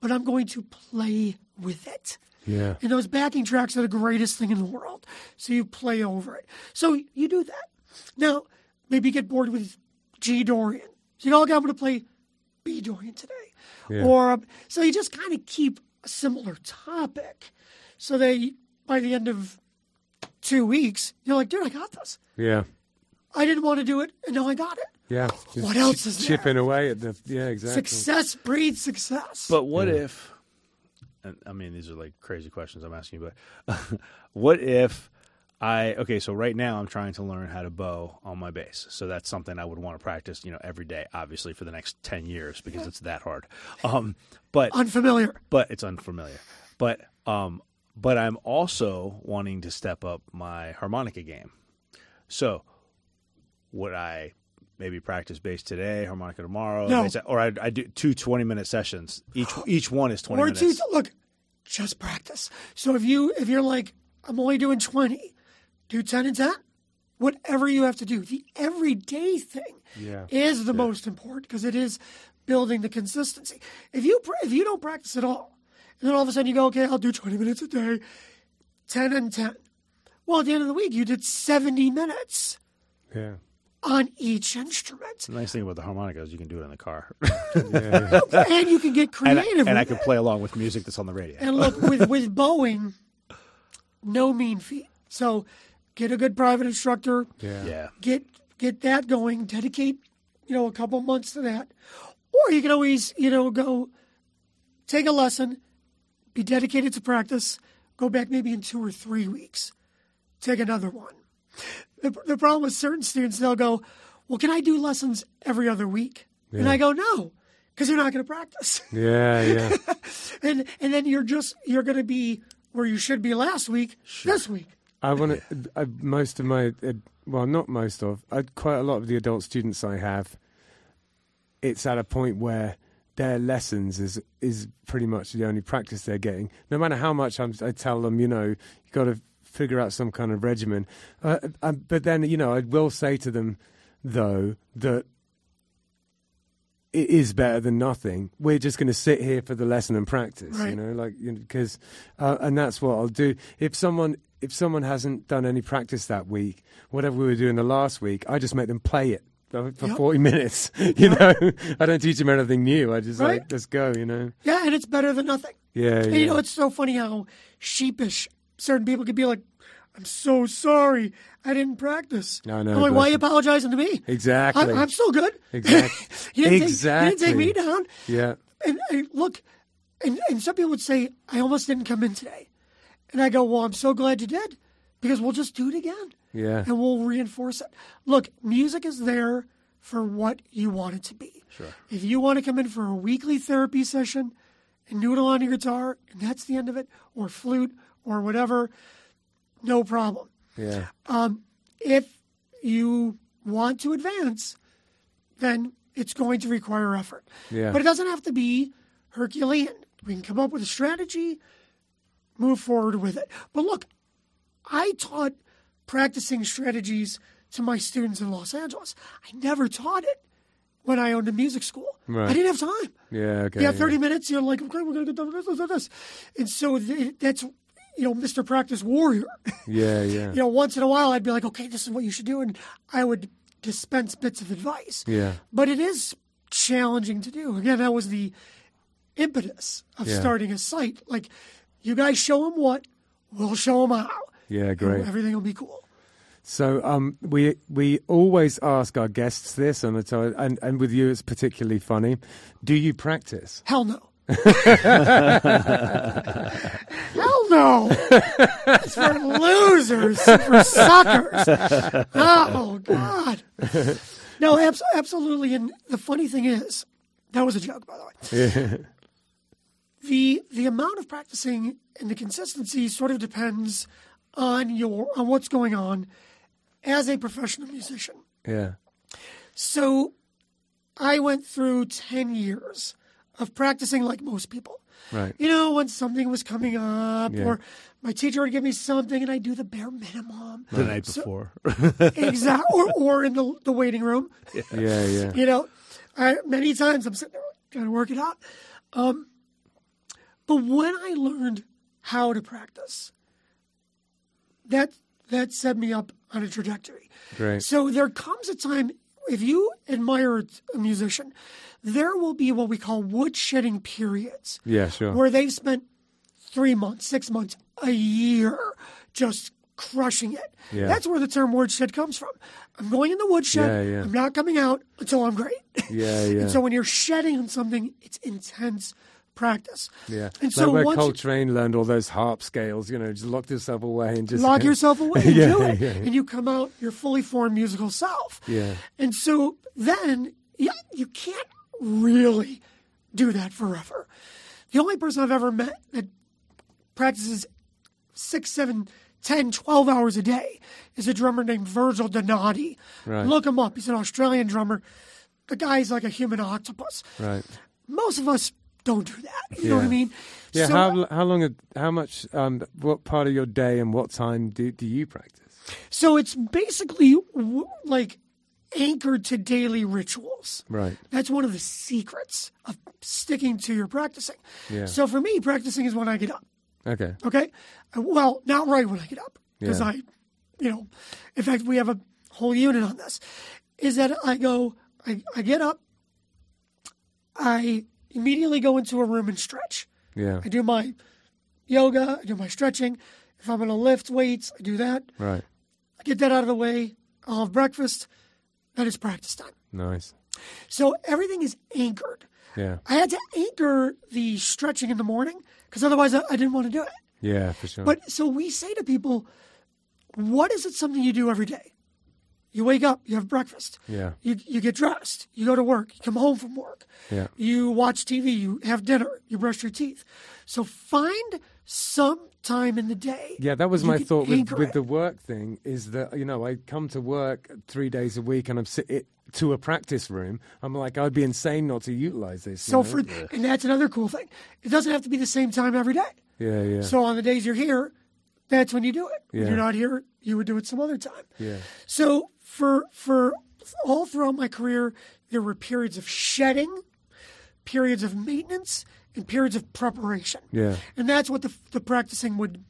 but I'm going to play with it. Yeah. And those backing tracks are the greatest thing in the world. So you play over it. So you do that. Now, maybe you get bored with G Dorian. So you go, okay, I'm going to play B Dorian today. Or um, so you just kind of keep a similar topic so they by the end of two weeks, you're like, dude, I got this. Yeah. I didn't want to do it, and now I got it. Yeah. Just What else is there? chipping away at the yeah exactly. Success breeds success. but what if? And I mean, these are like crazy questions I'm asking you, but what if? I okay, so right now I'm trying to learn how to bow on my bass. So that's something I would want to practice, you know, every day, obviously for the next ten years because it's that hard. Um, but Unfamiliar. but it's unfamiliar. But um, but I'm also wanting to step up my harmonica game. So would I maybe practice bass today, harmonica tomorrow, No. bass- or I, I do two 20 minute sessions. Each each one is 20 Or minutes. two. Look, just practice. So if you if you're like, I'm only doing twenty, do ten and ten. Whatever you have to do, the everyday thing Yeah. is the most important because it is building the consistency. If you pra- if you don't practice at all, and then all of a sudden you go, okay, I'll do twenty minutes a day, ten and ten. Well, at the end of the week, you did seventy minutes Yeah. on each instrument. the nice thing about the harmonica is you can do it in the car, and you can get and, I, creative. and I with can it. play along with music that's on the radio. And look, with with Boeing, no mean feat. So, get a good private instructor. Yeah. yeah, Get get that going. Dedicate, you know, a couple months to that. Or you can always, you know, go take a lesson, be dedicated to practice. Go back maybe in two or three weeks, take another one. The, the problem with certain students, they'll go, "Well, can I do lessons every other week?" And I go, "No, because you're not going to practice." Yeah. Yeah. and and then you're just you're going to be where you should be last week this week I want to. I, most of my, uh, well, not most of, I, quite a lot of the adult students I have, it's at a point where their lessons is is pretty much the only practice they're getting. No matter how much I'm, I tell them, you know, you got to figure out some kind of regimen. Uh, uh, but then, you know, I will say to them, though, that it is better than nothing. We're just going to sit here for the lesson and practice, you Right. know, like because, uh, and that's what I'll do. If someone if someone hasn't done any practice that week, whatever we were doing the last week, I just make them play it uh, for Yep. forty minutes. You know, I don't teach them anything new. I just Right. like let's go. You know, yeah and it's better than nothing yeah, and yeah. you know it's so funny how sheepish certain people can be like i'm so sorry i didn't practice I know, i'm like bless why are you you. apologizing to me Exactly. i'm, I'm so good Exact- you, didn't take, you Exactly. didn't take me down yeah, and, and look, and, and some people would say, I almost didn't come in today. And I go, Well, I'm so glad you did because we'll just do it again. Yeah. And we'll reinforce it. Look, music is there for what you want it to be. Sure. If you want to come in for a weekly therapy session and noodle on your guitar, and that's the end of it, or flute or whatever, no problem yeah, if you want to advance, then it's going to require effort. Yeah. But it doesn't have to be Herculean. We can come up with a strategy, move forward with it. But look, I taught practicing strategies to my students in Los Angeles. I never taught it when I owned a music school. Right. I didn't have time. yeah. Okay, Yeah, 30 minutes. You're like, okay, we're going to get done with this, this, this. And so th- that's, you know, Mr. Practice Warrior Yeah, yeah, you know, once in a while I'd be like, okay, this is what you should do. And I would dispense bits of advice. Yeah. But it is challenging to do. Again, that was the impetus of Yeah. starting a site. Like, you guys show them what, we'll show them how. yeah. And Great. everything will be cool. So um, we we always ask our guests this, and it's, uh, and and with you it's particularly funny. Do you practice? Hell no. Hell no. It's for losers, for suckers. Oh, God. No, abs- absolutely. And the funny thing is, that was a joke, by the way. the the amount of practicing and the consistency sort of depends on your on what's going on as a professional musician. Yeah. So I went through 10 years of practicing like most people. Right. You know, when something was coming up Yeah. or my teacher would give me something and I do the bare minimum. the night before. exact or, or in the, the waiting room. Yeah. Yeah. You know, I, many times I'm sitting there trying to work it out. Um, but when I learned how to practice, that that set me up on a trajectory. Great. So there comes a time if you admire a musician, there will be what we call woodshedding periods Yeah. Sure. where they've spent three months, six months, a year just crushing it. Yeah. That's where the term woodshed comes from. I'm going in the woodshed. Yeah, yeah. I'm not coming out until I'm great. Yeah, yeah. and so when you're shedding on something, it's intense practice. Yeah. And like so where once you Coltrane learned all those harp scales, you know, just locked yourself away and just lock yourself away and Yeah, do it, yeah. and you come out your fully formed musical self. Yeah. And so then yeah, you can't really do that forever. The only person I've ever met that practices six, seven, 10, 12 hours a day is a drummer named Virgil Donati. Right. Look him up. He's an Australian drummer. The guy's like a human octopus. Right. Most of us don't do that. You know what I Yeah. mean? Yeah. So- how how long? a- How much? Um, what part of your day and what time do do you practice? So it's basically w- like anchored to daily rituals. Right. That's one of the secrets of sticking to your practicing. Yeah. So for me, practicing is when I get up. Okay. Okay. Uh, Well, not right when I get up because Yeah. I, you know, in fact, we have a whole unit on this. Is that I go, I, I get up, I immediately go into a room and stretch. Yeah. I do my yoga, I do my stretching. If I'm going to lift weights, I do that. Right. I get that out of the way. I'll have breakfast. Then it's practice time. Nice. So everything is anchored. Yeah. I had to anchor the stretching in the morning because otherwise I, I didn't want to do it. Yeah. For sure. But so we say to people, what is it something you do every day? You wake up, you have breakfast. Yeah. You, you get dressed, you go to work, you come home from work. Yeah. You watch TV, you have dinner, you brush your teeth. So find some time in the day. Yeah, that was you my can thought with, anchor with it. the work thing is that, you know, I come to work three days a week and I'm sit it, to a practice room. I'm like, I'd be insane not to utilize this. you So know? for and that's another cool thing. It doesn't have to be the same time every day. Yeah, yeah. So on the days you're here, that's when you do it. When Yeah. you're not here, you would do it some other time. Yeah. So for for all throughout my career, there were periods of shedding, periods of maintenance, and periods of preparation. Yeah. And that's what the the practicing would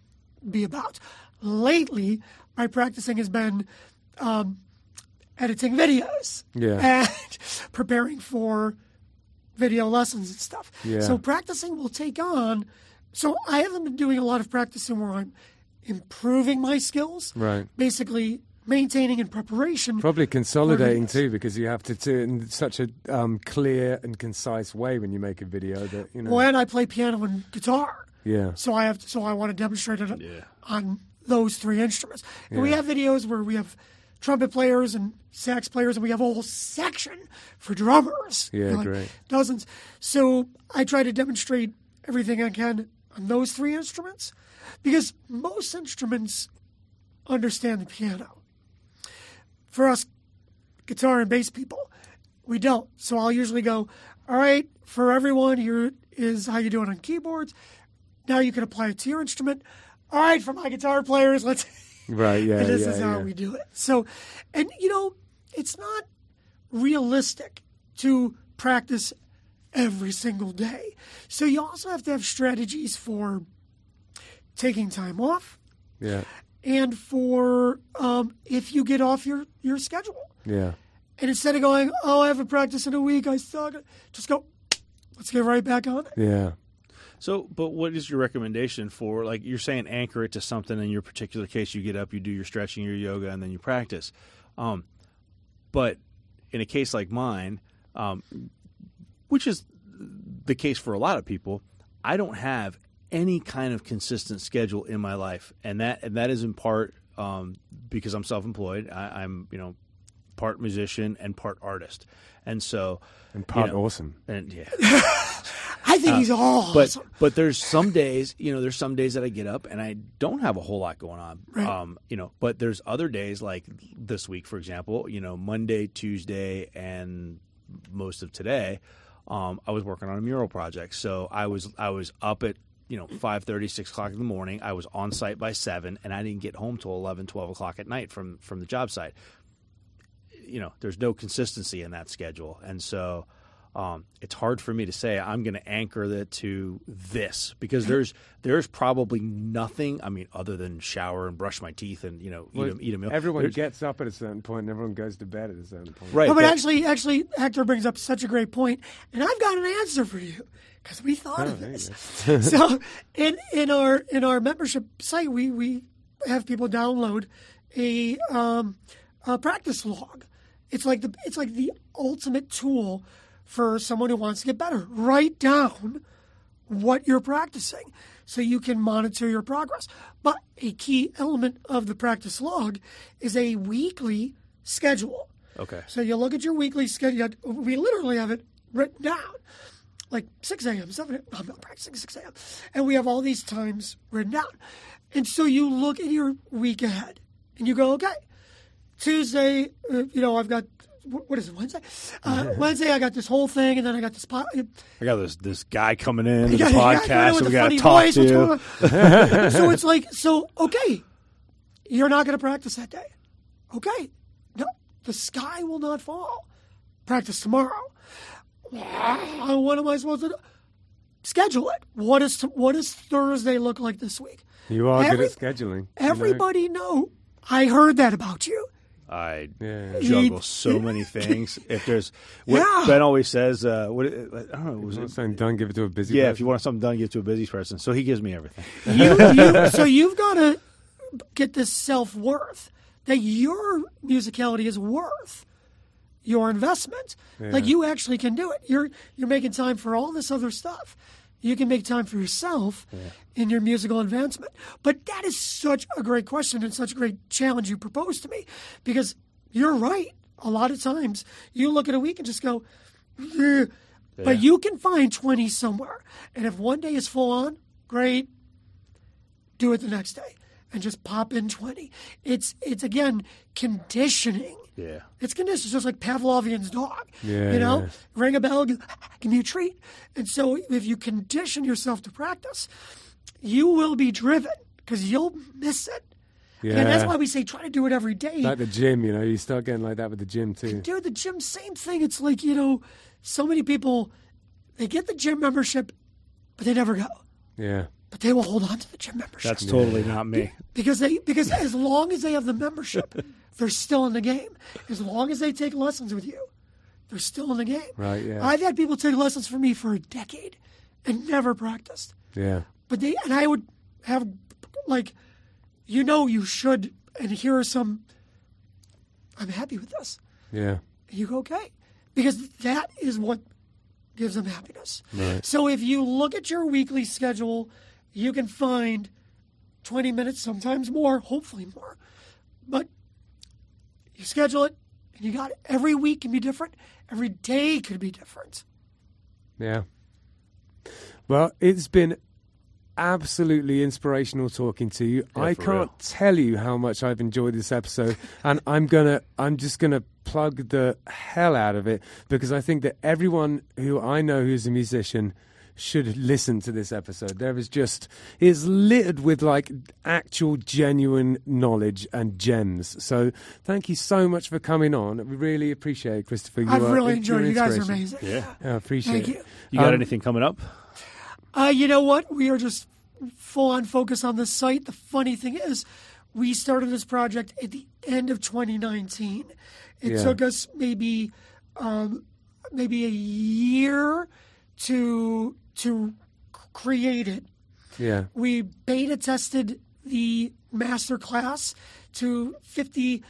be about. Lately, my practicing has been um, editing videos Yeah. and preparing for video lessons and stuff. Yeah. So practicing will take on. So I haven't been doing a lot of practicing where I'm improving my skills. Right. Basically, maintaining and preparation. Probably consolidating videos. too, because you have to do it in such a um, clear and concise way when you make a video that, you know. when I play piano and guitar. Yeah. So I have. To, so I want to demonstrate it on those three instruments. And we Yeah. have videos where we have trumpet players and sax players, and we have a whole section for drummers. Yeah, like great. Dozens. So I try to demonstrate everything I can on those three instruments, because most instruments understand the piano. For us guitar and bass people. We don't. So I'll usually go, all right, for everyone, here is how you do it on keyboards. Now you can apply it to your instrument. All right, for my guitar players, let's. Right, yeah. and this yeah, is how yeah. we do it. So, and you know, it's not realistic to practice every single day. So you also have to have strategies for taking time off Yeah, and for um, if you get off your, your schedule. yeah. And instead of going, oh, I haven't practiced in a week, I suck, just go, let's get right back on it. Yeah. So, but what is your recommendation for like you're saying anchor it to something in your particular case? You get up, you do your stretching, your yoga, and then you practice. Um, but in a case like mine, um, which is the case for a lot of people, I don't have any kind of consistent schedule in my life, and that and that is in part um, because I'm self-employed. I, I'm you know part musician and part artist, and so And part you know, awesome. and yeah I Uh, think he's all. but but there's some days you know there's some days that I get up and I don't have a whole lot going on um you know but there's other days like this week for example you know Monday Tuesday and most of today um I was working on a mural project so I was I was up at you know 5.30 6 o'clock in the morning i was on site by 7 and i didn't get home till 11 12 o'clock at night from from the job site you know, there's no consistency in that schedule, and so um, it's hard for me to say I'm going to anchor that to this because there's there's probably nothing. I mean, other than shower and brush my teeth and you know eat a, eat a meal. Everyone There's- gets up at a certain point and everyone goes to bed at a certain point. right, No, Oh, but that- actually, actually, Hector brings up such a great point, and I've got an answer for you because we thought of this. so, in in our in our membership site, we we have people download a um, a practice log. It's like the it's like the ultimate tool for someone who wants to get better. Write down what you're practicing so you can monitor your progress. But a key element of the practice log is a weekly schedule. okay, So you look at your weekly schedule. We literally have it written down, like 6 a.m., 7 a.m. I'm not oh, practicing 6 a.m. And we have all these times written down. And so you look at your week ahead and you go, okay, Tuesday, uh, you know, I've got, wh- what is it, Wednesday? Uh, Wednesday, I got this whole thing and then I got this pot. I got this this guy coming in to the Yeah, yeah, I don't know podcast, what so we the got to funny talk voice, to. what's you. going on? so it's like, so okay, you're not going to practice that day. Okay, no, the sky will not fall. Practice tomorrow. Ah, What am I supposed to do? Schedule it. What is what does Thursday look like this week? You are good Every- at scheduling. you know? Everybody know. I heard that about you. I Yeah. juggle Eat- so many things. If there's what Yeah. Ben always says, uh, what I don't know, was I'm not it? saying don't give it to a busy Yeah, person. if you want something done, give it to a busy person. So he gives me everything. you, you, so you've got to get this self worth that your musicality is worth your investment. Like you actually can do it. You're you're making time for all this other stuff. You can make time for yourself in your musical advancement. But that is such a great question and such a great challenge you proposed to me because you're right. A lot of times you look at a week and just go, "Ugh." but you can find 20 somewhere. And if one day is full on, great do it the next day and just pop in 20 it's it's again conditioning Yeah. it's conditioning just like pavlovian's dog Yeah, you know yeah. ring a bell give give me a treat and so if you condition yourself to practice you will be driven because you'll miss it and that's Yeah. why we say try to do it every day like the gym, you know, you start getting like that with the gym too. dude, the gym, same thing. It's like, you know, so many people, they get the gym membership, but they never go. Yeah. But they will hold on to the gym membership. That's totally not me. because they because as long as they have the membership, they're still in the game. As long as they take lessons with you, they're still in the game. Right, yeah. I've had people take lessons from me for a decade and never practiced. Yeah. But they and I would have like, you know, you should. And here are some. I'm happy with this. Yeah. You go okay because that is what gives them happiness. So if you look at your weekly schedule, you can find 20 minutes, sometimes more, hopefully more. But you schedule it and you got it. Every week can be different, every day could be different. Yeah. Well, it's been absolutely inspirational talking to you. I for can't real. tell you how much I've enjoyed this episode, and I'm gonna, I'm just gonna plug the hell out of it because I think that everyone who I know who's a musician should listen to this episode. There is just it's littered with like actual genuine knowledge and gems. So thank you so much for coming on. We really appreciate it, Christopher. You I've are- really you're enjoyed it. You guys are inspiration. amazing. Yeah. I appreciate Thank it. you. You got Um, anything coming up? Uh, you know what? We are just full on focus on this site. The funny thing is, we started this project at the end of 2019. It Yeah. took us maybe um, maybe a year to to create it. Yeah. Uh, We beta tested the master class to 50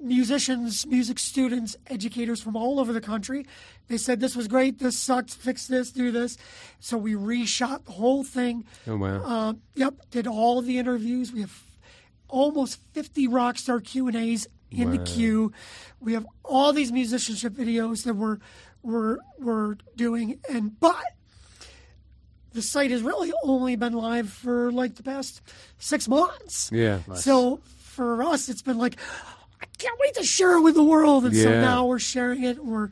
musicians, music students, educators from all over the country. They said this was great, this sucked, fix this, do this. So we reshot the whole thing. Oh, wow. Uh, yep, did all the interviews. We have almost 50 Rockstar Q&As in the queue. We have all these musicianship videos that we're, we're, we're doing. And but the site has really only been live for like the past six months. Yeah. So for us, it's been like, I can't wait to share it with the world. And so Yeah. now we're sharing it. We're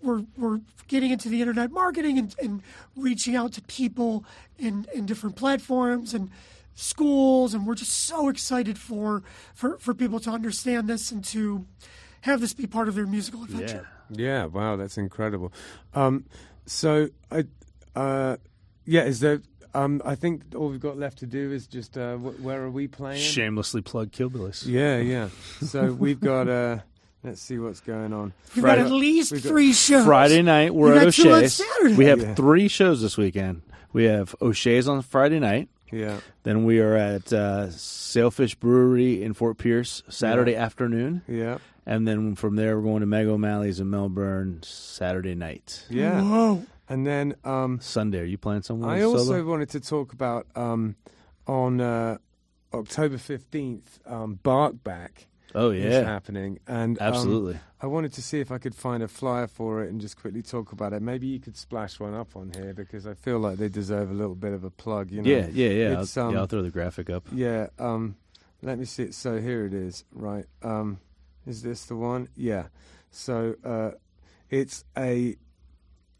we're we're getting into the internet marketing and, and reaching out to people in, in different platforms and schools and we're just so excited for, for for people to understand this and to have this be part of their musical adventure. Yeah, wow, that's incredible. Um, so, I, uh, yeah, is there? Um, I think all we've got left to do is just uh, wh- where are we playing? Shamelessly plug Kill Billies. Yeah, yeah. So we've got. Uh, let's see what's going on. You've got Friday- at least we've got three shows. Friday night, we're You at got two on O'Shea's. Saturday. We have Yeah. three shows this weekend. We have O'Shea's on Friday night. Yeah, Then we are at uh, Sailfish Brewery in Fort Pierce Saturday afternoon. yeah, And then from there, we're going to Meg O'Malley's in Melbourne Saturday night. yeah. Whoa. And then um, Sunday, are you playing somewhere? I solo? also wanted to talk about um, on uh, October fifteenth, um, Bark Back Oh, is yeah. happening, and um, Absolutely. I wanted to see if I could find a flyer for it and just quickly talk about it. Maybe you could splash one up on here because I feel like they deserve a little bit of a plug. You know? yeah, yeah, yeah. it's, I'll, um, yeah. I'll throw the graphic up. Yeah. Um, let me see it. So here it is. Right. Um, is this the one? Yeah. So uh, it's a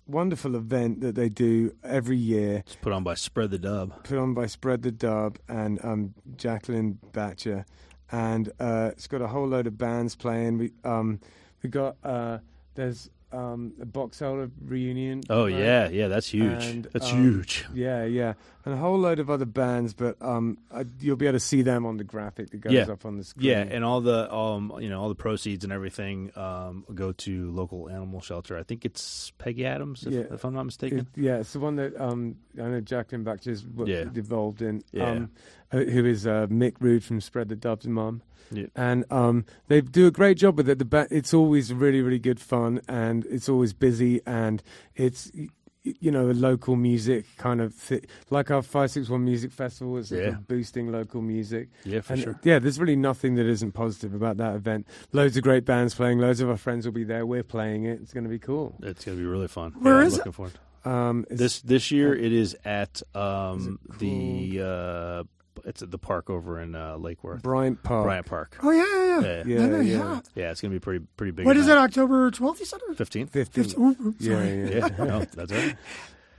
wonderful event that they do every year It's put on by Spread the Dub. put on by Spread the Dub and um, Jacqueline Thatcher, and uh, it's got a whole load of bands playing. We um, we got uh, there's um, a Box Elder reunion. Oh, right? yeah, yeah. That's huge. And, that's um, huge. Yeah, yeah, and a whole load of other bands, but um, I, you'll be able to see them on the graphic that goes Yeah. up on the screen. Yeah, and all the um, you know, all the proceeds and everything um, go to local animal shelter. I think it's Peggy Adams, if, Yeah. if I'm not It- mistaken. yeah, it's the one that um, I know Jacqueline Thatcher's w- Yeah. involved in. Yeah. Um, uh, who is uh, Mick Rude from Spread the Dub's mum. Yeah. and um, they do a great job with it. The ba- it's always really, really good fun, and it's always busy, and it's y- you know a local music kind of thi- like our five six one music festival is Yeah. boosting local music. Yeah, for And, sure. Yeah, there's really nothing that isn't positive about that event. Loads of great bands playing. Loads of our friends will be there. We're playing it. It's going to be cool. It's gonna be really fun. Where yeah, is I'm it? looking forward. Um, it's- This this year it is at um the uh it's at the park over in uh Lake Worth. Bryant Park. Bryant Park. Oh yeah, yeah, yeah. Yeah. Yeah, No, no, yeah. yeah. Yeah, it's gonna be pretty pretty big. What is that, October 12th, you said? or- Fifteenth? 15. Ooh, Yeah, sorry. yeah, Yeah, no, that's right.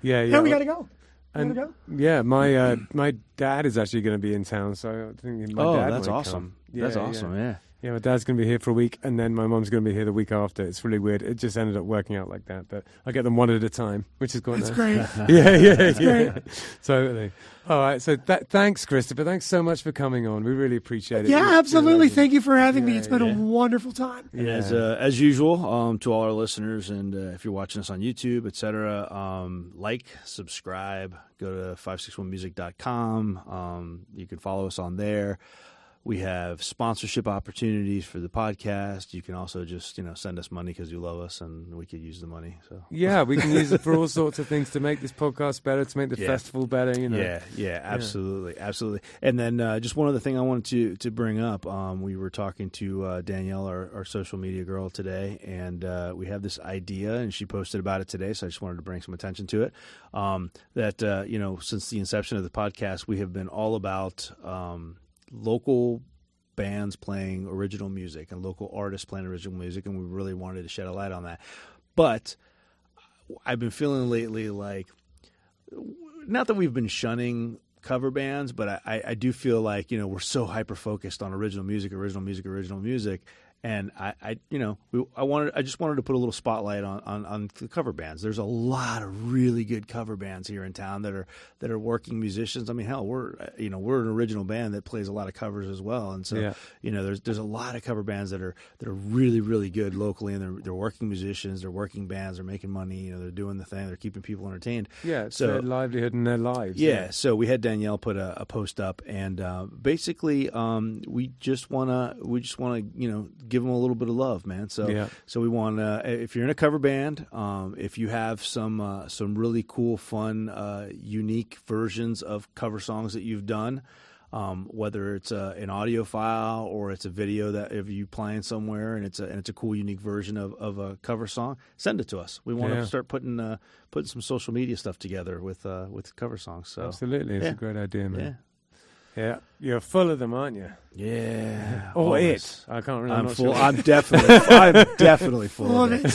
yeah, yeah. Yeah, we gotta go. We And- gotta go. Yeah, my uh, my dad is actually going to be in town, so I think my oh, dad. that's might come. awesome. Yeah, that's yeah. awesome, eh? yeah. Yeah, my dad's going to be here for a week, and then my mom's going to be here the week after. It's really weird. It just ended up working out like that, but I get them one at a time, which is quite That's nice. great. Yeah, yeah, yeah. great. totally. All right. So that, thanks, Christopher. Thanks so much for coming on. We really appreciate it. You- yeah, you absolutely. really- Thank you for having me. Yeah, It's been yeah. a wonderful time. And Yeah. as uh, as usual, um, to all our listeners, and uh, if you're watching us on YouTube, etc., um, like, subscribe, go to 561music.com. Um, you can follow us on there. We have sponsorship opportunities for the podcast. You can also just you know send us money because you love us and we could use the money. So Yeah, we can use it for all sorts of things to make this podcast better, to make the Yeah. festival better. You know. Yeah, yeah, absolutely, absolutely. And then uh, just one other thing I wanted to to bring up. Um, we were talking to uh, Danielle, our, our social media girl, today, and uh, we have this idea, and she posted about it today. So I just wanted to bring some attention to it. Um, that uh, you know, since the inception of the podcast, we have been all about um, local bands playing original music and local artists playing original music, and we really wanted to shed a light on that. But I've been feeling lately like not that we've been shunning cover bands, but I, I, I do feel like you know we're so hyper focused on original music, original music, original music, And I, I you know, we, I wanted, I just wanted to put a little spotlight on, on on the cover bands. There's a lot of really good cover bands here in town that are that are working musicians. I mean, hell, we're uh, you know we're an original band that plays a lot of covers as well, and so Yeah. you know there's there's a lot of cover bands that are that are really really good locally, and they're they're working musicians, they're working bands, they're making money, you know, they're doing the thing, they're keeping people entertained. Yeah, it's so their livelihood and their lives. yeah, so we had Danielle put a, a post up, and uh, basically, um, we just wanna we just wanna you know give them a little bit of love, man. So Yeah. so we want to if you're in a cover band, um, if you have some uh, some really cool, fun, uh, unique versions of cover songs that you've done. Um, whether it's a, an audio file or it's a video that if you playing somewhere and it's a and it's a cool unique version of, of a cover song, send it to us. We want Yeah. to start putting uh, putting some social media stuff together with uh, with cover songs. So Absolutely, it's Yeah. a great idea, yeah, man. Yeah. you're full of them, aren't you? yeah. Or always. it? Oh, I can't really. I'm not full. sure. I'm definitely. I'm definitely full, Full of of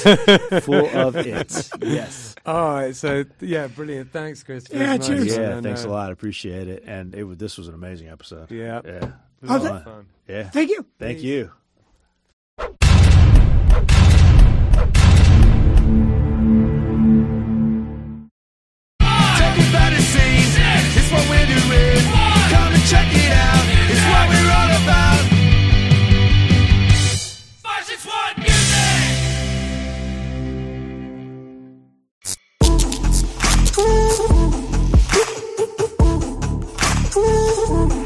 it. full of it. Yes. All right, so yeah, brilliant. Thanks, Chris. for Yeah, those cheers. nice- Yeah. and, Thanks uh, a lot. I appreciate it. And it. wa- This was an amazing episode. Yeah. Yeah. It was a How's lot it- of fun. Yeah. Thank you. Thank you. Take it by the seams. It's what we're doing. Come and check it out. It's what we're all about. Five, six, one, music. Ooh.